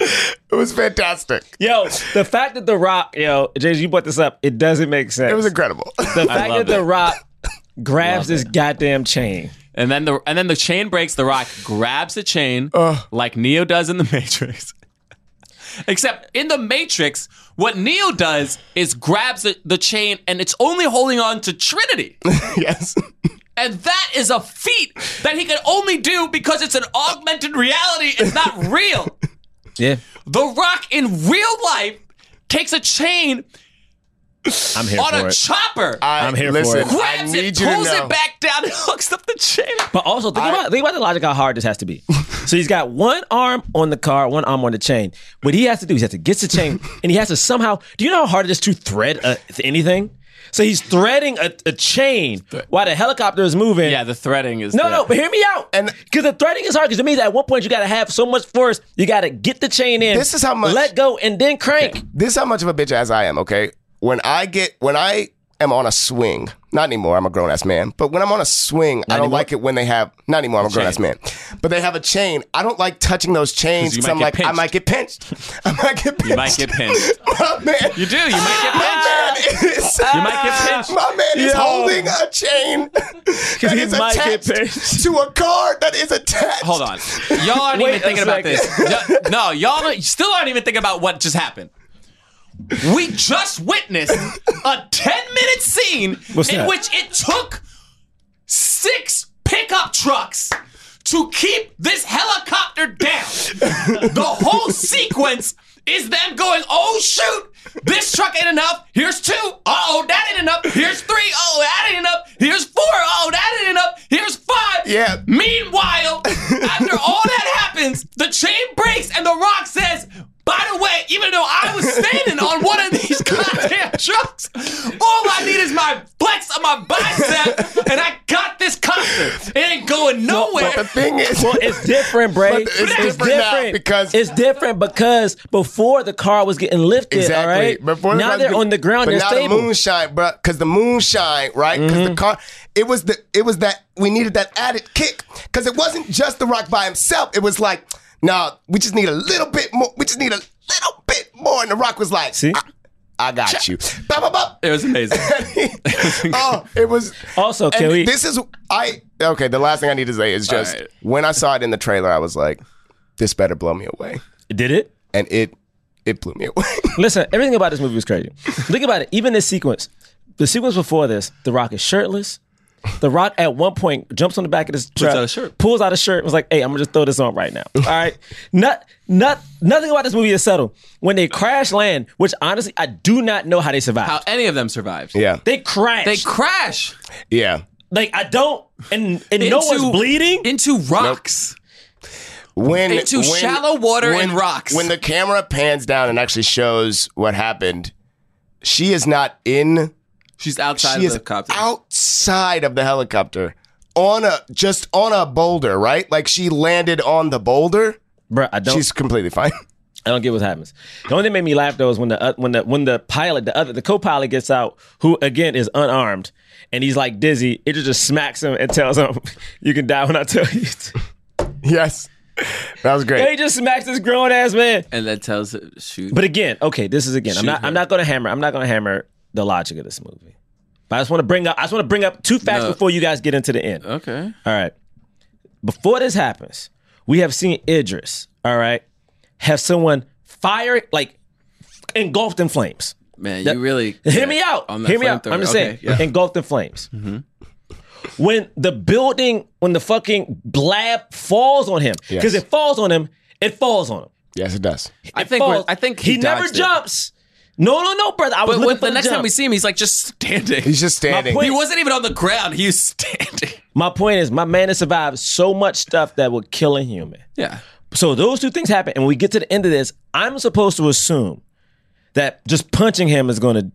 it was fantastic.
yo, the fact that The Rock, yo, Jason, you brought this up, it doesn't make sense.
It was incredible.
the fact
love
that
it.
The Rock grabs this goddamn chain.
And then the and then the chain breaks, the rock grabs the chain like Neo does in the Matrix. Except in the Matrix, what Neo does is grabs the, the chain and it's only holding on to Trinity.
yes.
And that is a feat that he can only do because it's an augmented reality. It's not real.
Yeah.
The Rock in real life takes a chain
I'm here
on
for
a
it.
chopper,
I,
I'm here for
listen,
it.
I
grabs
need
it,
you to
pulls
know.
it back down, and hooks up the chain.
But also think about think about the logic how hard this has to be. So he's got one arm on the car, one arm on the chain. What he has to do is he has to get the chain, and he has to somehow. Do you know how hard it is to thread a, anything? So he's threading a, a chain while the helicopter is moving.
Yeah, the threading is
No,
the-
no, but hear me out.
And-
because the threading is hard, because it means at one point you got to have so much force, you got to get the chain in.
This is how much-
let go and then crank.
this is how much of a bitch ass I am, okay? When I get when I am on a swing, not anymore, I'm a grown ass man, but when I'm on a swing, I don't
anymore?
like it when they have not anymore, I'm a grown ass man. But they have a chain. I don't like touching those
'Cause
chains
you
because
might
I'm
get
like, I
pinched.
might get pinched. I might get pinched.
You might get pinched.
my man.
You do. You might get pinched.
My man is,
You might get pinched.
my man is
Yo.
holding a chain that
he
is
might get
attached
pinched.
to a card that is attached.
Hold on, y'all aren't
Wait
even thinking
a
about this. Y- No, y'all don't- still aren't even thinking about what just happened. We just witnessed a ten-minute scene
What's
in
that?
which it took six pickup trucks
to keep this helicopter down. the whole sequence is them going, oh shoot, this truck ain't enough. Here's two. Uh oh, that ain't enough. Here's three. Oh, that ain't enough. Here's four. Oh, that ain't enough. Here's five.
Yeah.
Meanwhile, after all that happens, the chain breaks and The Rock says, by the way, even though I was standing on one of these goddamn trucks, all I need is my flex on my bicep, and I got this concert. It ain't going nowhere.
But the thing is,
Well, it's different, Bray.
But it's different now because-
it's different because before the car was getting lifted.
Exactly.
All right.
Before
now
guys
they're
be-
on the ground.
But
They're
now
stable. Mm-hmm.
the moonshine, bro. Because the moonshine, right? Because the car, it was the, it was that we needed that added kick. Because it wasn't just the rock by himself. It was like, nah, we just need a little bit more. We just need a little bit more. And the rock was like,
See?
I, I got you. Bop, bop, bop.
It was amazing.
oh, it was.
Also, can
and
we-
This is I. Okay, the last thing I need to say is just
right.
when I saw it in the trailer, I was like, this better blow me away,
Did it?
and it it blew me away.
Listen, everything about this movie was crazy. Think about it. Even this sequence, the sequence before this, The Rock is shirtless. The Rock at one point jumps on the back of this truck,
out a shirt.
pulls out a shirt, and was like, "Hey, I'm gonna just throw this on right now." All right, not not nothing about this movie is subtle. When they crash land, which honestly I do not know how they survived.
How any of them survived?
yeah,
they crashed.
they crash
yeah.
like I don't, and and no
Into-
one's bleeding.
into rocks.
when
Into shallow water and rocks.
When the camera pans down and actually shows what happened, she is not in.
She's outside
she
of
is
the copter.
outside of the helicopter on a just on a boulder, right? Like she landed on the boulder.
Bruh, I don't.
She's completely fine.
I don't get what happens. The only thing that made me laugh though is when the uh, when the when the pilot, the other the co-pilot gets out, who again is unarmed, and he's like dizzy. It just smacks him and tells him, "You can die when I tell you." to."
yes, that was
and he
great.
just smacks this grown ass man.
and that tells her, shoot.
But again, okay, this is again. I'm
Shoot
not. I'm
her.
not going to hammer. I'm not going to hammer the logic of this movie. But I just want to bring up. I just want to bring up two facts
No.
before you guys get into the end.
okay.
All right. Before this happens, we have seen Idris. All right, have someone fire like engulfed in flames.
Man,
That-
you really
Hear me out.
on that
Hear me out.
flamethrower.
I'm just
Okay,
saying.
yeah. Mm-hmm.
Engulfed in flames. When the building, when the fucking blab falls on him, because
Yes.
it falls on him, it falls on him.
Yes, it does.
I
It
think we're-
falls.
I think
he,
he
never
dodged it.
jumps. No, no, no, brother. I was
But
looking
when,
for
the next
jump.
time we see him, he's like just standing.
He's just standing.
point-
he wasn't even on the ground. He was standing.
My point is, my man has survived so much stuff that would kill a human.
Yeah.
So those two things happen, and when we get to the end of this, I'm supposed to assume that just punching him is going to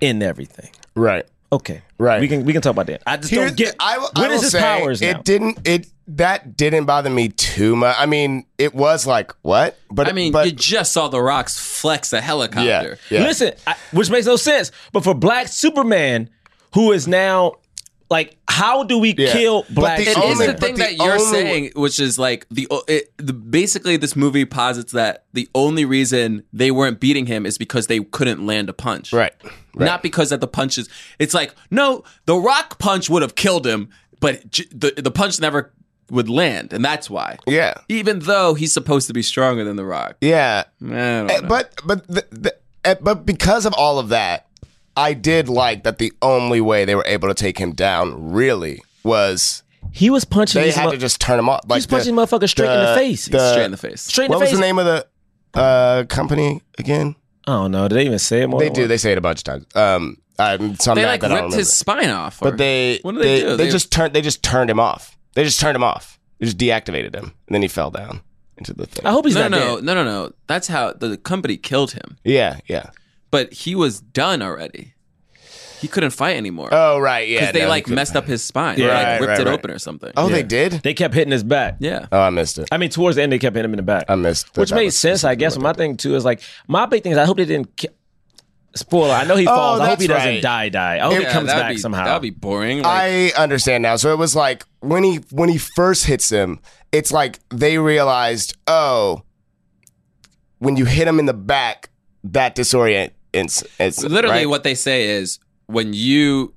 end everything.
Right.
Okay,
Right.
We can we can talk about that. I just
Here's
don't get
the- I, will- I
what
will
is his
say,
powers now?
It didn't. It that didn't bother me too much. I mean, it was like what? But
I mean,
but,
you just saw the rocks flex a
yeah,
helicopter.
yeah.
Listen, I, which makes no sense. But for Black Superman, who is now like, how do we
Yeah.
kill
But
Black?
the
It is
Superman?
only-
the
but
thing
the
that you're
only-
saying, which is like the, o- it, the basically this movie posits that the only reason they weren't beating him is because they couldn't land a punch,
Right. Right.
Not because that the punches. It's like no, the rock punch would have killed him, but j- the the punch never would land, and that's why.
Yeah.
Even though he's supposed to be stronger than the rock, oh
Yeah.
I don't
Eh,
know.
Mm.
But but the, the, eh, but because of all of that, I did like that the only way they were able to take him down really was
he was punching.
they
these
had
mo-
to just turn him off. Like
just punching motherfuckers straight in the face.
Uh, straight in the face.
straight in
what
the
was
face.
the name of the uh, company again?
I don't know. Did they even say it more?
They
than
do.
once?
They say it a bunch of times. Um, I'm, so I'm
they
mad
like
that I
ripped
don't remember.
his spine off. or-
But they
what did
they,
they, do?
they just turned they just turned him off. They just turned him off. They just deactivated him, and then he fell down into the thing.
I hope he's
no,
not
no,
dead.
no, no, no. That's how the company killed him.
Yeah, yeah.
but he was done already. He couldn't fight anymore because
Oh right, yeah.
they
no,
like
he couldn't-
messed up his spine. they
Yeah.
like
Right,
ripped
right,
it
right.
open or something.
Oh, they did.
They kept hitting his back.
yeah.
Oh, I missed it.
I mean, towards the end, they kept hitting him in the back.
I missed. that.
which
That
made
was-
sense, I guess. My thing too is like my big thing is I hope they didn't. Ki- Spoiler: I know he
Oh,
falls. I hope he
that's
doesn't
right.
die. Die. I
Oh,
hope he
Yeah,
comes
that'd
back
be-
somehow.
That'd be boring. Like,
I understand now. So it was like when he when he first hits him, it's like they realized, oh, when you hit him in the back, that disorient. It's, it's
literally,
right?
what they say is when you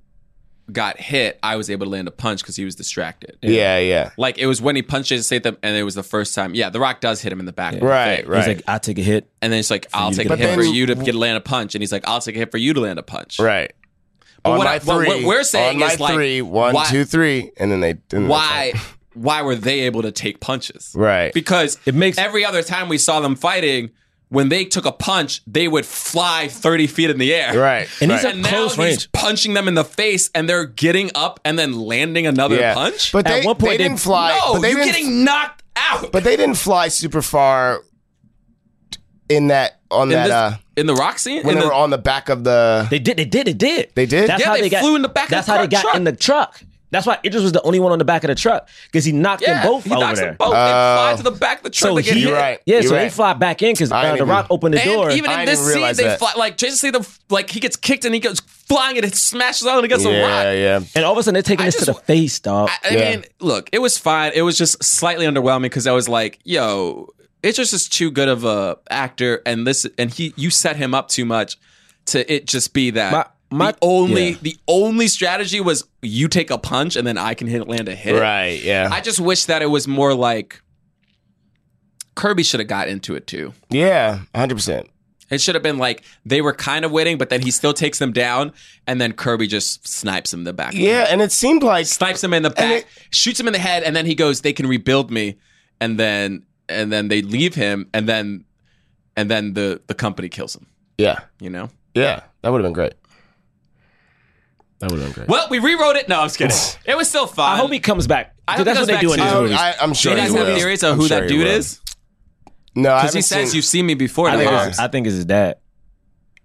got hit, I was able to land a punch because he was distracted.
Yeah, yeah.
Like it was when he punched Jason Statham, and it was the first time. Yeah, The Rock does hit him in the back.
Right,
He's
right,
like, I take a hit.
And then it's like, I'll
you to
take
get
a
a
hit for
punch.
you to get land a punch, and he's like, I'll take a hit for you to land a punch.
right.
But
on
what
my
I- what- what
three-
we're saying
on my
is, like,
three, one,
why-
two, three, and then they and then they
Why? why were they able to take punches?
Right.
Because
It makes-
every other time we saw them fighting, when they took a punch, they would fly 30 feet in the air.
Right.
And he's
right.
at close range.
punching them in the face and they're getting up and then landing another punch.
But
At
they,
one point
they
they-
didn't fly.
no,
but they
you're
didn't,
getting knocked out.
But they didn't fly super far in that on
in,
that
this-
uh
in the rock scene,
when
in
they
the,
were on the back of the.
They did. They did. They did.
They did?
That's
Yeah,
how
they
they, got,
flew in the back of
That's
the
how they got
truck.
in the truck. That's why Idris was the only one on the back of the truck because he knocked
yeah,
them both
he
over
knocks
there.
them both. they fly to the back of the truck.
So
they get
he,
hit.
You're right.
yeah.
You're
so they
right.
fly back in because
I
uh,
didn't
the
even-
Rock opened the
And
door.
even
I
in
didn't
this scene,
realize
they
that.
fly like Jason Statham. Like he gets kicked and he goes flying and it smashes out against a rock.
yeah, yeah.
and all of a sudden, they're taking
I
this to the
just-
face, dog.
I, I
Yeah.
mean, look, it was fine. It was just slightly underwhelming because I was like, yo, it's just is too good of a actor, and this and he you set him up too much to it just be that.
My- my-
the only
yeah.
the only strategy was you take a punch and then I can hit land a hit.
Right. Yeah.
I just wish that it was more like Kirby should have got into it too.
yeah. Hundred percent.
It should have been like they were kind of waiting, but then he still takes them down, and then Kirby just snipes him in the back. of the
Yeah, and it seemed like
snipes him in the
And
back, shoots him in the head, and then he goes, "They can rebuild me," and then and then they leave him, and then and then the the company kills him.
yeah,
You know.
yeah, that would have been great. That would have been great.
Well, we rewrote it. No, I'm just kidding. It was still fun.
I hope he comes back.
I
Dude,
hope
that's
he
what they do
goes
in
back
these
to-
Oh,
movies.
I, I'm
do
sure
you guys
he
have
will.
theories of
I'm
who
sure
that
he
dude
will.
is?
No,
Because
I
he
haven't
says
seen-
you've seen me before.
I think,
Hobbs.
it's, I think it's his dad.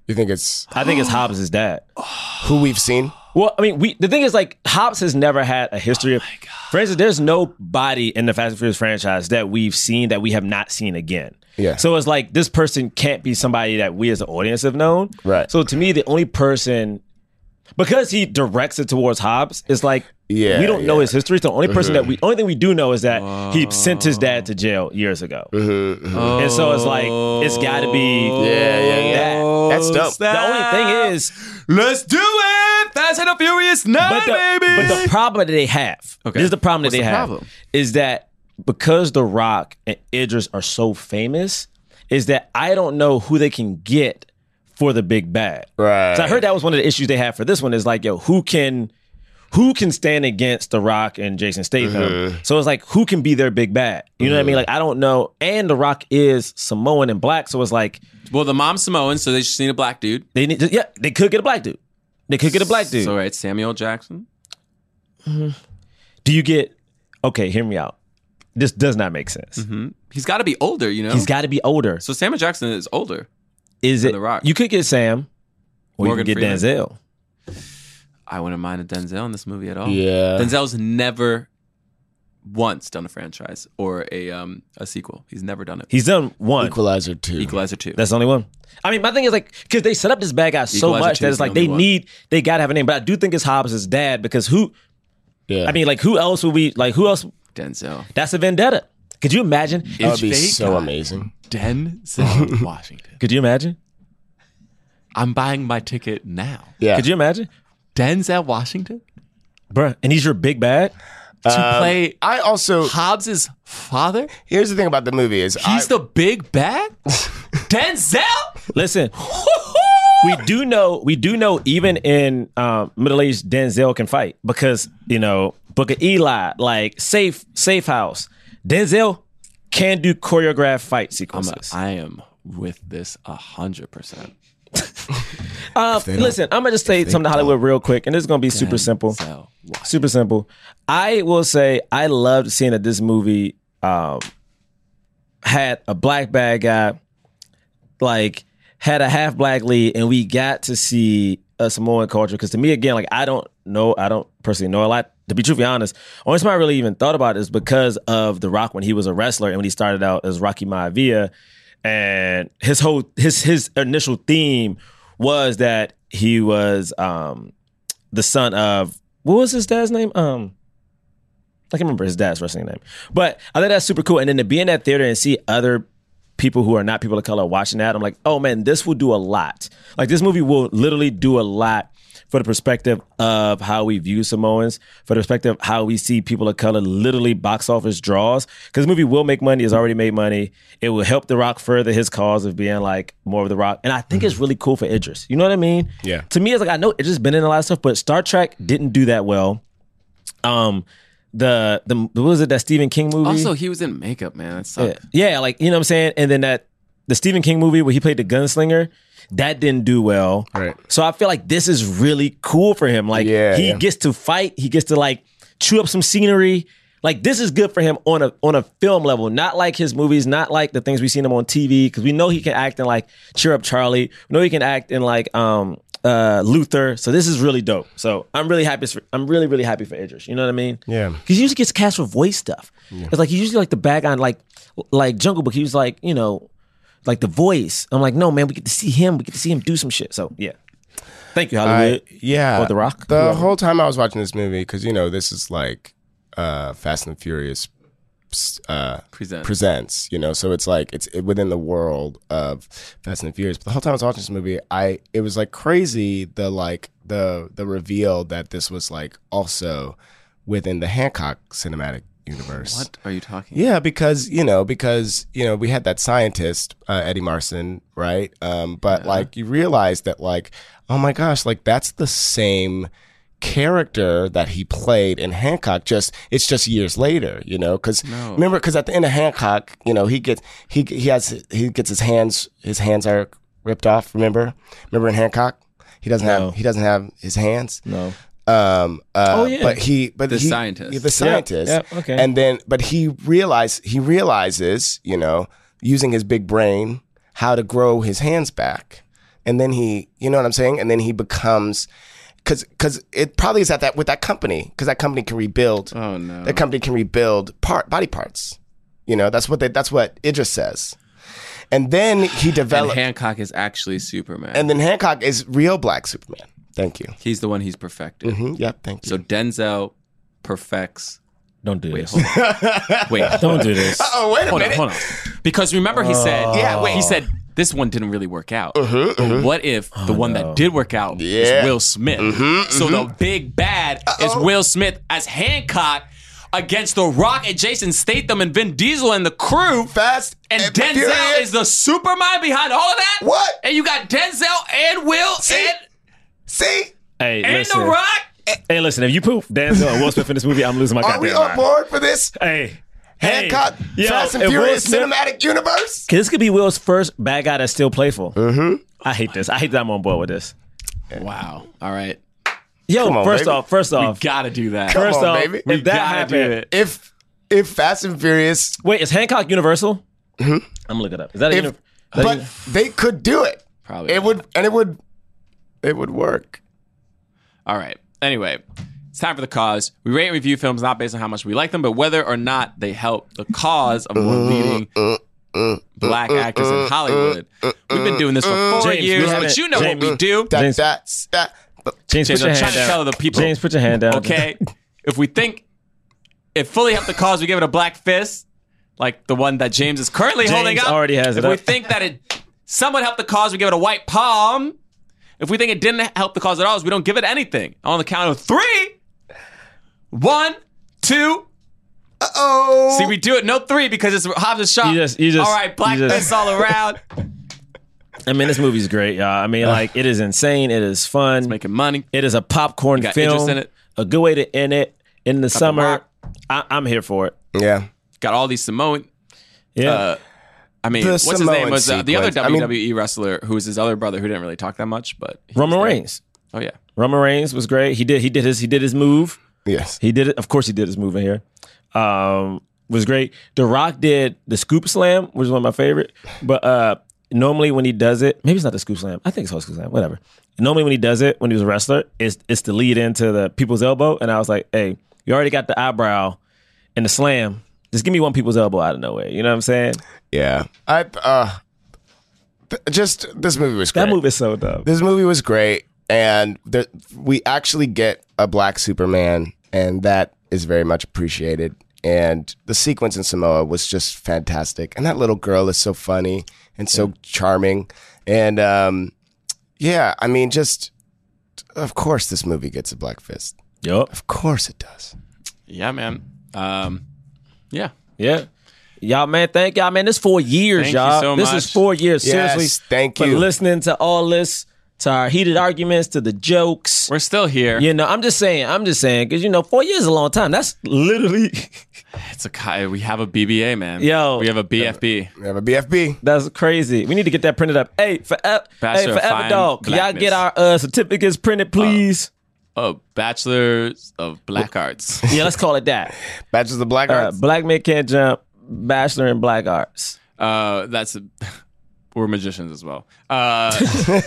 You think it's
I think it's Hobbs' his dad.
who we've seen?
Well, I mean, we the thing is like Hobbs has never had a history
Oh
of. For instance, there's nobody in the Fast and Furious franchise that we've seen that we have not seen again.
Yeah.
So it's like this person can't be somebody that we as an audience have known.
Right.
So to me, the only person because he directs it towards Hobbs, it's like
Yeah,
we don't know
yeah. Uh-huh. Oh.
his history. So the only person that we only thing we do know is that he sent his dad to jail years ago. And so it's like it's got to be
Uh-huh, Yeah, yeah, yeah.
that.
That's dope.
The only thing is
let's do it. Fast and the Furious Nine,
but the,
baby.
but the problem that they have,
Okay.
this is the problem that
What's
they
the
have,
problem?
is that because The Rock and Idris are so famous, is that I don't know who they can get for the big bad.
Right.
So I heard that was one of the issues they had for this one is like, yo, who can who can stand against The Rock and Jason Statham?
Mm-hmm.
So it's like, who can be their big bad? You know what I mean? Like, I don't know. And The Rock is Samoan and black, so it's like
well, the mom's Samoan, so they just need a black dude.
they need. To, yeah, they could get a black dude. They could get a black dude.
So it's Samuel Jackson.
Do you get okay? Hear me out. This does not make sense.
He's got to be older, you know.
He's got to be older.
so Samuel Jackson is older.
Is it?
The Rock.
You could get Sam, or
Morgan
you could get
Freeman.
Denzel.
I wouldn't mind a Denzel in this movie at all.
Yeah.
Denzel's never once done a franchise or a um a sequel. He's never done it.
He's done one.
Equalizer two.
Equalizer two.
That's the only one. I mean, my thing is like because they set up this bad guy so
Equalizer
much
two
that
is
it's
the
like
only
they
one.
need they gotta have a name. But I do think it's Hobbs' dad because who?
yeah,
I mean, like who else would we like? Who else?
Denzel.
That's a vendetta. Could you imagine?
that would be
Fake
so
guy.
amazing.
Denzel Washington.
Could you imagine?
I'm buying my ticket now.
Yeah,
Could you imagine,
Denzel Washington
Bruh, And he's your big bad.
to play
I also
Hobbs's father.
here's the thing about the movie is I,
He's the big bad. Denzel.
Listen, we do know we do know even in um, middle aged Denzel can fight because you know Book of Eli like safe safe house Denzel can do choreographed fight
I'm a,
sequences.
I am with this a hundred percent.
Uh, listen, I'm gonna just say something to Hollywood real quick, and it's gonna be super simple.
Denzel Washington.
super simple. I will say I loved seeing that this movie um, had a black bad guy, like had a half black lead, and we got to see a Samoan culture. Because to me, again, like I don't know, I don't personally know a lot. To be truthfully honest, only time I really even thought about it is because of The Rock when he was a wrestler and when he started out as Rocky Maivia, and his whole his his initial theme was that he was um the son of what was his dad's name? Um, I can't remember his dad's wrestling name, but I think that's super cool. And then to be in that theater and see other people who are not people of color watching that, I'm like, oh man, this will do a lot. Like this movie will literally do a lot for the perspective of how we view Samoans, for the perspective of how we see people of color literally box office draws. Because the movie will make money, it's already made money. It will help The Rock further his cause of being like more of The Rock. And I think it's really cool for Idris. You know what I mean?
Yeah.
To me, it's like I know Idris been in a lot of stuff, but Star Trek didn't do that well. Um the the what was it that Stephen King movie?
Also, he was in makeup, man. That
yeah.
sucked.
yeah, like you know what I'm saying. And then that the Stephen King movie where he played the gunslinger that didn't do well.
Right.
So I feel like this is really cool for him. Like
Yeah,
he
yeah.
gets to fight. He gets to like chew up some scenery. Like this is good for him on a on a film level, not like his movies, not like the things we've seen him on TV. Because we know he can act in like Cheer Up Charlie. We know he can act in like um uh Luther. So this is really dope. So I'm really happy. For, I'm really really happy for Idris. You know what I mean?
Yeah.
Because he usually gets cast for voice stuff. It's like he usually like the bag on like like Jungle Book. He was like you know like the voice. I'm like no man, we get to see him. We get to see him do some shit. So yeah. Thank you, Hollywood.
I, Uh, yeah.
Or The Rock.
The
Whoever.
whole time I was watching this movie, because you know this is like uh, Fast and Furious uh,
Present.
presents. You know, so it's like it's within the world of Fast and Furious. But the whole time I was watching this movie, I it was like crazy the like the the reveal that this was like also within the Hancock cinematic universe.
What are you talking?
Yeah, because you know, because you know, we had that scientist uh, Eddie Marson, right? Um, but like, you realize that, like, oh my gosh, like that's the same character that he played in Hancock. Just it's just years later, you know. Because remember, because at the end of Hancock, you know, he gets he he has he gets his hands his hands are ripped off. Remember, remember in Hancock, he doesn't
No.
have he doesn't have his hands.
No.
Um, uh,
Oh, yeah.
But he, but
The
he-
scientist.
the scientist.
yeah, okay.
And then, but he realized he realizes, you know, using his big brain, how to grow his hands back, and then he, you know what I'm saying, and then he becomes, because because it probably is at that with that company because that company can rebuild.
Oh no.
That company can rebuild part body parts. You know, that's what they, that's what Idris says. And then he
and
develops.
Hancock is actually Superman.
and then Hancock is real black Superman. Thank you.
he's the one he's perfected.
Mm-hmm.
hmm Yep. Thank you.
So Denzel perfects.
Don't do this.
Wait,
Don't do this.
oh wait a
hold on,
minute.
hold on. Because remember, he said,
Yeah, wait. Uh-huh,
he said this one didn't really work out. But what if the one that did work out
Oh, Yeah. Mm-hmm,
is Will Smith? So the big bad is Will Smith as Hancock against The Rock and Jason Statham and Vin Diesel and the crew.
Fast
And,
and
Denzel
Furious.
is the supermind behind all of that.
What?
And you got Denzel and Will and,
See,
hey,
and
listen.
The Rock.
Hey, listen. If you poof Denzel and Will Smith in this movie, I'm losing my
are
goddamn
we
mind.
on board for this
Hey,
Hancock
hey, yo,
Fast and
if Will
Furious
Smith-
cinematic universe?
'Cause this could be Will's first bad guy that's still playful. Mm-hmm. I hate this. I hate that I'm on board with this.
Wow. All right.
Yo,
on,
first
baby.
off, first off,
Gotta do that.
Come
first
on,
off,
baby.
if
We
that
Gotta do
happened,
it.
If if Fast and Furious,
wait, is Hancock Universal? Mm-hmm. I'm gonna look it up. Is that a
if
uni- that
but
uni-
they could do it,
Probably.
it would and it would it would work.
All right. Anyway, it's time for the cause. We rate and review films not based on how much we like them, but whether or not they help the cause of more leading black actors in Hollywood. We've been doing this for four
James, we
years,
haven't-
but you know
James,
what we do.
That
James-
that that. But
James,
James,
put your
I'm
hand
trying to
down.
tell the people.
James, put your hand down.
Okay. if we think it fully helped the cause, we give it a black fist, like the one that James is currently
James
holding up.
already has
if
it
we
up.
think that it somewhat helped the cause, we give it a white palm. If we think it didn't help the cause at all, we don't give it anything. On the count of three, one, two.
oh,
See, we do it. No three because it's Hobbs and Shaw.
You just- you just-
all right, black
you just-
fist all around.
I mean, this movie's great, y'all. I mean, like, it is insane. It is fun.
Making money.
It is a popcorn
got Idris
film.
in it.
A good way to end it in the summer.
rock.
I, I'm here for it.
yeah.
Got all these Samoan.
Yeah.
Uh, I mean,
The
what's his
Samoan
name was uh, the other
sequence. I mean-
WWE wrestler who was his other brother who didn't really talk that much, but he
Roman
was there.
Reigns.
Oh yeah,
Roman Reigns was great. He did he did his he did his move.
Yes.
He did it. Of course, he did his move in here. Um, was great. The Rock did the scoop slam, which is one of my favorite. But uh, normally when he does it, maybe it's not the scoop slam. I think it's called scoop slam. Whatever. Normally when he does it, when he was a wrestler, it's it's the lead into the people's elbow. And I was like, hey, you already got the eyebrow and the slam. Just give me one people's elbow out of nowhere. You know what I'm saying?
Yeah. I uh, th- just this movie was great.
That move is so dumb.
this movie was great, and the, we actually get a black Superman, and that is very much appreciated. And the sequence in Samoa was just fantastic, and that little girl is so funny and so charming, and um, yeah, I mean, just of course this movie gets a black fist.
Yup.
Of course it does.
yeah, man. Um, yeah,
Yeah. Y'all, man, thank y'all, man. This four years,
Thank you
y'all.
so
this
much.
is four years.
Yes,
Seriously,
thank
for
you.
listening to all this. to our heated arguments, to the jokes.
We're still here.
You know, I'm just saying, I'm just saying, because you know, four years is a long time. That's literally
It's a ki- we have a BBA, man.
Yo.
we have a BFB.
We have a BFB.
that's crazy. We need to get that printed up. Hey, forever, hey,
Bachelor of
forever
Fine
dog. Can y'all
Blackness.
get our uh, certificates printed, please?
Oh, bachelors of black arts.
yeah, let's call it that.
Bachelors of Black
Uh,
Arts.
black men can't jump. Bachelor in black arts.
Uh, that's we're magicians as well. Uh,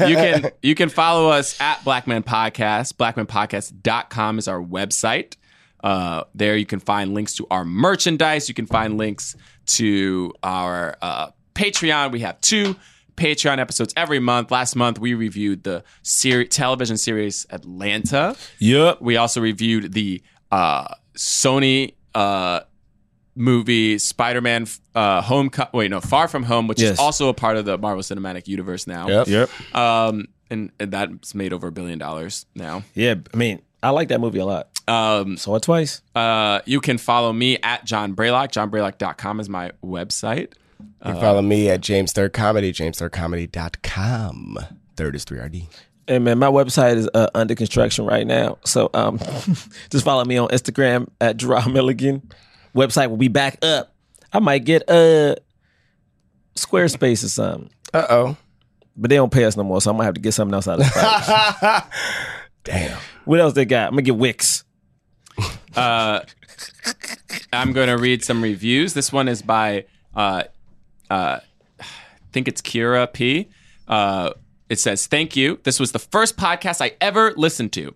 you can you can follow us at Blackman Podcast. Blackmanpodcast.com is our website. Uh, there you can find links to our merchandise. You can find links to our uh, Patreon. We have two Patreon episodes every month. Last month we reviewed the seri- television series Atlanta.
Yep.
We also reviewed the uh, Sony uh, movie Spider-Man uh, Home. Wait, no, Far From Home, which
Yes.
is also a part of the Marvel Cinematic Universe now.
Yep.
Um, and, and that's made over a billion dollars now.
Yeah, I mean, I like that movie a lot.
Um,
Saw it twice.
uh, you can follow me at John Braylock. JohnBraylock.com is my website.
You can follow me at James Third Comedy, jamesthirdcomedy.com. Third is 3RD.
Hey man, my website is uh, under construction right now. So um, just follow me on Instagram at Gerard Milligan. Website will be back up. I might get uh Squarespace or something,
Uh oh.
but they don't pay us no more, so I might have to get something else out of the Damn. What else they got? I'm gonna get Wix.
I'm going to read some reviews. This one is by, uh, uh, I think it's Kira P. Uh, it says, Thank you. This was the first podcast I ever listened to.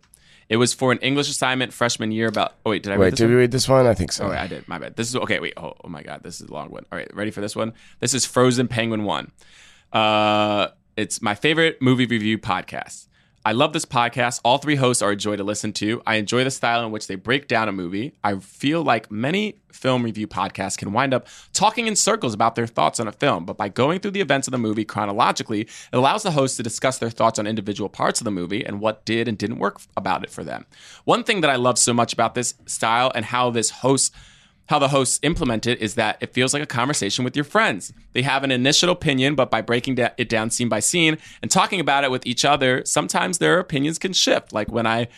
It was for an English assignment freshman year about. Oh, wait, did I read
Wait,
this
did
one?
we read this one? I think so.
Oh, wait, I did. My bad. This is okay. Wait. Oh, oh my God. This is a long one. All right. Ready for this one? This is Frozen Penguin One. Uh, it's my favorite movie review podcast. I love this podcast. All three hosts are a joy to listen to. I enjoy the style in which they break down a movie. I feel like many film review podcasts can wind up talking in circles about their thoughts on a film, but by going through the events of the movie chronologically, it allows the host to discuss their thoughts on individual parts of the movie and what did and didn't work about it for them. One thing that I love so much about this style and how this host how the hosts implement it is that it feels like a conversation with your friends. They have an initial opinion, but by breaking da- it down scene by scene and talking about it with each other, sometimes their opinions can shift. Like when I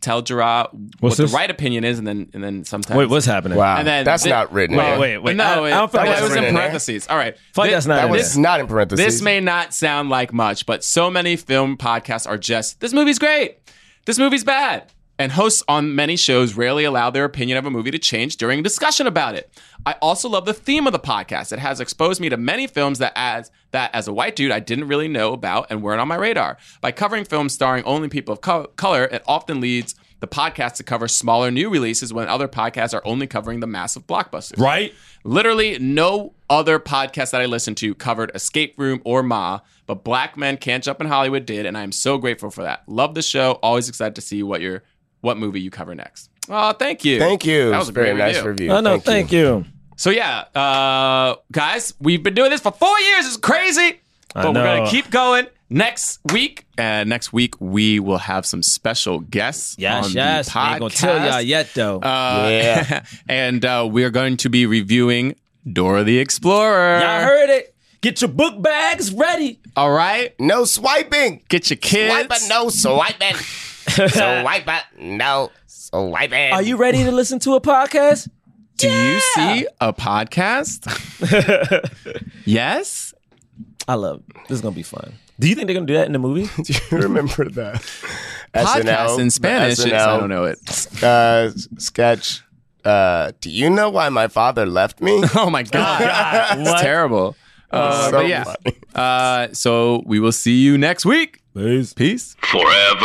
tell Gerard
What's
what
this?
the right opinion is, and then and then sometimes
Wait, what's happening?
Wow.
And then
that's
thi-
not written.
Wait,
in.
wait, wait.
no,
I,
it,
I don't feel like
that
that's
was
written
in
in there.
parentheses. All right,
Fuck
Thi-
that's not
That
in
was
there.
not in parentheses.
this may not sound like much, but so many film podcasts are just this movie's great, this movie's bad. And hosts on many shows rarely allow their opinion of a movie to change during discussion about it. I also love the theme of the podcast. It has exposed me to many films that as that as a white dude I didn't really know about and weren't on my radar. By covering films starring only people of co- color, it often leads the podcast to cover smaller new releases when other podcasts are only covering the massive blockbusters.
Right?
Literally, no other podcast that I listened to covered Escape Room or Ma, but Black Men Can't Jump in Hollywood did, and I am so grateful for that. Love the show. Always excited to see what your what movie you cover next. Oh, thank you.
Thank you.
That was a
very
great
nice
review.
review.
Oh no, thank, you.
So yeah, uh, guys, we've been doing this for four years. It's crazy, but we're
know.
gonna keep going. Next week, uh, next week we will have some special guests
Yes,
on
yes. I
the podcast.
ain't gonna tell y'all yet though.
Uh, and uh, we are going to be reviewing Dora the Explorer.
y'all heard it. Get your book bags ready.
All right.
No swiping.
Get your kids.
Swipe it, no swiping. Swipe it, no swiping.
Are you ready to listen to a podcast?
Do you see a podcast? yes.
I love it. This is gonna be fun. Do you think they're gonna do that in the movie?
Do you remember that?
Podcast in Spanish.
SNL,
is- I don't know it.
Uh, s- sketch. Uh, do you know why my father left me?
Oh my god, it's terrible. Uh,
So
but yeah. Uh, so we will see you next week. Peace.
Forever